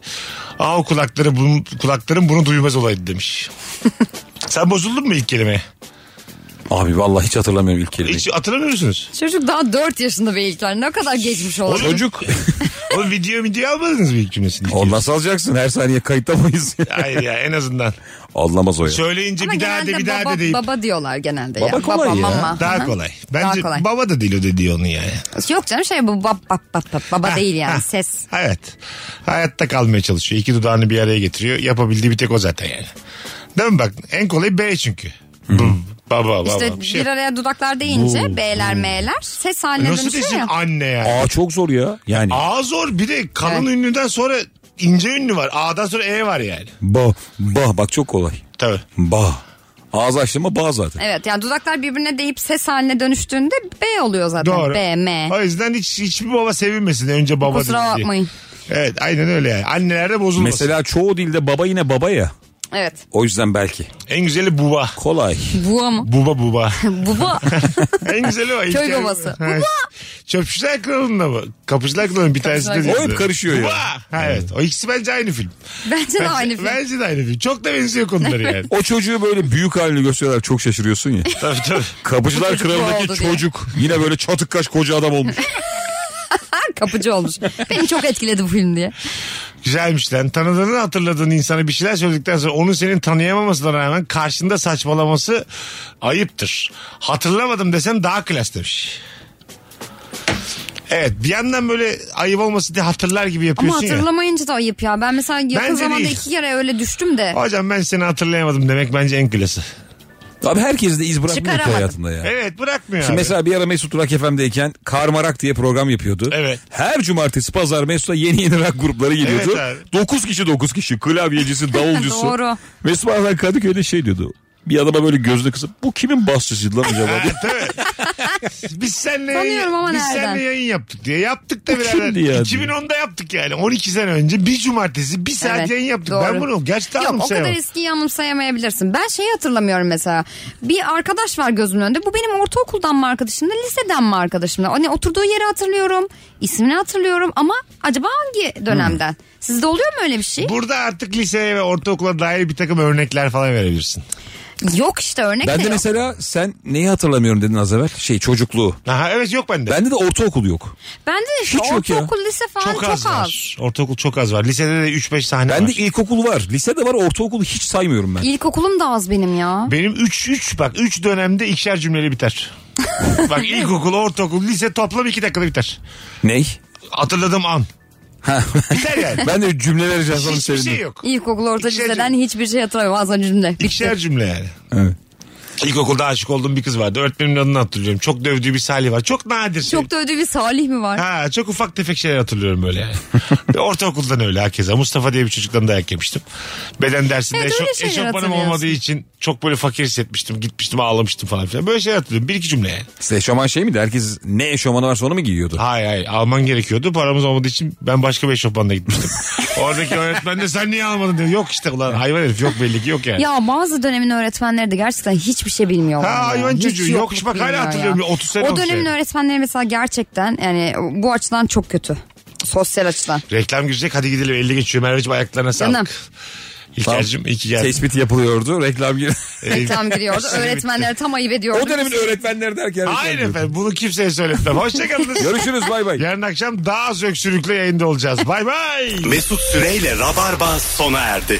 Speaker 3: Aa o kulakları bunun, kulakların bunu duymaz olaydı demiş. Sen bozuldun mu ilk kelimeye?
Speaker 4: Abi vallahi hiç hatırlamıyorum ilk kelimeyi.
Speaker 3: Hiç hatırlamıyor musunuz?
Speaker 5: Çocuk daha 4 yaşında be İlker. Ne kadar geçmiş olsun.
Speaker 4: Çocuk.
Speaker 3: Oğlum video video almadınız mı ilk cümlesini?
Speaker 4: O nasıl alacaksın? Her saniye kayıttamayız.
Speaker 3: Hayır ya en azından.
Speaker 4: Anlamaz o ya.
Speaker 3: Söyleyince
Speaker 5: Ama
Speaker 3: bir daha de
Speaker 5: genelde
Speaker 3: bir daha
Speaker 5: baba,
Speaker 3: de deyip.
Speaker 5: baba diyorlar genelde.
Speaker 4: Baba
Speaker 5: ya.
Speaker 4: kolay ya.
Speaker 5: mama.
Speaker 3: Daha
Speaker 5: Hı hı.
Speaker 3: kolay. Bence
Speaker 5: kolay.
Speaker 3: baba da değil o dediği onu yani.
Speaker 5: Yok canım şey bu bab, bab, bab, bab, baba
Speaker 3: Ha,
Speaker 5: değil yani
Speaker 3: ha.
Speaker 5: ses.
Speaker 3: Evet. Hayatta kalmaya çalışıyor. İki dudağını bir araya getiriyor. Yapabildiği bir tek o zaten yani. Değil mi bak? En kolayı B çünkü. Baba baba.
Speaker 5: İşte
Speaker 3: bir şey. hmm.
Speaker 5: bir araya dudaklar deyince B'ler M'ler ses haline
Speaker 3: E, Nasıl
Speaker 5: dönüşüyor
Speaker 3: desin
Speaker 5: ya.
Speaker 3: anne yani?
Speaker 4: Aa çok zor ya. Yani.
Speaker 3: A zor bir de kalın
Speaker 5: Evet.
Speaker 3: ünlüden sonra ince ünlü var. A'dan sonra E var yani.
Speaker 4: Ba. Ba. Bak çok kolay.
Speaker 3: Tabii.
Speaker 4: Ba. Ağız açtığıma ba zaten.
Speaker 5: Evet yani dudaklar birbirine değip ses haline dönüştüğünde B oluyor zaten.
Speaker 3: Doğru.
Speaker 5: B, M.
Speaker 3: O yüzden hiç hiçbir baba sevinmesin önce baba şey.
Speaker 5: Kusura
Speaker 3: dedi diye.
Speaker 5: bakmayın.
Speaker 3: Evet aynen öyle yani. Annelerde bozulmasın.
Speaker 4: Mesela çoğu dilde baba yine baba ya.
Speaker 5: Evet.
Speaker 4: O yüzden belki.
Speaker 3: En güzeli buba.
Speaker 4: Kolay.
Speaker 5: Buğa mı?
Speaker 3: Buba buba.
Speaker 5: Buba.
Speaker 3: en güzeli o. İlker-
Speaker 5: babası.
Speaker 3: Ha. Çöpçüler kralında mı? Kapıcılar kralının bir tanesi de
Speaker 5: Kapıcılar
Speaker 4: O hep karışıyor ya.
Speaker 3: Buba. Ha, evet. O ikisi bence aynı film.
Speaker 5: Bence de aynı film.
Speaker 3: Bence de aynı film. Çok da benziyor konuları yani.
Speaker 4: O çocuğu böyle büyük halini gösteriyorlar çok şaşırıyorsun ya.
Speaker 3: tabii tabii.
Speaker 4: Kapıcılar
Speaker 5: çocuk bu
Speaker 4: kralındaki
Speaker 5: oldu diye.
Speaker 4: çocuk yine böyle çatık kaş koca adam olmuş.
Speaker 5: Kapıcı olmuş. Beni çok etkiledi bu film diye.
Speaker 3: Güzelmiş lan. Tanıdığını hatırladığın insana bir şeyler söyledikten sonra onun senin tanıyamamasına rağmen karşında saçmalaması ayıptır. Hatırlamadım desen daha klas demiş. Evet bir yandan böyle ayıp olması diye hatırlar gibi
Speaker 5: Ama
Speaker 3: yapıyorsun ya.
Speaker 5: hatırlamayınca da ayıp ya. Ben mesela yakın
Speaker 3: Bence
Speaker 5: zamanda
Speaker 3: değil.
Speaker 5: iki kere öyle düştüm de.
Speaker 3: Hocam ben seni hatırlayamadım demek bence en klası.
Speaker 4: Abi herkes de iz bırakmıyor ki
Speaker 5: Çıkaramadım.
Speaker 4: hayatında ya.
Speaker 3: Evet bırakmıyor
Speaker 4: Şimdi
Speaker 3: abi.
Speaker 4: mesela bir ara Mesut Rock FM'deyken Karmarak diye program yapıyordu.
Speaker 3: Evet.
Speaker 4: Her cumartesi pazar Mesut'a yeni yeni rock grupları geliyordu.
Speaker 3: Evet abi.
Speaker 4: 9 kişi 9 kişi klavyecisi, davulcusu.
Speaker 5: Doğru.
Speaker 4: Mesut bazen Kadıköy'de şey diyordu. Bir adama böyle gözle kısıp bu kimin basçısıydı lan acaba diye.
Speaker 3: Biz seninle
Speaker 5: Sanıyorum ama
Speaker 3: yayın, biz
Speaker 5: nereden?
Speaker 3: seninle yayın yaptık diye. Yaptık da birader.
Speaker 4: Kimdi ya?
Speaker 3: 2010'da yaptık yani. 12 sene önce bir cumartesi bir saat
Speaker 5: Evet,
Speaker 3: yayın yaptık.
Speaker 5: doğru.
Speaker 3: Ben bunu gerçekten
Speaker 5: Yok o
Speaker 3: anımsayamam.
Speaker 5: kadar eskiyi anımsayamayabilirsin. Ben şeyi hatırlamıyorum mesela. Bir arkadaş var gözümün önünde. Bu benim ortaokuldan mı arkadaşım da liseden mi arkadaşım da? Hani oturduğu yeri hatırlıyorum. ismini hatırlıyorum ama acaba hangi dönemden?
Speaker 3: Hmm.
Speaker 5: Sizde oluyor mu öyle bir şey?
Speaker 3: Burada artık liseye ve ortaokula dair bir takım örnekler falan verebilirsin.
Speaker 5: Yok işte örnek
Speaker 4: Ben
Speaker 5: de
Speaker 4: de
Speaker 5: yok.
Speaker 4: mesela sen neyi hatırlamıyorum dedin az evvel. Şey çocukluğu.
Speaker 3: Aha, evet yok bende.
Speaker 4: Bende de ortaokul yok.
Speaker 5: Bende de
Speaker 4: Hiç yok ya.
Speaker 5: ortaokul lise falan
Speaker 3: çok,
Speaker 5: çok,
Speaker 3: az, var. Ortaokul çok az var. Lisede de 3-5 sahne
Speaker 4: Bende
Speaker 3: var.
Speaker 4: ilkokul var. Lisede var ortaokulu hiç saymıyorum ben.
Speaker 5: İlkokulum da az benim ya.
Speaker 3: Benim 3 3 bak 3 dönemde ikişer cümleli biter. bak ilkokul, ortaokul, lise toplam 2 dakikada biter.
Speaker 4: Ney?
Speaker 3: Hatırladığım an. biter yani.
Speaker 4: E, Ben de cümle vereceğim sana
Speaker 3: Hiçbir
Speaker 4: sevindim.
Speaker 3: şey yok.
Speaker 5: İlkokul orta
Speaker 3: İkişer
Speaker 5: liseden hiçbir şey hatırlamıyorum. Az önce cümle. Bitti.
Speaker 3: İkişer cümle yani.
Speaker 4: Evet.
Speaker 3: İlkokulda aşık olduğum bir kız vardı. Öğretmenimin adını hatırlıyorum. Çok dövdüğü bir Salih var. Çok nadir. şey.
Speaker 5: Çok da ödü bir salih mi var?
Speaker 3: Ha çok ufak tefek şeyler hatırlıyorum böyle yani. Ve Ortaokuldan öyle herkese. Mustafa diye bir çocuktan dayak yemiştim. Beden dersinde
Speaker 5: Evet, öyle
Speaker 3: eşo-
Speaker 5: şeyler
Speaker 3: eşofmanım
Speaker 5: hatırlıyorsun.
Speaker 3: olmadığı için çok böyle fakir hissetmiştim. Gitmiştim ağlamıştım falan filan. Böyle şeyler hatırlıyorum. Bir iki cümle yani.
Speaker 4: Size eşofman şey miydi? Herkes ne eşofmanı varsa onu mu giyiyordu?
Speaker 3: Hay hay alman gerekiyordu. Paramız olmadığı için ben başka bir eşofmanla gitmiştim. Oradaki öğretmen de sen niye almadın diyor. Yok işte ulan hayvan herif yok belli ki yok yani.
Speaker 5: Ya bazı dönemin öğretmenleri de gerçekten hiçbir şey bilmiyorlar.
Speaker 3: Ha,
Speaker 5: ya.
Speaker 3: hayvan
Speaker 5: Hiç
Speaker 3: çocuğu.
Speaker 5: yokluk
Speaker 3: Yok, bak hala
Speaker 5: bilmiyor
Speaker 3: hatırlıyorum ya. 30 sene
Speaker 5: O
Speaker 3: olmuş
Speaker 5: dönemin
Speaker 3: yani.
Speaker 5: öğretmenleri mesela gerçekten yani bu açıdan çok kötü. Sosyal açıdan.
Speaker 3: Reklam girecek hadi gidelim 50 geçiyor. Merveciğim ayaklarına sağlık.
Speaker 5: Canım.
Speaker 3: İlker'cim iyi ki geldin.
Speaker 4: Tespit yapıyordu. Reklam gir.
Speaker 3: Ee,
Speaker 5: Tam giriyordu. Öğretmenler tam ayıp ediyordu.
Speaker 4: o dönemin öğretmenleri derken. reklam
Speaker 3: Hayır
Speaker 4: giriyordu.
Speaker 3: efendim bunu kimseye söyletmem. Hoşçakalın.
Speaker 4: Görüşürüz bay bay.
Speaker 3: Yarın akşam daha az öksürükle yayında olacağız. Bay bay.
Speaker 2: Mesut Süreyle Rabarba sona erdi.